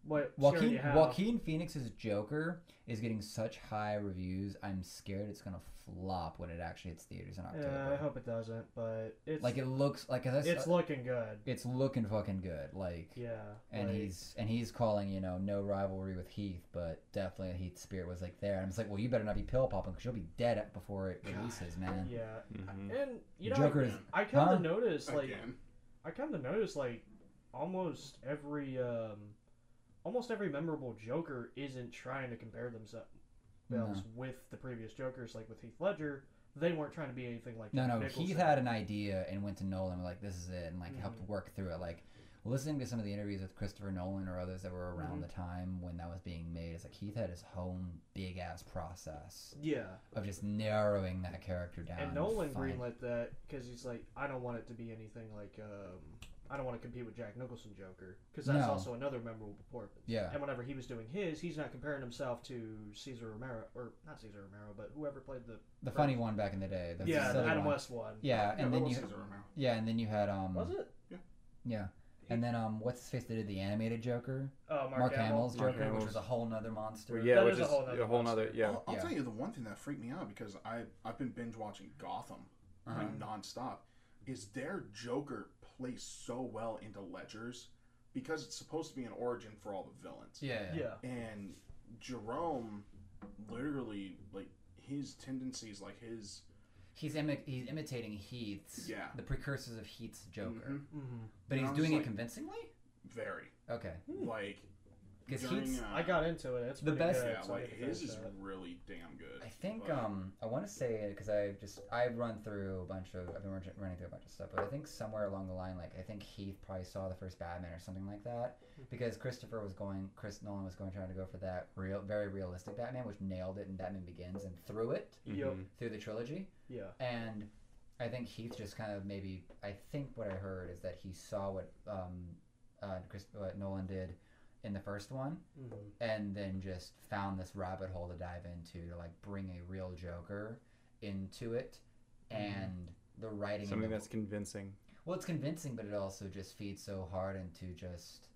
Speaker 3: What scared you
Speaker 1: Joaquin
Speaker 3: how?
Speaker 1: Joaquin Phoenix's Joker is getting such high reviews. I'm scared it's gonna flop when it actually hits theaters in October.
Speaker 3: Yeah, I hope it doesn't, but it's
Speaker 1: like it looks uh, like 'cause I s-
Speaker 3: it's looking good.
Speaker 1: it's looking fucking good. Like
Speaker 3: Yeah.
Speaker 1: and
Speaker 3: like,
Speaker 1: he's and he's calling you know no rivalry with Heath, but definitely Heath's spirit was like there. And I'm just like, well, you better not be pill popping because you'll be dead before it
Speaker 5: God.
Speaker 1: releases, man.
Speaker 3: Yeah,
Speaker 4: Mhm.
Speaker 3: and you know,
Speaker 1: uh, Joker is
Speaker 5: Again.
Speaker 3: I, I kind
Speaker 1: Huh?
Speaker 3: of notice like
Speaker 5: Again.
Speaker 3: I kind of noticed like almost every um almost every memorable Joker isn't trying to compare themselves
Speaker 1: no,
Speaker 3: with the previous Jokers. Like with Heath Ledger, they weren't trying to be anything like
Speaker 1: no,
Speaker 3: Jack
Speaker 1: no.
Speaker 3: Nicholson.
Speaker 1: Heath had an idea and went to Nolan and was like, "This is it," and like helped
Speaker 3: Mhm.
Speaker 1: work through it. Like listening to some of the interviews with Christopher Nolan or others that were
Speaker 3: Mm-hmm.
Speaker 1: around the time when that was being made, it's like Heath had his own big ass process
Speaker 3: yeah,
Speaker 1: of just narrowing that character down.
Speaker 3: and Nolan
Speaker 1: find-
Speaker 3: greenlit that because he's like, I don't want it to be anything like um I don't want to compete with Jack Nicholson Joker because that's
Speaker 1: No.
Speaker 3: also another memorable performance.
Speaker 1: Yeah,
Speaker 3: And whenever he was doing his, he's not comparing himself to Caesar Romero or not Caesar Romero, but whoever played the
Speaker 1: the funny one back in the day. The
Speaker 3: yeah the
Speaker 1: silly
Speaker 3: Adam
Speaker 1: one.
Speaker 3: West one.
Speaker 1: Yeah,
Speaker 5: Yeah,
Speaker 1: and
Speaker 5: that
Speaker 1: then
Speaker 5: was
Speaker 1: you
Speaker 5: Cesar Romero.
Speaker 1: yeah, and then you had um
Speaker 3: Was it?
Speaker 1: Yeah. And then um, what's his face that did the animated Joker?
Speaker 3: Oh, Mark,
Speaker 1: Mark,
Speaker 3: Hamill.
Speaker 1: Hamill's
Speaker 4: Mark
Speaker 1: Joker, which
Speaker 4: Hamill's.
Speaker 1: was a whole nother monster.
Speaker 4: Well, yeah,
Speaker 3: That
Speaker 4: which
Speaker 3: is
Speaker 4: is
Speaker 3: a whole nother
Speaker 4: a whole
Speaker 3: monster.
Speaker 4: nother. Yeah.
Speaker 5: I'll, I'll
Speaker 1: yeah.
Speaker 5: tell you the one thing that freaked me out because I I've been binge watching Gotham
Speaker 1: Uh-huh.
Speaker 5: like nonstop. Is their Joker plays so well into Ledger's because it's supposed to be an origin for all the villains.
Speaker 1: Yeah.
Speaker 3: Yeah.
Speaker 5: And Jerome, literally, like his tendencies, like his
Speaker 1: He's imi- he's imitating Heath's
Speaker 5: Yeah.
Speaker 1: the precursors of Heath's Joker,
Speaker 5: Mhm.
Speaker 3: hmm
Speaker 1: but
Speaker 5: And
Speaker 1: he's
Speaker 5: I was
Speaker 1: doing it
Speaker 5: like-
Speaker 1: convincingly.
Speaker 5: very
Speaker 1: Okay,
Speaker 3: Hmm.
Speaker 5: like
Speaker 1: because
Speaker 5: during,
Speaker 1: Heath's.
Speaker 5: uh,
Speaker 3: I got into it. It's
Speaker 1: The
Speaker 3: pretty
Speaker 1: best-
Speaker 3: Good,
Speaker 5: yeah,
Speaker 3: so I
Speaker 5: like
Speaker 3: need to
Speaker 5: his
Speaker 3: finish
Speaker 5: is
Speaker 3: that.
Speaker 5: really damn good.
Speaker 1: I think
Speaker 5: but-
Speaker 1: um I want to say because I just I've run through a bunch of I've been run- running through a bunch of stuff, but I think somewhere along the line, like I think Heath probably saw the first Batman or something like that, because Christopher was going, Chris Nolan was going trying to go for that real, very realistic Batman, which nailed it in Batman Begins and threw it
Speaker 3: Yep.
Speaker 4: Mhm.
Speaker 1: through the trilogy.
Speaker 3: Yeah.
Speaker 1: And I think Heath just kind of maybe I think what I heard is that he saw what um, uh, Chris, what Nolan did in the first one,
Speaker 3: Mhm.
Speaker 1: and then just found this rabbit hole to dive into to like bring a real Joker into it, and the writing. and
Speaker 4: Mm-hmm. Something
Speaker 1: the-
Speaker 4: that's convincing.
Speaker 1: well, it's convincing, but it also just feeds so hard into just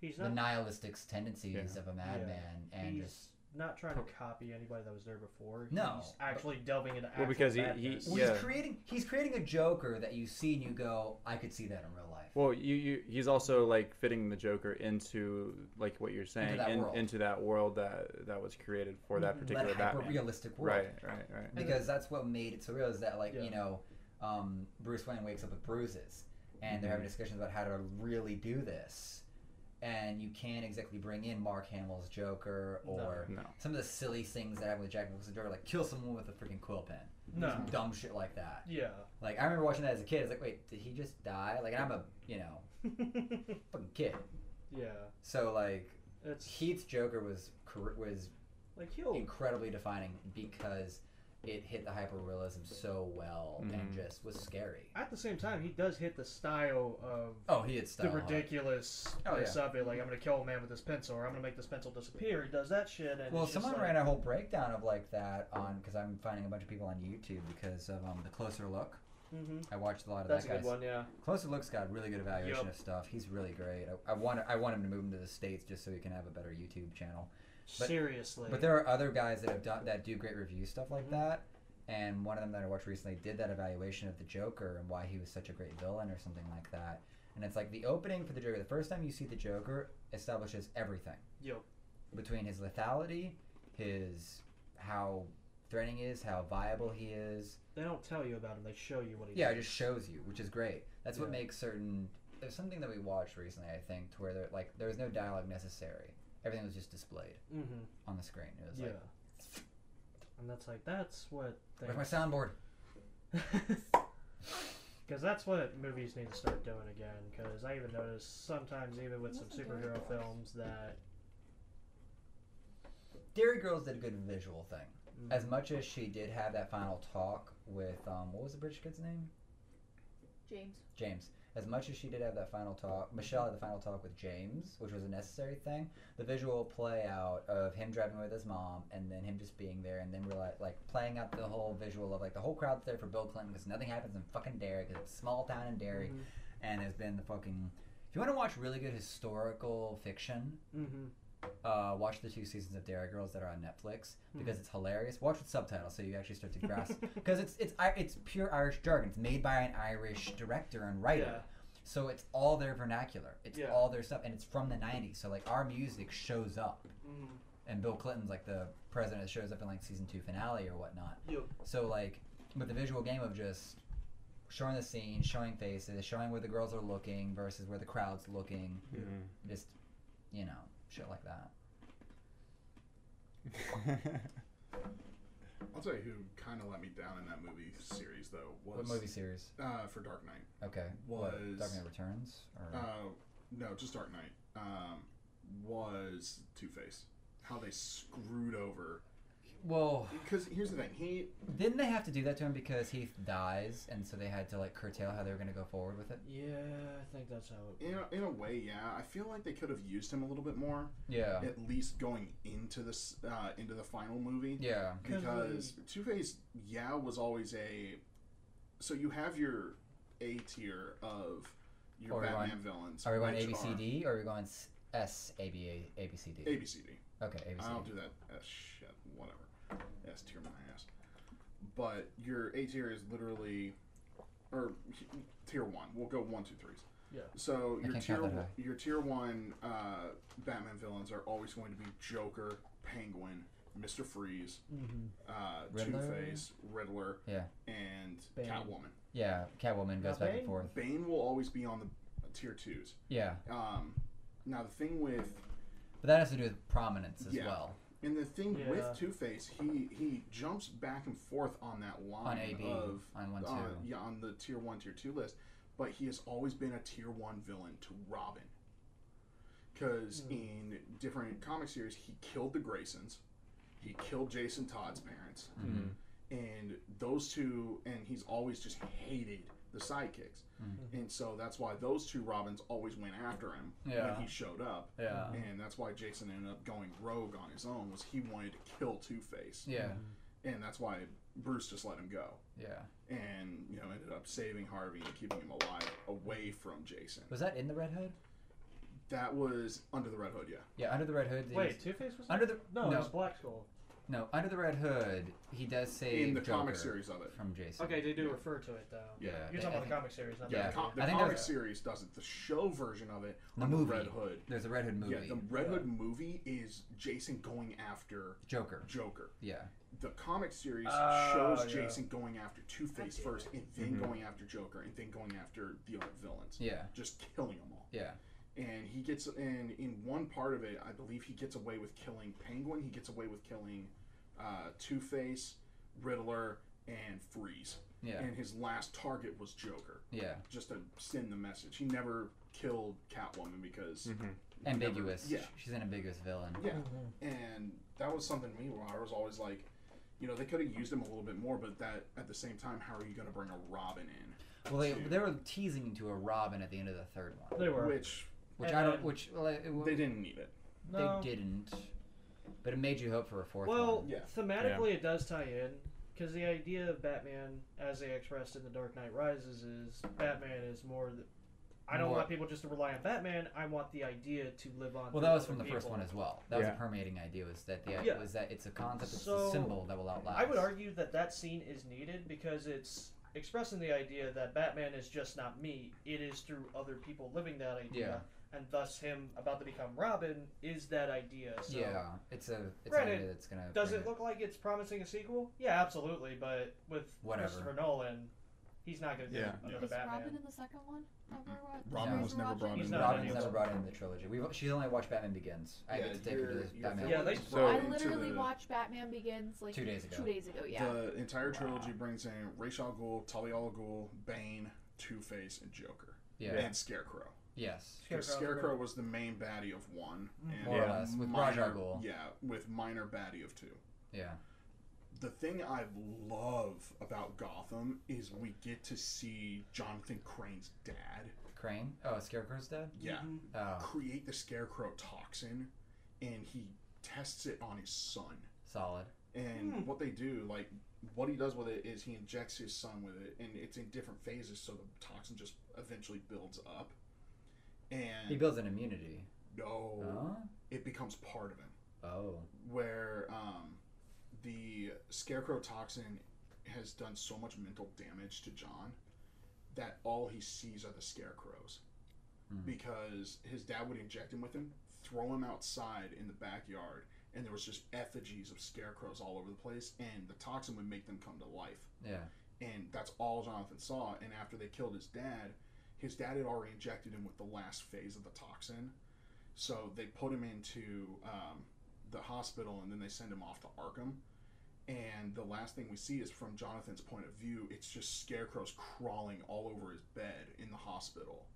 Speaker 3: He's
Speaker 1: the
Speaker 3: not.
Speaker 1: nihilistic tendencies of a madman, and
Speaker 3: he's
Speaker 1: just
Speaker 3: not trying to copy anybody that was there before.
Speaker 1: No,
Speaker 3: He's
Speaker 1: but-
Speaker 3: actually delving into.
Speaker 4: Well,
Speaker 3: actual
Speaker 4: because he- he-
Speaker 3: madness.
Speaker 1: well,
Speaker 4: yeah.
Speaker 1: he's creating he's creating a Joker that you see and you go, I could see that in real life.
Speaker 4: Well, you, you he's also like fitting the Joker into like what you're saying
Speaker 1: that
Speaker 4: in-
Speaker 1: world.
Speaker 4: into that world that that was created for
Speaker 3: Mm-hmm.
Speaker 4: that particular
Speaker 1: that hyper
Speaker 4: Batman.
Speaker 1: realistic world.
Speaker 4: Right, right, right.
Speaker 1: because that's what made it so real is that like
Speaker 3: Yeah.
Speaker 1: you know um, bruce wayne wakes up with bruises and they're
Speaker 4: Mm-hmm.
Speaker 1: having discussions about how to really do this and you can't exactly bring in mark hamill's joker or
Speaker 4: No.
Speaker 1: some of the silly things that happen with jack nicholson's joker like kill someone with a freaking quill pen
Speaker 3: No.
Speaker 1: Some dumb shit like that
Speaker 3: Yeah.
Speaker 1: like i remember watching that as a kid i was like wait did he just die like and i'm a you know fucking kid
Speaker 3: [laughs] yeah.
Speaker 1: so like
Speaker 3: It's
Speaker 1: heath's joker was cor- was
Speaker 3: like he'll.
Speaker 1: incredibly defining because it hit the hyper realism so well and
Speaker 3: Mm-hmm.
Speaker 4: Mhm.
Speaker 1: just was scary.
Speaker 3: At the same time, he does hit the style of
Speaker 1: Oh, he had style.
Speaker 3: the
Speaker 1: hard.
Speaker 3: ridiculous
Speaker 1: Oh,
Speaker 3: oh, of it. Like I'm gonna kill a man with this pencil, or I'm gonna make this pencil disappear. He does that shit, and
Speaker 1: Well,
Speaker 3: it's just
Speaker 1: someone
Speaker 3: like,
Speaker 1: ran a whole breakdown of like that on because I'm finding a bunch of people on YouTube because of um, the closer look.
Speaker 3: hmm
Speaker 1: I watched a lot of
Speaker 3: That's a
Speaker 1: that guy's
Speaker 3: good one. Yeah.
Speaker 1: closer look's got really good evaluation
Speaker 3: Yup.
Speaker 1: of stuff. He's really great. I, I want I want him to move him to the states just so he can have a better YouTube channel. But-
Speaker 3: Seriously.
Speaker 1: But there are other guys that have done that do great review stuff like
Speaker 3: Mhm.
Speaker 1: that. And one of them that I watched recently did that evaluation of the Joker and why he was such a great villain or something like that. And it's like the opening for the Joker, the first time you see the Joker establishes everything
Speaker 3: Yo.
Speaker 1: between his lethality, his how threatening is, how viable he is.
Speaker 3: They don't tell you about him. They show you what he
Speaker 1: Yeah, it
Speaker 3: did.
Speaker 1: just shows you, which is great. That's what
Speaker 3: Yeah.
Speaker 1: makes certain. There's something that we watched recently, I think, to where there, like there was no dialogue necessary. Everything was just displayed
Speaker 3: Mm-hmm.
Speaker 1: on the screen. It was
Speaker 3: Yeah.
Speaker 1: like,
Speaker 3: And that's like that's what.
Speaker 1: where's my
Speaker 3: [laughs]
Speaker 1: soundboard?
Speaker 3: Because that's what movies need to start doing again. Because I even notice sometimes, even with some
Speaker 2: Wasn't there
Speaker 3: superhero
Speaker 2: a-
Speaker 3: films, that
Speaker 1: Dairy Girls did a good visual thing. As much as she did have that final talk with um, what was the British kid's name?
Speaker 2: James.
Speaker 1: James. As much as she did have that final talk, Michelle had the final talk with James, which was a necessary thing. The visual play out of him driving with his mom, and then him just being there, and then we're like, like playing out the whole visual of like the whole crowd's there for Bill Clinton because nothing happens in fucking Derry because it's a small town in Derry,
Speaker 3: Mm.
Speaker 1: and has been the fucking. If you want to watch really good historical fiction,
Speaker 3: Mm-hmm.
Speaker 1: uh, watch the two seasons of Dairy Girls that are on Netflix
Speaker 3: Hmm.
Speaker 1: because it's hilarious. Watch with subtitles so you actually
Speaker 3: [laughs]
Speaker 1: start to grasp because it's it's I- it's pure Irish jargon. It's made by an Irish director and writer,
Speaker 3: Yeah.
Speaker 1: so it's all their vernacular. It's
Speaker 3: Yeah.
Speaker 1: all their stuff, and it's from the '90s. So like our music shows up,
Speaker 3: Mm-hmm.
Speaker 1: and Bill Clinton's like the president shows up in like season two finale or whatnot.
Speaker 3: Yep.
Speaker 1: So like with the visual game of just showing the scene, showing faces, showing where the girls are looking versus where the crowd's looking,
Speaker 4: Mm-hmm.
Speaker 1: just you know shit like that. Mm-hmm.
Speaker 4: Mm-hmm.
Speaker 5: I'll tell you who kind of let me down in that movie series though was
Speaker 1: What movie series?
Speaker 5: uh, for Dark Knight.
Speaker 1: Okay.
Speaker 5: Was-
Speaker 1: Dark Knight Returns? Or...
Speaker 5: Uh, no, just Dark Knight. Um, was Two Face. How they screwed over.
Speaker 1: well,
Speaker 5: Because here's the thing, he
Speaker 1: didn't they have to do that to him because he dies, and so they had to like curtail how they were going to go forward with it?
Speaker 3: Yeah, I think that's how. It,
Speaker 5: in a, in a way, yeah. I feel like they could have used him a little bit more,
Speaker 1: Yeah.
Speaker 5: at least going into this uh, into the final movie.
Speaker 1: yeah.
Speaker 5: because Two Face, yeah, was always a. So you have your A tier of your
Speaker 1: Are we
Speaker 5: Batman
Speaker 1: going-
Speaker 5: villains.
Speaker 1: Are we going
Speaker 5: which
Speaker 1: A B C
Speaker 5: are-
Speaker 1: D or are we going s- S A B A A B C D?
Speaker 5: A B C D.
Speaker 1: Okay, A B C
Speaker 5: I don't
Speaker 1: D.
Speaker 5: do that S shit. Whatever. S tier my ass. But your A tier is literally, or tier one. We'll go one, two, threes.
Speaker 3: Yeah.
Speaker 5: So
Speaker 1: I
Speaker 5: your
Speaker 1: can't
Speaker 5: tier
Speaker 1: count that
Speaker 5: one,
Speaker 1: high.
Speaker 5: your tier one uh, Batman villains are always going to be Joker, Penguin, Mister Freeze,
Speaker 3: mm-hmm.
Speaker 5: uh, Two
Speaker 1: Riddler?
Speaker 5: Face, Riddler,
Speaker 1: Yeah.
Speaker 5: and
Speaker 3: Bane.
Speaker 5: Catwoman.
Speaker 1: Yeah, Catwoman goes back
Speaker 3: Bane?
Speaker 1: and forth.
Speaker 5: Bane will always be on the tier twos.
Speaker 1: Yeah,
Speaker 5: Um, now the thing with
Speaker 1: but that has to do with prominence as
Speaker 5: Yeah.
Speaker 1: well.
Speaker 5: and the thing
Speaker 3: Yeah.
Speaker 5: with Two Face, he he jumps back and forth on that
Speaker 1: On
Speaker 5: line
Speaker 1: A B,
Speaker 5: of
Speaker 1: on one two.
Speaker 5: on, yeah, on the tier one, tier two list, but he has always been a tier one villain to Robin. Because
Speaker 3: Hmm.
Speaker 5: in different comic series, he killed the Graysons, he killed Jason Todd's parents,
Speaker 3: Mm-hmm.
Speaker 1: Mhm.
Speaker 5: and those two, and he's always just hated the sidekicks.
Speaker 1: Mm-hmm.
Speaker 5: And so that's why those two Robins always went after him
Speaker 1: Yeah. Uh-huh.
Speaker 5: when he showed up.
Speaker 1: Yeah.
Speaker 5: And that's why Jason ended up going rogue on his own was he wanted to kill Two Face.
Speaker 1: Yeah.
Speaker 3: Mm-hmm.
Speaker 5: And that's why Bruce just let him go.
Speaker 1: Yeah.
Speaker 5: And, you know, ended up saving Harvey and keeping him alive away from Jason.
Speaker 1: Was that in the Red Hood?
Speaker 5: That was under the Red Hood, yeah.
Speaker 1: Yeah, under the Red Hood. they
Speaker 3: Wait,
Speaker 1: just-
Speaker 3: Two Face was
Speaker 1: Under the
Speaker 3: no, it
Speaker 1: no,
Speaker 3: was Black Skull.
Speaker 1: no, under the Red Hood, he does save
Speaker 5: In the
Speaker 1: Joker
Speaker 5: comic series of it.
Speaker 1: from Jason.
Speaker 3: Okay, they do refer to it though.
Speaker 1: Yeah.
Speaker 3: You're
Speaker 1: they- I
Speaker 3: talking about
Speaker 1: think-
Speaker 3: the comic series, not
Speaker 5: Yeah,
Speaker 1: Yeah.
Speaker 5: the, com- the
Speaker 1: I think
Speaker 5: comic
Speaker 1: there's a-
Speaker 5: series doesn't. The show version of it,
Speaker 1: The
Speaker 5: on
Speaker 1: movie.
Speaker 5: Red Hood.
Speaker 1: There's a Red Hood movie.
Speaker 5: Yeah, the Red
Speaker 3: Yeah.
Speaker 5: Hood movie is Jason going after
Speaker 1: Joker.
Speaker 5: Joker.
Speaker 1: Yeah.
Speaker 5: the comic series
Speaker 3: Oh,
Speaker 5: shows
Speaker 3: yeah.
Speaker 5: Jason going after Two Face first, and then
Speaker 1: Mm-hmm.
Speaker 5: going after Joker, and then going after the other villains,
Speaker 1: Yeah.
Speaker 5: just killing them all.
Speaker 1: Yeah.
Speaker 5: And he gets, and in one part of it, I believe he gets away with killing Penguin. He gets away with killing uh, Two Face, Riddler, and Freeze.
Speaker 1: Yeah.
Speaker 5: And his last target was Joker,
Speaker 1: Yeah.
Speaker 5: just to send the message. He never killed Catwoman because
Speaker 1: Mm-hmm.
Speaker 5: he never-
Speaker 1: Hmm. ambiguous.
Speaker 5: yeah.
Speaker 1: She's an ambiguous villain.
Speaker 5: Yeah.
Speaker 3: Mm-hmm.
Speaker 5: And that was something to me where I was always like, you know, they could have used him a little bit more, but that at the same time, how are you going to bring a Robin in?
Speaker 1: Well, they,
Speaker 5: Shoot.
Speaker 1: they were teasing to a Robin at the end of the third one,
Speaker 3: They were.
Speaker 5: Which
Speaker 1: which
Speaker 3: And
Speaker 1: I don't.
Speaker 3: then-
Speaker 1: Which well, it, well,
Speaker 5: they didn't need it.
Speaker 1: they
Speaker 3: no.
Speaker 1: didn't. But it made you hope for a fourth
Speaker 3: Well,
Speaker 1: one.
Speaker 5: Yeah.
Speaker 3: thematically, it does tie in because the idea of Batman, as they expressed in The Dark Knight Rises, is Batman is more. The, I don't
Speaker 1: More-
Speaker 3: want people just to rely on Batman. I want the idea to live on.
Speaker 1: Well,
Speaker 3: through
Speaker 1: that was
Speaker 3: other
Speaker 1: from the first
Speaker 3: people.
Speaker 1: one as well. That was
Speaker 4: Yeah.
Speaker 1: a permeating idea. Was that the
Speaker 3: Yeah.
Speaker 1: was that it's a concept, it's
Speaker 3: So,
Speaker 1: a symbol that will outlast.
Speaker 3: I would argue that that scene is needed because it's expressing the idea that Batman is just not me. It is through other people living that idea. and thus him about to become Robin is that idea. So
Speaker 1: yeah, it's a it's an
Speaker 3: Granted,
Speaker 1: idea that's gonna.
Speaker 3: Does
Speaker 1: bring
Speaker 3: it look like it's promising a sequel? Yeah, absolutely. But with
Speaker 1: Whatever.
Speaker 3: Christopher Nolan, he's not going to do
Speaker 5: Yeah.
Speaker 3: another
Speaker 2: Is
Speaker 3: Batman.
Speaker 2: Robin in the second one? Ever wa- the
Speaker 1: Robin
Speaker 2: series
Speaker 5: was
Speaker 2: we're
Speaker 5: never brought
Speaker 2: watching?
Speaker 3: in. He's not
Speaker 1: Robin's
Speaker 3: in it.
Speaker 1: never brought in the trilogy. We she's only watched Batman Begins. I
Speaker 5: Yeah,
Speaker 1: get to take her to
Speaker 5: you're-
Speaker 1: this
Speaker 5: you're
Speaker 1: Batman.
Speaker 3: Yeah, they-
Speaker 5: So
Speaker 2: I
Speaker 5: into
Speaker 2: literally
Speaker 5: the-
Speaker 2: watched Batman Begins like
Speaker 1: Two days ago.
Speaker 2: Two days ago, yeah.
Speaker 5: The entire
Speaker 1: Wow.
Speaker 5: trilogy brings in Ra's al Ghul, Talia al Ghul, Bane, Two Face, and Joker,
Speaker 1: yeah.
Speaker 5: and Scarecrow.
Speaker 1: Yes.
Speaker 5: Because
Speaker 3: Scarecrow's
Speaker 5: Scarecrow was Mm-hmm. the main baddie of one, and
Speaker 1: More or
Speaker 5: a
Speaker 1: less, with
Speaker 5: minor-
Speaker 1: Ra's al Ghul.
Speaker 5: Yeah, with minor baddie of two.
Speaker 1: Yeah.
Speaker 5: The thing I love about Gotham is we get to see Jonathan Crane's dad.
Speaker 1: Crane. Oh, Scarecrow's dead.
Speaker 5: Yeah,
Speaker 3: Mhm.
Speaker 1: Oh,
Speaker 5: create the Scarecrow toxin, and he tests it on his son.
Speaker 1: solid.
Speaker 5: And
Speaker 3: Hmm.
Speaker 5: what they do, like what he does with it, is he injects his son with it, and it's in different phases, so the toxin just eventually builds up. And
Speaker 1: He builds Oh. an immunity.
Speaker 5: no,
Speaker 1: Huh?
Speaker 5: it becomes part of him.
Speaker 1: Oh.
Speaker 5: Where um, the scarecrow toxin has done so much mental damage to John that all he sees are the scarecrows.
Speaker 1: Hmm.
Speaker 5: Because his dad would inject him with him, throw him outside in the backyard, and there was just effigies of scarecrows all over the place, and the toxin would make them come to life
Speaker 1: Yeah.
Speaker 5: and that's all Jonathan saw. And after they killed his dad, his dad had already injected him with the last phase of the toxin. So they put him into um, the hospital and then they send him off to Arkham. And the last thing we see is from Jonathan's point of view, it's just scarecrows crawling all over his bed in the hospital,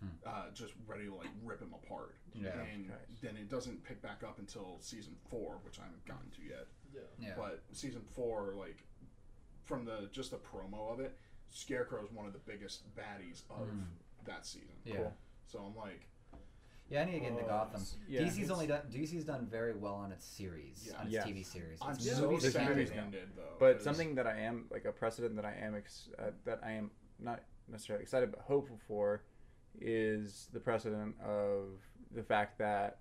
Speaker 1: Hmm.
Speaker 5: uh, just ready to like rip him apart.
Speaker 1: Yeah.
Speaker 5: and
Speaker 4: Christ.
Speaker 5: then it doesn't pick back up until season four, which I haven't gotten to yet
Speaker 1: Yeah.
Speaker 5: but season four, like from the just the promo of it, Scarecrow is one of the biggest baddies of
Speaker 1: Mm.
Speaker 5: that season.
Speaker 1: Yeah.
Speaker 4: Cool. Uh,
Speaker 5: So I'm like,
Speaker 1: Yeah. I need to get into
Speaker 5: oh,
Speaker 1: Gotham.
Speaker 4: Yeah.
Speaker 1: DC's
Speaker 5: It's-
Speaker 1: only done DC's done very well on its series,
Speaker 5: Yeah.
Speaker 1: on its
Speaker 4: Yes.
Speaker 1: TV series.
Speaker 5: I'm
Speaker 1: Its
Speaker 5: so
Speaker 1: movies are
Speaker 5: sad
Speaker 1: good
Speaker 5: it
Speaker 4: now.
Speaker 5: ended though.
Speaker 4: But
Speaker 5: 'cause-
Speaker 4: something that I am like a precedent that I am ex- uh, that I am not necessarily excited but hopeful for is the precedent of the fact that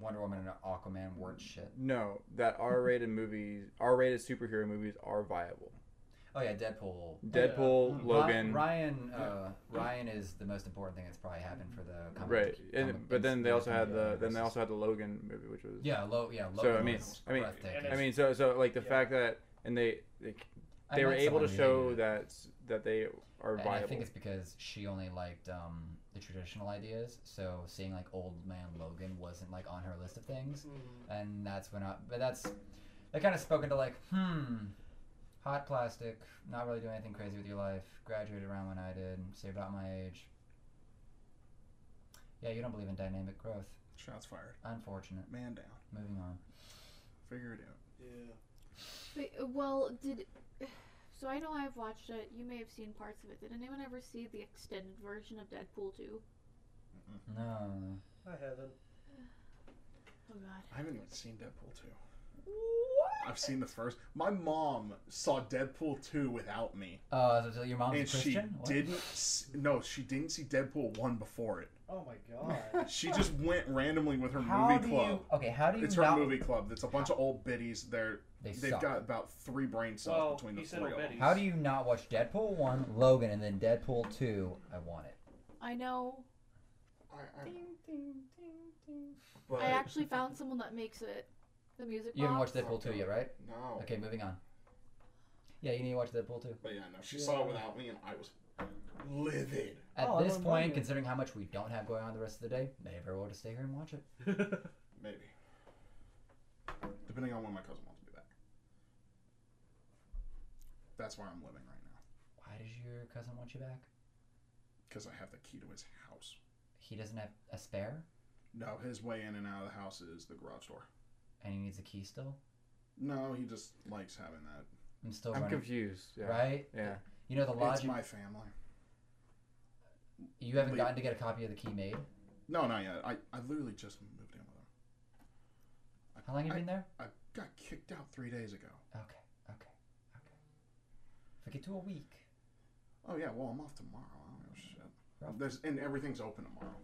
Speaker 1: Wonder Woman and Aquaman weren't shit.
Speaker 4: no
Speaker 1: [laughs]
Speaker 4: that R-rated movies R-rated superhero movies are viable.
Speaker 1: Oh yeah, Deadpool. Mm,
Speaker 4: Deadpool,
Speaker 5: Yeah.
Speaker 4: Logan,
Speaker 1: Ri- Ryan. Uh, Ryan is the most important thing that's probably happened for the comic.
Speaker 4: right?
Speaker 1: comic
Speaker 4: And but then they
Speaker 1: books
Speaker 4: also had the
Speaker 1: universe.
Speaker 4: then they also had the Logan movie, which was
Speaker 1: Yeah, low. Yeah, low.
Speaker 4: So, I mean- I mean- I mean so so like the
Speaker 3: Yeah.
Speaker 4: fact that and they they, they were able to show that s- that they are
Speaker 1: And I
Speaker 4: viable.
Speaker 1: think it's because she only liked um, the traditional ideas, so seeing like Old Man Logan wasn't like on her list of things,
Speaker 3: Mhm.
Speaker 1: and that's when I. But that's that kind of spoke into like, hmm, hot plastic, not really doing anything crazy with your life. Graduated around when I did, say about my age. Yeah, you don't believe in dynamic growth.
Speaker 5: shots fired,
Speaker 1: Unfortunate.
Speaker 5: man down,
Speaker 1: Moving on.
Speaker 5: figure it out.
Speaker 2: Wait, uh, well, did [sighs] so I know I've watched it. You may have seen parts of it. Did anyone ever see the extended version of Deadpool 2?
Speaker 5: Mm-hmm.
Speaker 1: No.
Speaker 3: I haven't.
Speaker 2: Oh god.
Speaker 5: I haven't even seen Deadpool two.
Speaker 2: What?
Speaker 5: I've seen the first. My mom saw Deadpool two without me,
Speaker 1: Oh, so your mom's
Speaker 5: and
Speaker 1: a
Speaker 5: she
Speaker 1: Christian? What?
Speaker 5: didn't. s No, she didn't see Deadpool one before it.
Speaker 3: Oh
Speaker 5: [laughs]
Speaker 3: my god.
Speaker 5: She just went randomly with her
Speaker 1: How
Speaker 5: movie
Speaker 1: do
Speaker 5: club.
Speaker 1: you? Okay, how do you
Speaker 5: It's her
Speaker 1: not?
Speaker 5: movie club. It's a bunch of old biddies. They're
Speaker 1: They
Speaker 5: They've
Speaker 1: suck.
Speaker 5: got about three brain cells
Speaker 3: Well,
Speaker 5: between the
Speaker 3: he said
Speaker 5: three of
Speaker 3: Obedi.
Speaker 5: them.
Speaker 1: How do you not watch Deadpool 1, Logan, and then Deadpool 2? I want it.
Speaker 2: I know.
Speaker 5: I, I, but
Speaker 2: I actually found someone that makes it. The music.
Speaker 1: You haven't
Speaker 2: box.
Speaker 1: watched Deadpool 2 yet, right?
Speaker 5: no.
Speaker 1: Okay, moving on. Yeah, you need to watch Deadpool 2.
Speaker 5: But yeah, no. She saw it without me, and I was livid.
Speaker 1: At
Speaker 3: Oh, I
Speaker 1: this point,
Speaker 3: don't blame you.
Speaker 1: considering how much we don't have going on the rest of the day, maybe I will just stay here and watch it.
Speaker 5: Maybe. Depending on when my cousin wants to be back. That's where I'm living right now
Speaker 1: Why does your cousin want you back?
Speaker 5: because I have the key to his house.
Speaker 1: He doesn't have a spare,
Speaker 5: No, his way in and out of the house is the garage door.
Speaker 1: and he needs a key still?
Speaker 5: No, he just likes having that.
Speaker 1: I'm still
Speaker 4: I'm
Speaker 1: running.
Speaker 4: confused. Yeah.
Speaker 1: Right?
Speaker 4: Yeah.
Speaker 1: You know the
Speaker 5: It's
Speaker 1: logic.
Speaker 5: my family.
Speaker 1: You haven't
Speaker 5: Wait.
Speaker 1: gotten to get a copy of the key made.
Speaker 5: No, not yet. I, I literally just moved in with him.
Speaker 1: How long have you
Speaker 5: I-
Speaker 1: been there?
Speaker 5: I got kicked out three days ago.
Speaker 1: Okay, okay, okay. If we get to a week,
Speaker 5: Oh yeah, well I'm off tomorrow. I
Speaker 1: Oh,
Speaker 5: don't give a shit.
Speaker 1: Rough.
Speaker 5: There's and everything's open tomorrow.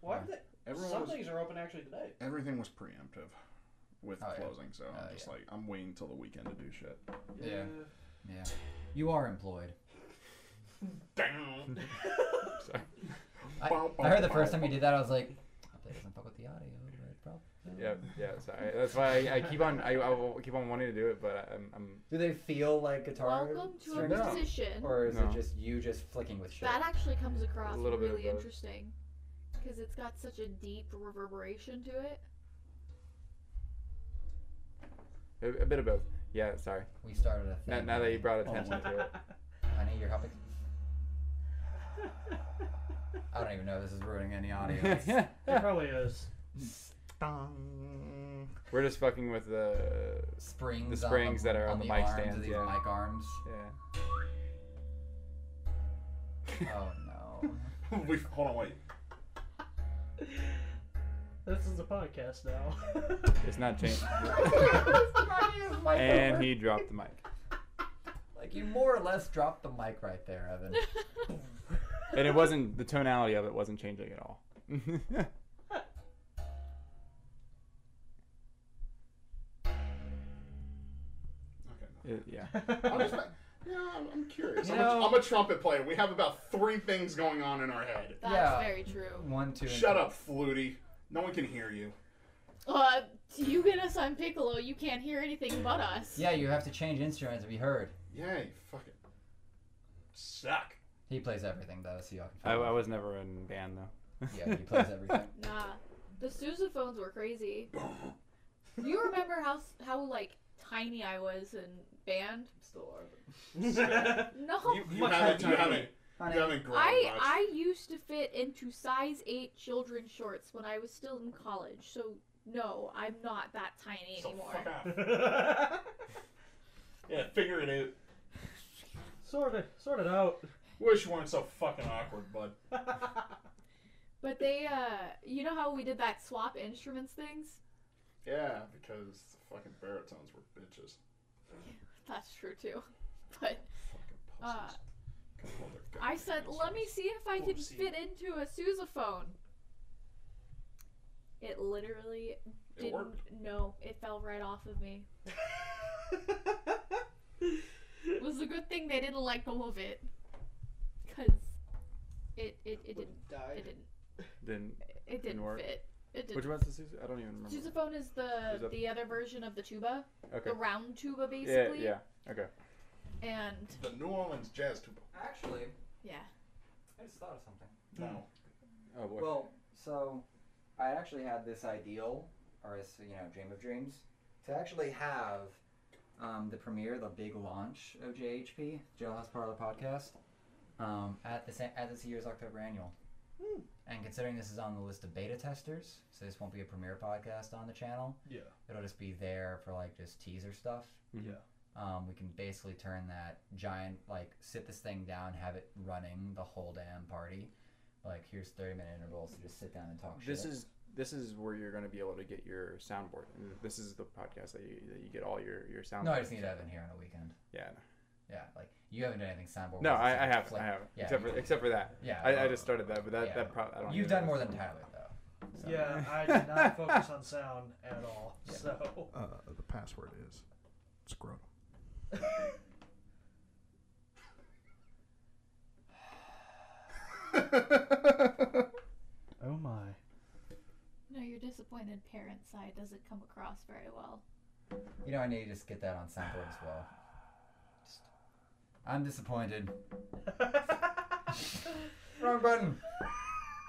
Speaker 3: Why did they-
Speaker 5: Everyone
Speaker 3: Some
Speaker 5: was,
Speaker 3: things are open actually today.
Speaker 5: everything was preemptive with
Speaker 1: Oh, yeah.
Speaker 5: closing, so
Speaker 1: Oh,
Speaker 5: I'm just like I'm waiting till the weekend to do
Speaker 1: [laughs]
Speaker 5: shit.
Speaker 1: Yeah. yeah.
Speaker 3: [laughs]
Speaker 1: You are employed.
Speaker 3: Damn.
Speaker 1: I heard the first time you did that, I was like, I hope that doesn't fuck with the audio, but probably.
Speaker 4: Yeah, yeah. Sorry. That's why I, I keep on. I, I will keep on wanting to do it, but I- I'm. I'm
Speaker 1: Do they feel like guitar?
Speaker 2: Welcome to a
Speaker 1: strings?
Speaker 5: No.
Speaker 2: musician.
Speaker 1: Or is
Speaker 4: No.
Speaker 1: it just you just flicking with shit?
Speaker 2: That actually comes across
Speaker 4: little bit of
Speaker 2: really
Speaker 4: both.
Speaker 2: interesting because it's got such a deep reverberation to it.
Speaker 4: a, a bit of both. Yeah. Sorry.
Speaker 1: We started a
Speaker 4: Now,
Speaker 1: thing.
Speaker 4: now that you brought attention to it.
Speaker 1: Honey, you're helping. I don't even know. if This is ruining any
Speaker 4: [laughs]
Speaker 1: audio. It's- [laughs]
Speaker 3: It probably is.
Speaker 4: We're just fucking with the.
Speaker 1: springs.
Speaker 4: The springs
Speaker 1: on
Speaker 4: that are on
Speaker 1: on
Speaker 4: the
Speaker 1: the,
Speaker 4: mic
Speaker 1: arms
Speaker 4: stands,
Speaker 1: Of these
Speaker 4: yeah.
Speaker 1: mic
Speaker 4: [laughs]
Speaker 1: arms.
Speaker 4: Yeah.
Speaker 1: Oh no.
Speaker 5: [laughs] we, hold on, wait.
Speaker 3: This is a podcast now.
Speaker 4: It's not changed.
Speaker 1: and
Speaker 4: and he dropped the mic.
Speaker 1: like you more or less dropped the mic right there,
Speaker 2: [laughs]
Speaker 1: Evan.
Speaker 4: And it wasn't the tonality of it wasn't changing at all. [laughs]
Speaker 1: [laughs]
Speaker 5: Okay. no.
Speaker 4: It- yeah.
Speaker 5: I'm just like, yeah, I'm, I'm curious.
Speaker 1: You
Speaker 5: I'm, a,
Speaker 1: know-
Speaker 5: I'm a trumpet player. We have about three things going on in our head.
Speaker 2: That's
Speaker 1: Yeah.
Speaker 2: very true.
Speaker 1: One, two. and
Speaker 5: Shut
Speaker 1: three.
Speaker 5: up, Flutie. No one can hear you.
Speaker 2: Uh, you get us on Piccolo, you can't hear anything but us.
Speaker 1: Yeah, you have to change instruments to be heard.
Speaker 5: Yeah, you fucking suck.
Speaker 1: He plays everything though, so y'all can.
Speaker 4: I,
Speaker 1: figure
Speaker 4: I
Speaker 1: it
Speaker 4: was never in band though.
Speaker 1: out. Yeah, he plays
Speaker 4: [laughs]
Speaker 1: everything.
Speaker 2: Nah, the sousaphones were crazy. You remember how s- how like tiny I was in band?
Speaker 6: Still are.
Speaker 2: No,
Speaker 5: You, you
Speaker 3: Much
Speaker 5: haven't,
Speaker 3: more than
Speaker 5: you haven't,
Speaker 1: [laughs] Honey.
Speaker 5: you haven't grown
Speaker 2: I
Speaker 5: much.
Speaker 2: I used to fit into size eight children's shorts when I was still in college. So no, I'm not that tiny
Speaker 5: so
Speaker 2: anymore.
Speaker 5: fuck off. [laughs] Yeah, figure it out.
Speaker 3: [laughs] sort it, sort it out.
Speaker 5: Wish you weren't so fucking awkward, bud.
Speaker 2: But they, uh, you know how we did that swap instruments things?
Speaker 5: Yeah, because the fucking baritones were bitches.
Speaker 2: That's true too. [laughs] But
Speaker 5: Fucking pussies.
Speaker 2: Uh,
Speaker 5: Couldn't hold their
Speaker 2: I
Speaker 5: goddamn
Speaker 2: said,
Speaker 5: hands
Speaker 2: let me see if I can
Speaker 3: Oopsie.
Speaker 2: fit into a sousaphone. It literally
Speaker 5: It
Speaker 2: didn't.
Speaker 5: worked.
Speaker 2: No, it fell right off of me. It was a good thing they didn't let go of it, cause it it, it didn't it
Speaker 6: Died.
Speaker 2: didn't
Speaker 4: Then
Speaker 2: it didn't
Speaker 4: work.
Speaker 2: fit. It
Speaker 4: which
Speaker 2: didn't.
Speaker 4: one's the Susan? I don't even remember.
Speaker 2: Sousaphone is the
Speaker 4: Sousa-
Speaker 2: the other version of the tuba,
Speaker 4: Okay.
Speaker 2: the round tuba
Speaker 4: Yeah.
Speaker 2: basically,
Speaker 4: Yeah. Okay.
Speaker 2: and
Speaker 5: The New Orleans Jazz tuba.
Speaker 1: Actually,
Speaker 2: yeah.
Speaker 1: I just thought of something.
Speaker 5: No.
Speaker 4: Oh boy.
Speaker 1: Well, so I actually had this ideal, or this you know, dream of dreams, to actually have um, the premiere, the big launch of JHP Jailhouse Parlor Podcast, um, at the sa- at this year's October annual.
Speaker 3: Hmm.
Speaker 1: And considering this is on the list of beta testers, so this won't be a premiere podcast on the channel.
Speaker 3: Yeah.
Speaker 1: It'll just be there for like just teaser stuff.
Speaker 4: Mhm.
Speaker 1: Um, we can basically turn that giant like sit this thing down, have it running the whole damn party. Like here's thirty minute intervals to just sit down and talk
Speaker 4: This
Speaker 1: Oh, shit.
Speaker 4: is this is where you're going to be able to get your soundboard. And this is the podcast that you that you get all your your soundboard.
Speaker 1: Mm. no, I just need Evan here on a weekend.
Speaker 4: Yeah.
Speaker 1: Yeah, like you haven't done anything soundboard.
Speaker 4: No,
Speaker 1: wise,
Speaker 4: I, I
Speaker 1: except for
Speaker 4: have.
Speaker 1: flick-
Speaker 4: I have.
Speaker 1: yeah,
Speaker 4: Except for
Speaker 1: you-
Speaker 4: except for that.
Speaker 1: Yeah,
Speaker 4: I, I just started that, but that
Speaker 1: yeah.
Speaker 4: that probably I don't.
Speaker 1: You've
Speaker 4: even
Speaker 1: done
Speaker 4: know.
Speaker 1: more than Tyler though.
Speaker 3: Yeah, I did not focus on sound at all.
Speaker 1: Yeah.
Speaker 3: So
Speaker 5: Uh, the password is scrotum.
Speaker 3: Oh my.
Speaker 2: No, your disappointed parent side doesn't come across very well.
Speaker 1: You know, I need to just get that on soundboard as well. Just, I'm disappointed. Wrong button.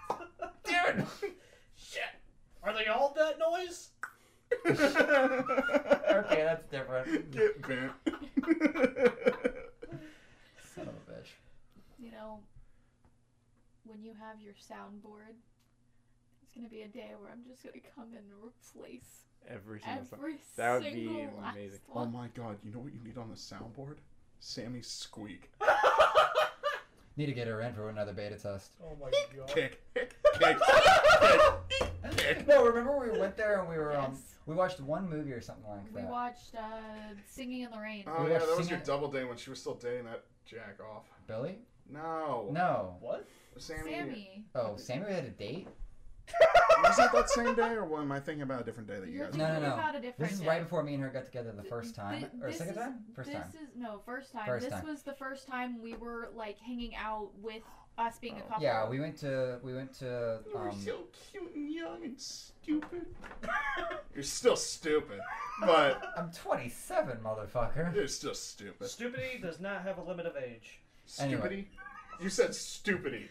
Speaker 1: [laughs] Damn it!
Speaker 3: Shit. Are they all that noise?
Speaker 1: Okay, that's different.
Speaker 5: [laughs] Get bent.
Speaker 1: Son of a bitch.
Speaker 2: You know, when you have your soundboard, it's gonna be a day where I'm just gonna come in and replace
Speaker 4: [laughs] Every single song.
Speaker 2: every
Speaker 4: That would be
Speaker 2: single last
Speaker 4: amazing.
Speaker 5: oh
Speaker 2: one.
Speaker 5: my god, you know what you need on the soundboard? Sammy's squeak.
Speaker 1: Need to get her in for another beta test.
Speaker 3: Oh my god.
Speaker 5: Kick. [laughs] Kick.
Speaker 1: [laughs] no, remember we went there and we were um
Speaker 2: Yes.
Speaker 1: we watched one movie or something like
Speaker 2: We
Speaker 1: that.
Speaker 2: watched uh, Singing in the Rain.
Speaker 5: Oh
Speaker 1: We
Speaker 5: yeah,
Speaker 1: watched
Speaker 5: that was
Speaker 1: Sing
Speaker 5: your
Speaker 1: It-
Speaker 5: double day when she was still dating that jack off.
Speaker 1: Billy?
Speaker 5: No.
Speaker 1: No.
Speaker 3: What?
Speaker 5: Sammy.
Speaker 2: Sammy.
Speaker 1: Oh, Samuel had a date.
Speaker 5: Was that that same day, or am I thinking about a different day that you
Speaker 2: You're
Speaker 5: guys?
Speaker 2: thinking
Speaker 1: No, no, no.
Speaker 2: about a different.
Speaker 1: This is
Speaker 2: day.
Speaker 1: right before me and her got together the first time
Speaker 2: Th-
Speaker 1: or
Speaker 2: this
Speaker 1: second
Speaker 2: is-
Speaker 1: time. First
Speaker 2: this
Speaker 1: time.
Speaker 2: is no first time.
Speaker 1: First
Speaker 2: this
Speaker 1: time.
Speaker 2: was the first time we were like hanging out with us being
Speaker 4: Oh.
Speaker 2: a couple.
Speaker 1: Yeah, we went to we went to um,
Speaker 5: cute and young and stupid. [laughs] You're still stupid, but
Speaker 1: I'm 27, motherfucker.
Speaker 5: you're still stupid.
Speaker 3: Stupidity does not have a limit of age.
Speaker 5: Stupidity.
Speaker 1: Anyway.
Speaker 5: You said stupidity,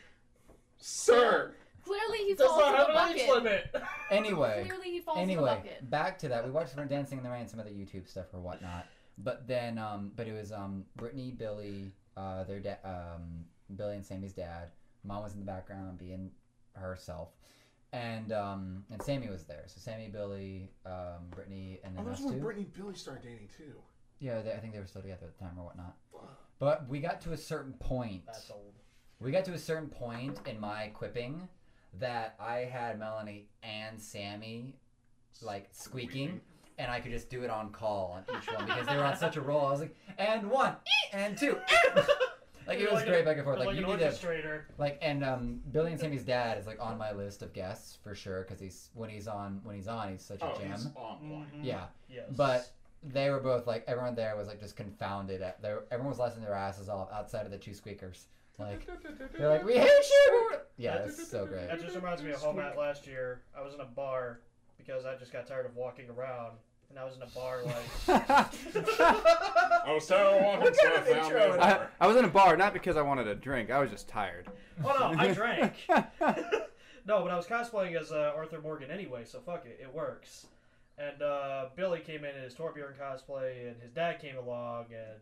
Speaker 5: sir.
Speaker 2: Clearly he
Speaker 3: Does
Speaker 2: falls in
Speaker 3: not have
Speaker 2: the
Speaker 3: an age
Speaker 2: bucket.
Speaker 3: limit.
Speaker 1: Anyway,
Speaker 2: Clearly he falls in the
Speaker 1: anyway,
Speaker 2: bucket.
Speaker 1: back to that. We watched some Dancing in the Rain, some other YouTube stuff or whatnot. But then, um, but it was um, Brittany, Billy, uh, their dad, um, Billy and Sammy's dad. Mom was in the background being herself, and um, and Sammy was there. So Sammy, Billy, um, Brittany, and
Speaker 5: Oh,
Speaker 1: then
Speaker 5: that
Speaker 1: us
Speaker 5: was
Speaker 1: two.
Speaker 5: when Brittany and Billy started dating too.
Speaker 1: Yeah, they, I think they were still together at the time or whatnot. But we got to a certain point.
Speaker 3: That's old.
Speaker 1: We got to a certain point in my quipping that I had Melanie and Sammy like squeaking, and I could just do it on call on each one because they were on such a roll. I was like, and one, eh, and two. eh." [laughs] Like it
Speaker 3: You're
Speaker 1: was
Speaker 3: like
Speaker 1: great
Speaker 3: a-
Speaker 1: back and forth.
Speaker 3: Like,
Speaker 1: Like you
Speaker 3: an
Speaker 1: did that
Speaker 3: orchestrator.
Speaker 1: like and um, Billy and Sammy's dad is like on my list of guests for sure because he's when he's on when he's on he's such a
Speaker 5: Oh,
Speaker 1: gem.
Speaker 5: he's on point.
Speaker 3: Mhm.
Speaker 1: Yeah,
Speaker 3: Yes.
Speaker 1: But- they were both like everyone there was like just confounded. At, they were, everyone was laughing their asses off outside of the two squeakers. Like
Speaker 5: [laughs]
Speaker 1: they're like, we hate you. Yeah, it's so great.
Speaker 3: that just reminds me of home at last year. I was in a bar because I just got tired of walking around, and I was in a bar like.
Speaker 4: [laughs]
Speaker 3: Oh,
Speaker 5: I was tired of walking, so I found me a
Speaker 4: I,
Speaker 5: bar.
Speaker 4: I was in a bar not because I wanted a drink. I was
Speaker 1: [laughs]
Speaker 4: just tired.
Speaker 3: oh no, I
Speaker 4: [laughs]
Speaker 3: drank. [laughs] no, but I was cosplaying as uh, Arthur Morgan anyway, so fuck it, it works. And uh, Billy came in in his Torbjorn cosplay, and his dad came along, and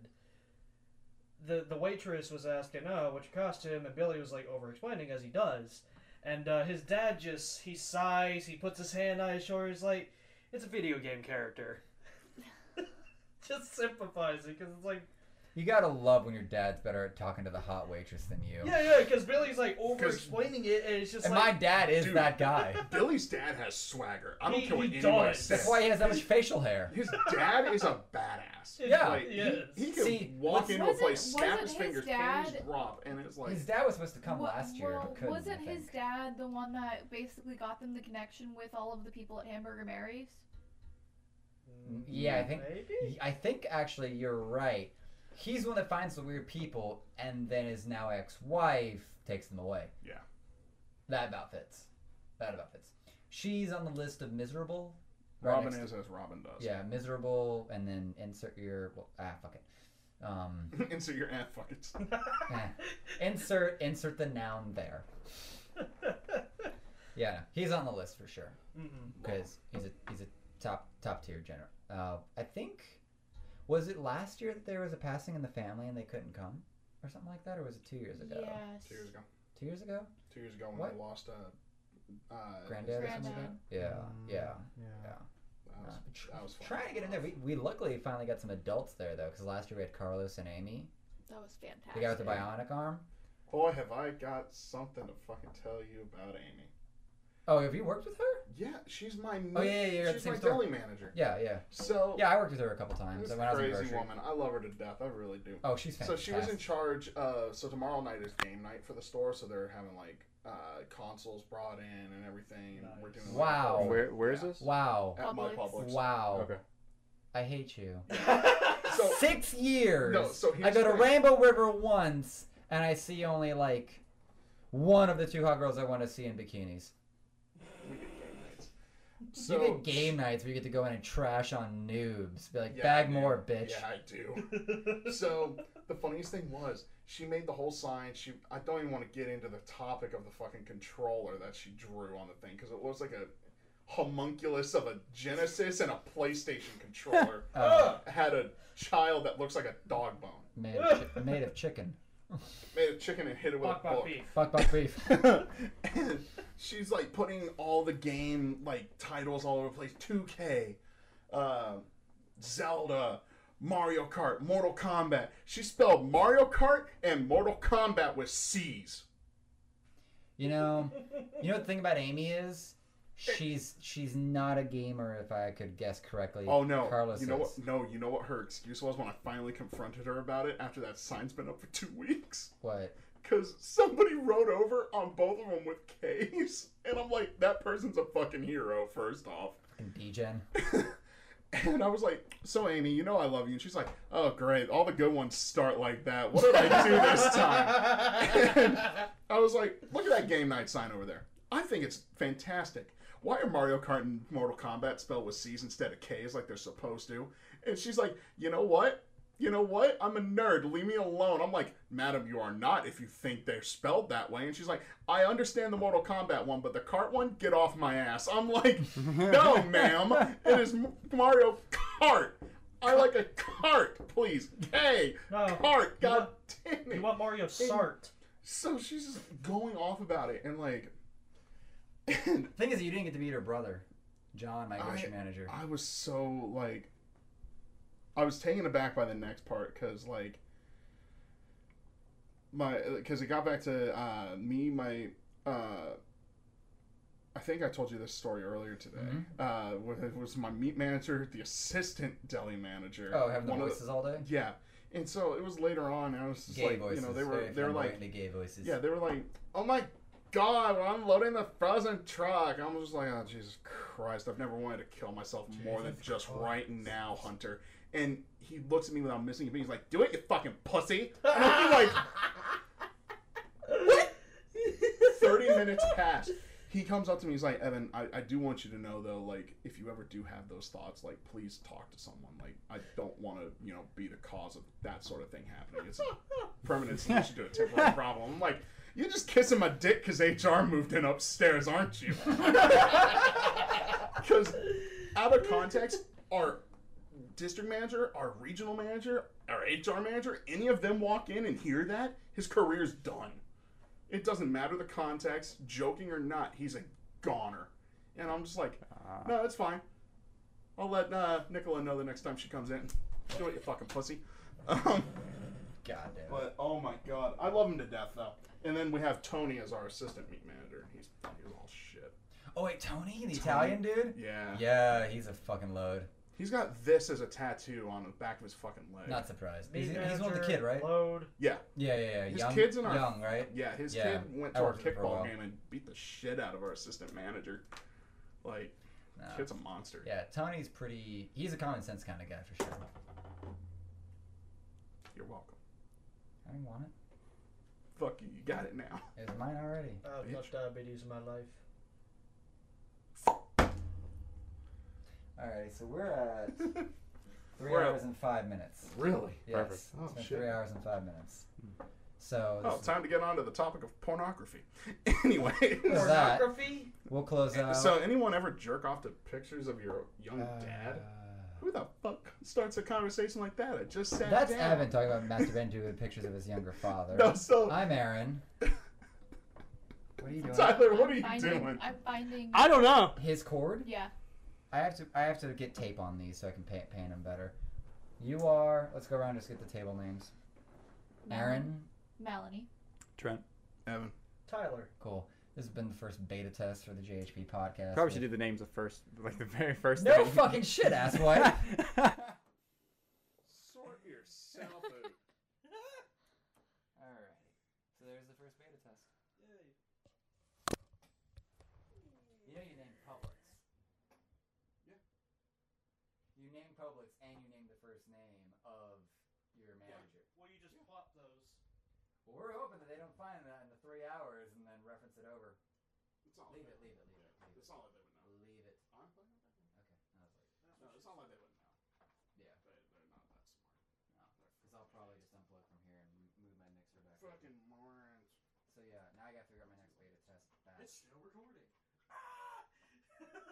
Speaker 3: the the waitress was asking, "Oh, what's your costume?" And Billy was like over explaining as he does, and uh, his dad just he sighs, he puts his hand on his shoulder, he's like, "It's a video game character." [laughs] just sympathizing because it's like,
Speaker 1: You gotta love when your dad's better at talking to the hot waitress than you.
Speaker 3: yeah, yeah, because Billy's
Speaker 1: [laughs]
Speaker 3: like over explaining it, and it's just
Speaker 1: and
Speaker 3: like.
Speaker 1: my dad is
Speaker 5: Dude.
Speaker 1: that guy.
Speaker 5: [laughs] Billy's dad has swagger. I don't
Speaker 3: He-
Speaker 5: care what
Speaker 3: he
Speaker 5: anyone
Speaker 3: does.
Speaker 5: says.
Speaker 1: That's why he has that much facial hair.
Speaker 5: His dad is a badass.
Speaker 1: Yeah.
Speaker 5: Like, he,
Speaker 3: Yes.
Speaker 5: he can
Speaker 1: See,
Speaker 5: walk
Speaker 1: what's-
Speaker 5: into a place,
Speaker 2: Wasn't-
Speaker 5: snap
Speaker 2: wasn't
Speaker 5: his
Speaker 2: his
Speaker 5: fingers,
Speaker 2: dad-
Speaker 5: things drop, and it's like
Speaker 1: His dad was supposed to come
Speaker 2: Wa-
Speaker 1: last year,
Speaker 2: well,
Speaker 1: but couldn't.
Speaker 2: wasn't
Speaker 1: I
Speaker 2: his
Speaker 1: think.
Speaker 2: dad the one that basically got them the connection with all of the people at Hamburger Mary's?
Speaker 1: Yeah, I think-
Speaker 3: "Mm, Maybe?
Speaker 1: I think actually you're right. He's the one that finds the weird people, and then his now ex-wife takes them away.
Speaker 5: Yeah.
Speaker 1: That about fits. That about fits. She's on the list of miserable. right
Speaker 5: Robin
Speaker 1: next to-
Speaker 5: is as Robin does.
Speaker 1: Yeah, miserable, and then insert your well, ah fuck it. Um,
Speaker 5: [laughs] and so you're at fucking.
Speaker 1: eh. insert insert the noun there.
Speaker 3: [laughs]
Speaker 1: Yeah, no, he's on the list for sure
Speaker 3: Mhm.
Speaker 1: because he's a he's a top top tier general. Uh, I think was it last year that there was a passing in the family and they couldn't come or something like that, or was it two years ago?
Speaker 2: Yes.
Speaker 5: Two years ago.
Speaker 1: Two years ago,
Speaker 5: Two years ago when
Speaker 1: What?
Speaker 5: I lost uh, uh
Speaker 1: granddad or something like that.
Speaker 2: Granddad.
Speaker 1: Yeah, yeah.
Speaker 3: Yeah.
Speaker 5: I was,
Speaker 1: Uh,
Speaker 5: I was fucking
Speaker 1: Trying to get in there.
Speaker 5: rough.
Speaker 1: We, we luckily finally got some adults there though, because last year we had Carlos and Amy,
Speaker 2: That was fantastic.
Speaker 1: the guy with the bionic arm.
Speaker 5: Boy, have I got something to fucking tell you about Amy.
Speaker 1: Oh, have you worked with her?
Speaker 5: Yeah, she's my.
Speaker 1: Oh, yeah, yeah, yeah,
Speaker 5: Mm-hmm. She's
Speaker 1: same
Speaker 5: my
Speaker 1: store.
Speaker 5: deli manager.
Speaker 1: Yeah, yeah.
Speaker 5: So
Speaker 1: Yeah, I worked with her a couple
Speaker 5: This
Speaker 1: times when I was in
Speaker 5: crazy
Speaker 1: grocery.
Speaker 5: woman. I love her to death. I really do.
Speaker 1: Oh, she's fantastic.
Speaker 5: So she was in charge of. So tomorrow night is game night for the store. So they're having like uh, consoles brought in and everything. And we're
Speaker 3: Nice.
Speaker 5: doing like,
Speaker 1: Wow.
Speaker 4: Where where is
Speaker 5: Yeah.
Speaker 4: this?
Speaker 1: Wow.
Speaker 5: At my
Speaker 2: Publix.
Speaker 5: Publix.
Speaker 1: Wow.
Speaker 4: Okay.
Speaker 1: I hate
Speaker 5: [laughs]
Speaker 1: you.
Speaker 5: So
Speaker 1: Six years.
Speaker 5: No, so
Speaker 1: I
Speaker 5: here's
Speaker 1: go to
Speaker 5: the thing.
Speaker 1: Rainbow River once, and I see only like one of the two hot girls I want to see in bikinis.
Speaker 5: we get game nights.
Speaker 1: you
Speaker 5: So
Speaker 1: get game nights where you get to go in and trash on noobs. Be like,
Speaker 5: Yeah, I
Speaker 1: bag
Speaker 5: do.
Speaker 1: more, bitch.
Speaker 5: Yeah, I do. so the funniest thing was she made the whole sign she i don't even want to get into the topic of the fucking controller that she drew on the thing because it was like a homunculus of a genesis and a playstation controller
Speaker 1: Oh.
Speaker 5: had a child that looks like a dog bone
Speaker 1: Made, of chi- made of chicken.
Speaker 5: made a chicken and hit it with
Speaker 3: Bok
Speaker 5: a
Speaker 3: bok
Speaker 5: book
Speaker 3: beef.
Speaker 1: Fuck, fuck, beef.
Speaker 5: [laughs] and she's like putting all the game like titles all over the place 2k uh, zelda mario kart mortal kombat she spelled mario kart and mortal kombat with c's
Speaker 1: You know, you know what the thing about Amy is? She's she's not a gamer. If I could guess correctly.
Speaker 5: oh no
Speaker 1: Carlos
Speaker 5: you know
Speaker 1: is.
Speaker 5: what no you know what her excuse was when i finally confronted her about it after that sign's been up for two [laughs] weeks
Speaker 1: What?
Speaker 5: because somebody rode over on both of them with K's, and I'm like, that person's a fucking hero. First off,
Speaker 1: Fucking D-Gen.
Speaker 5: and I was like, so Amy, you know I love you, and she's like, oh great, all the good ones start like that. What did I do this time?
Speaker 3: [laughs]
Speaker 5: I was like, look at that game night sign over there. I think it's fantastic. Why are Mario Kart and Mortal Kombat spelled with C's instead of K's like they're supposed to? And she's like, you know what? You know what? I'm a nerd. Leave me alone. I'm like, madam, you are not if you think they're spelled that way. And she's like, I understand the Mortal Kombat one, but the cart one, get off my ass. I'm like, no, ma'am. It is M- Mario Kart. I like a cart, please. K.
Speaker 3: No.
Speaker 5: Cart.
Speaker 3: You
Speaker 5: God
Speaker 3: want-
Speaker 5: damn it.
Speaker 3: You want Mario Sart?
Speaker 5: So she's just going off about it, and like, and
Speaker 1: Thing is, you didn't get to meet her brother, John, my
Speaker 5: I-
Speaker 1: grocery manager.
Speaker 5: I was so like, I was taken aback by the next part because like, my because it got back to uh, me, my, uh, I think I told you this story earlier today.
Speaker 1: Mm-hmm.
Speaker 5: Uh, where it was my meat manager, the assistant deli manager.
Speaker 1: oh, having the
Speaker 5: one of
Speaker 1: voices all day.
Speaker 5: yeah, and so it was later on, and I was just
Speaker 1: Gay
Speaker 5: like,
Speaker 1: voices.
Speaker 5: you know, they were
Speaker 1: very
Speaker 5: they were like.
Speaker 1: flamboyantly gay voices.
Speaker 5: Yeah, they were like, "Oh my god, when I'm loading the frozen truck," I'm just like, "Oh Jesus Christ, I've never wanted to kill myself more than just right now, Hunter." And he looks at me without missing a beat. He's like, "Do it, you fucking pussy!" And I'm like, thirty minutes pass. He comes up to me. He's like, "Evan, I, I do want you to know though, like, if you ever do have those thoughts, like, please talk to someone. Like, I don't want to, you know, be the cause of that sort of thing happening. It's a permanent solution to a temporary problem." I'm like. You're just kissing my dick because HR moved in upstairs, aren't you? Because out of context, our district manager, our regional manager, our HR manager, any of them walk in and hear that, his career's done. It doesn't matter the context, joking or not, he's a goner. And I'm just like,
Speaker 4: Ah.
Speaker 5: no, that's fine. I'll let uh, Nicola know the next time she comes in. Do it, you fucking pussy. [laughs] Um,
Speaker 1: God damn.
Speaker 5: but oh my god, I love him to death though. And then we have Tony as our assistant meat manager. He's funny as all shit.
Speaker 1: Oh wait, Tony, the Italian dude.
Speaker 5: Yeah.
Speaker 1: Yeah, he's a fucking load.
Speaker 5: He's got this as a tattoo on the back of his fucking leg.
Speaker 1: Not surprised. He's, he's one with the kid, right?
Speaker 3: Load.
Speaker 5: yeah.
Speaker 1: Yeah, yeah, yeah.
Speaker 5: His
Speaker 1: young,
Speaker 5: kid's in our-
Speaker 1: young, right?
Speaker 5: Yeah, his
Speaker 1: Yeah,
Speaker 5: kid went
Speaker 1: I
Speaker 5: to our
Speaker 1: worked with him for a
Speaker 5: kickball
Speaker 1: while.
Speaker 5: game and beat the shit out of our assistant manager. Like,
Speaker 1: Nah.
Speaker 5: kid's a monster.
Speaker 1: Yeah, Tony's pretty. He's a common sense kind of guy for sure.
Speaker 5: You're welcome.
Speaker 1: I didn't want it.
Speaker 5: Fuck you, you got it now. [laughs]
Speaker 1: It was mine already.
Speaker 3: I have much Oh, diabetes in my life.
Speaker 1: All right, so we're at
Speaker 5: [laughs]
Speaker 1: three
Speaker 5: We're at-
Speaker 1: hours and five minutes.
Speaker 5: really?
Speaker 1: Yes,
Speaker 4: Perfect.
Speaker 5: Oh,
Speaker 1: it's been
Speaker 5: shit.
Speaker 1: three hours and five minutes. So
Speaker 5: Oh,
Speaker 1: this-
Speaker 5: time to get on to the topic of pornography. [laughs] anyway,
Speaker 1: What was that? Uh,
Speaker 3: Pornography?
Speaker 1: we'll close out.
Speaker 5: so anyone ever jerk off to pictures of your young dad?
Speaker 1: Uh,
Speaker 5: Who the fuck starts a conversation like that? I just sat
Speaker 1: That's
Speaker 5: down.
Speaker 1: Evan talking about masturbating to pictures of his younger father.
Speaker 5: No, so
Speaker 1: I'm Aaron. What are you doing?
Speaker 5: Tyler, [laughs] what are you
Speaker 2: I'm finding,
Speaker 5: doing?
Speaker 2: I'm finding.
Speaker 6: I don't know.
Speaker 1: His cord?
Speaker 2: yeah.
Speaker 1: I have to I have to get tape on these so I can paint paint them better. You are. Let's go around and just get the table names. Aaron.
Speaker 2: Melanie.
Speaker 4: Trent.
Speaker 5: Evan,
Speaker 3: Tyler.
Speaker 1: Cool. This has been the first beta test for the JHP podcast.
Speaker 4: Probably should do the names the first, like the very first.
Speaker 1: No
Speaker 4: thing.
Speaker 1: fucking shit, asswipe.
Speaker 4: [laughs]
Speaker 5: sort yourself out.
Speaker 1: Alrighty. So there's the first beta test. You know you named Publix.
Speaker 5: Yeah.
Speaker 1: You named Publix and you named the first name of your manager.
Speaker 3: Well, you just pop [laughs] those.
Speaker 1: Well, we're hoping that they don't find that in the three hours and then reference it over.
Speaker 5: It's all
Speaker 1: Leave it, leave it, leave it, leave it.
Speaker 5: It's all that they would know.
Speaker 1: Leave it. Okay. I was like,
Speaker 5: No, it's not like they wouldn't know.
Speaker 1: Yeah.
Speaker 5: They, they're not that smart.
Speaker 1: no. Because I'll probably just unplug from here and m- move my mixer back. over.
Speaker 5: Fucking morons.
Speaker 1: So yeah, now I gotta figure out my next beta test batch.
Speaker 5: It's still recording.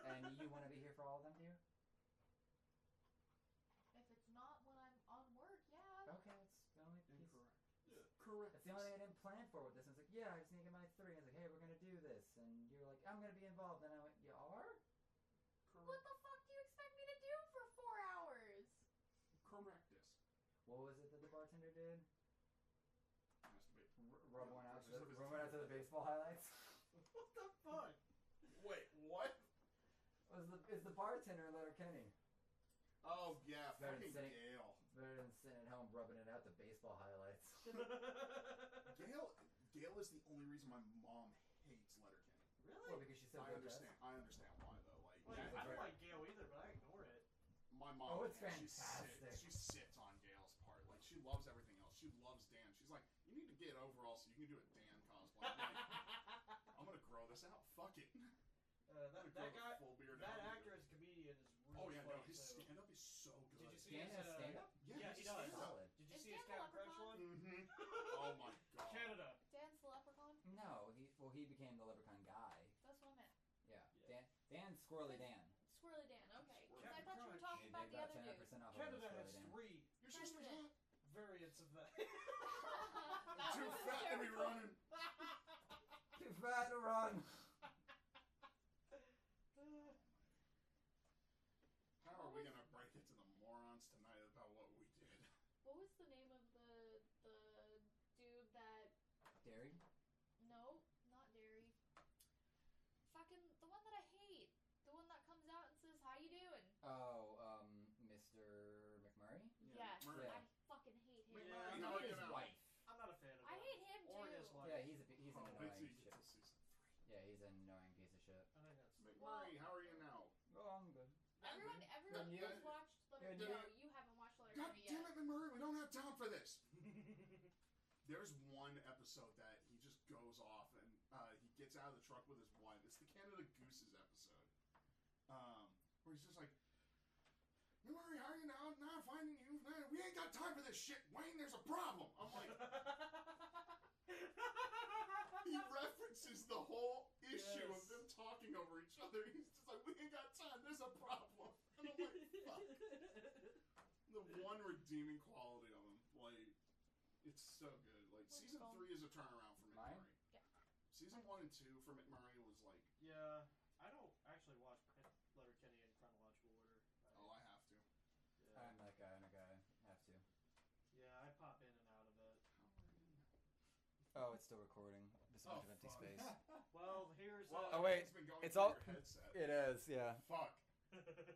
Speaker 1: And you want to be here for all of them, do you?
Speaker 2: If it's not when I'm on work, yeah.
Speaker 1: Okay, it's the only piece.
Speaker 5: Correct.
Speaker 1: That's the only thing I didn't plan for with this. I was like, yeah, I just need to get my three. I was like, hey, we're gonna do this, and you were like, I'm gonna be involved. And I went, you are?
Speaker 2: What the fuck do you expect me to do for four hours?
Speaker 5: Correct this.
Speaker 1: What was it that the bartender did?
Speaker 5: Masturbate.
Speaker 1: R- rub one out.
Speaker 5: Just
Speaker 1: To the,
Speaker 5: look at
Speaker 1: rub
Speaker 5: the-
Speaker 1: one out to the baseball highlights.
Speaker 5: What the fuck? Wait, what?
Speaker 1: Was the is the bartender Letter Kenny?
Speaker 5: Oh yeah,
Speaker 1: Better than
Speaker 5: fucking
Speaker 1: sitting-
Speaker 2: [laughs]
Speaker 5: Gail.
Speaker 1: It's better than sitting at home rubbing it out to baseball highlights.
Speaker 5: Gail, Gail is the only reason my mom hates Letterkenny.
Speaker 1: Well,
Speaker 3: [laughs] Really?
Speaker 1: because she said
Speaker 5: I
Speaker 1: the
Speaker 5: understand. I understand why though. Like,
Speaker 3: Like,
Speaker 5: yeah,
Speaker 3: I don't
Speaker 1: right.
Speaker 3: like Gale either, but I ignore [laughs] it.
Speaker 5: my mom.
Speaker 1: Oh, it's
Speaker 5: can't. She
Speaker 1: fantastic.
Speaker 5: sits, she sits on Gail's part. Like, she loves everything else. She loves Dan. She's like, you need to get overall so you can do a Dan cosplay. I'm like, [laughs] I'm gonna grow this out. Fuck it.
Speaker 3: Uh,
Speaker 5: Like,
Speaker 3: that,
Speaker 5: grow
Speaker 3: that
Speaker 5: the
Speaker 3: guy,
Speaker 5: full beard
Speaker 3: that
Speaker 5: out.
Speaker 3: actor as a comedian is really
Speaker 5: Oh yeah,
Speaker 3: funny.
Speaker 5: no,
Speaker 3: [laughs]
Speaker 5: his
Speaker 3: so-
Speaker 5: stand up is so good.
Speaker 7: Did you see
Speaker 1: Dan
Speaker 7: his,
Speaker 1: has
Speaker 7: uh,
Speaker 1: stand-up?
Speaker 5: Yeah,
Speaker 3: Yeah,
Speaker 5: his
Speaker 3: he does.
Speaker 5: stand-up.
Speaker 1: Solid.
Speaker 7: Did you
Speaker 2: Is
Speaker 7: see his
Speaker 2: Dan
Speaker 7: Captain
Speaker 2: Leprechaun?
Speaker 7: Crunch one?
Speaker 5: Mm-hmm.
Speaker 3: [laughs]
Speaker 5: Oh my god.
Speaker 3: Canada.
Speaker 2: Dan's the leprechaun?
Speaker 1: No, he well he became the leprechaun guy.
Speaker 2: That's what I meant.
Speaker 1: Yeah,
Speaker 3: Yeah.
Speaker 1: Dan Dan Squirrely Dan.
Speaker 2: Swirly Dan, okay. 'Cause I
Speaker 3: Captain
Speaker 2: thought you were
Speaker 3: Crunch.
Speaker 2: talking
Speaker 1: He
Speaker 2: about
Speaker 1: did
Speaker 2: the
Speaker 1: about
Speaker 2: other
Speaker 1: ten
Speaker 2: dude.
Speaker 1: percent off of the
Speaker 3: Canada
Speaker 1: Squirrely
Speaker 3: has
Speaker 1: Dan.
Speaker 3: three
Speaker 5: Your sister's
Speaker 2: President.
Speaker 5: hot.
Speaker 3: variants of that.
Speaker 2: That
Speaker 5: Too
Speaker 2: was
Speaker 5: fat to be
Speaker 2: hysterical.
Speaker 5: running.
Speaker 1: Too fat to run.
Speaker 5: How are
Speaker 2: What
Speaker 5: we
Speaker 2: was-
Speaker 5: gonna break it to the morons tonight about what we did?
Speaker 2: What was the name of the the dude that
Speaker 1: Dairy.
Speaker 2: no, not dairy. Fucking the one that I hate. The one that comes out and says, How you doing?
Speaker 1: Oh, um, Mr. McMurray.
Speaker 2: Yes,
Speaker 5: Murray.
Speaker 1: Yeah.
Speaker 2: I fucking hate him.
Speaker 3: Yeah.
Speaker 1: He
Speaker 5: How
Speaker 1: hate
Speaker 5: you
Speaker 1: his
Speaker 5: doing?
Speaker 1: wife.
Speaker 3: I'm not a fan of
Speaker 2: I
Speaker 3: him.
Speaker 2: hate him
Speaker 3: Or
Speaker 2: too.
Speaker 3: his wife.
Speaker 1: Yeah, he's a he's an
Speaker 5: oh, wait
Speaker 1: annoying
Speaker 5: till you
Speaker 1: shit.
Speaker 5: get to season three.
Speaker 1: Yeah, he's an annoying piece of shit.
Speaker 3: I
Speaker 2: [laughs]
Speaker 3: think that's. [laughs]
Speaker 5: McMurray, how are you now?
Speaker 1: Oh, I'm good.
Speaker 2: Everyone, everyone
Speaker 5: Yeah.
Speaker 2: who's watched Letterkenny,
Speaker 5: Yeah.
Speaker 2: no, you haven't watched
Speaker 5: God
Speaker 2: Letterkenny
Speaker 5: damn
Speaker 1: uh,
Speaker 2: yet.
Speaker 5: it, McMurray, we don't have time for this. There's one episode that he just goes off and uh, he gets out of the truck with his wife. It's the Canada Gooses episode, um, where he's just like, "McMurray, how are you now? Not finding you. Nah, We ain't got time for this shit, Wayne. There's a problem." I'm
Speaker 3: [laughs]
Speaker 5: like, he references the whole issue
Speaker 3: Yes.
Speaker 5: of them talking over each other. He's just like, "We ain't got time. There's a problem." [laughs] And I'm like, "Fuck." the one redeeming quality of him, like, it's so good. Like,
Speaker 2: What's it
Speaker 5: season
Speaker 2: called?
Speaker 5: three is a turnaround for
Speaker 1: Mine?
Speaker 5: McMurray.
Speaker 2: Yeah.
Speaker 5: Season one and two for McMurray was like,
Speaker 3: yeah, I don't actually watch Pen- Letterkenny in chronological order. uh, I-
Speaker 5: oh, I have to.
Speaker 3: yeah.
Speaker 1: I'm that guy. I'm that guy. I have to.
Speaker 3: yeah, I pop in and out of it.
Speaker 1: Oh, it's still recording. This
Speaker 5: Oh, fuck. [laughs]
Speaker 3: Well, here's.
Speaker 5: Well,
Speaker 1: Oh,
Speaker 3: uh,
Speaker 1: wait.
Speaker 5: it's been going
Speaker 1: It's
Speaker 5: through
Speaker 1: all-
Speaker 5: your headset.
Speaker 1: it is. Yeah.
Speaker 5: Fuck.
Speaker 3: [laughs]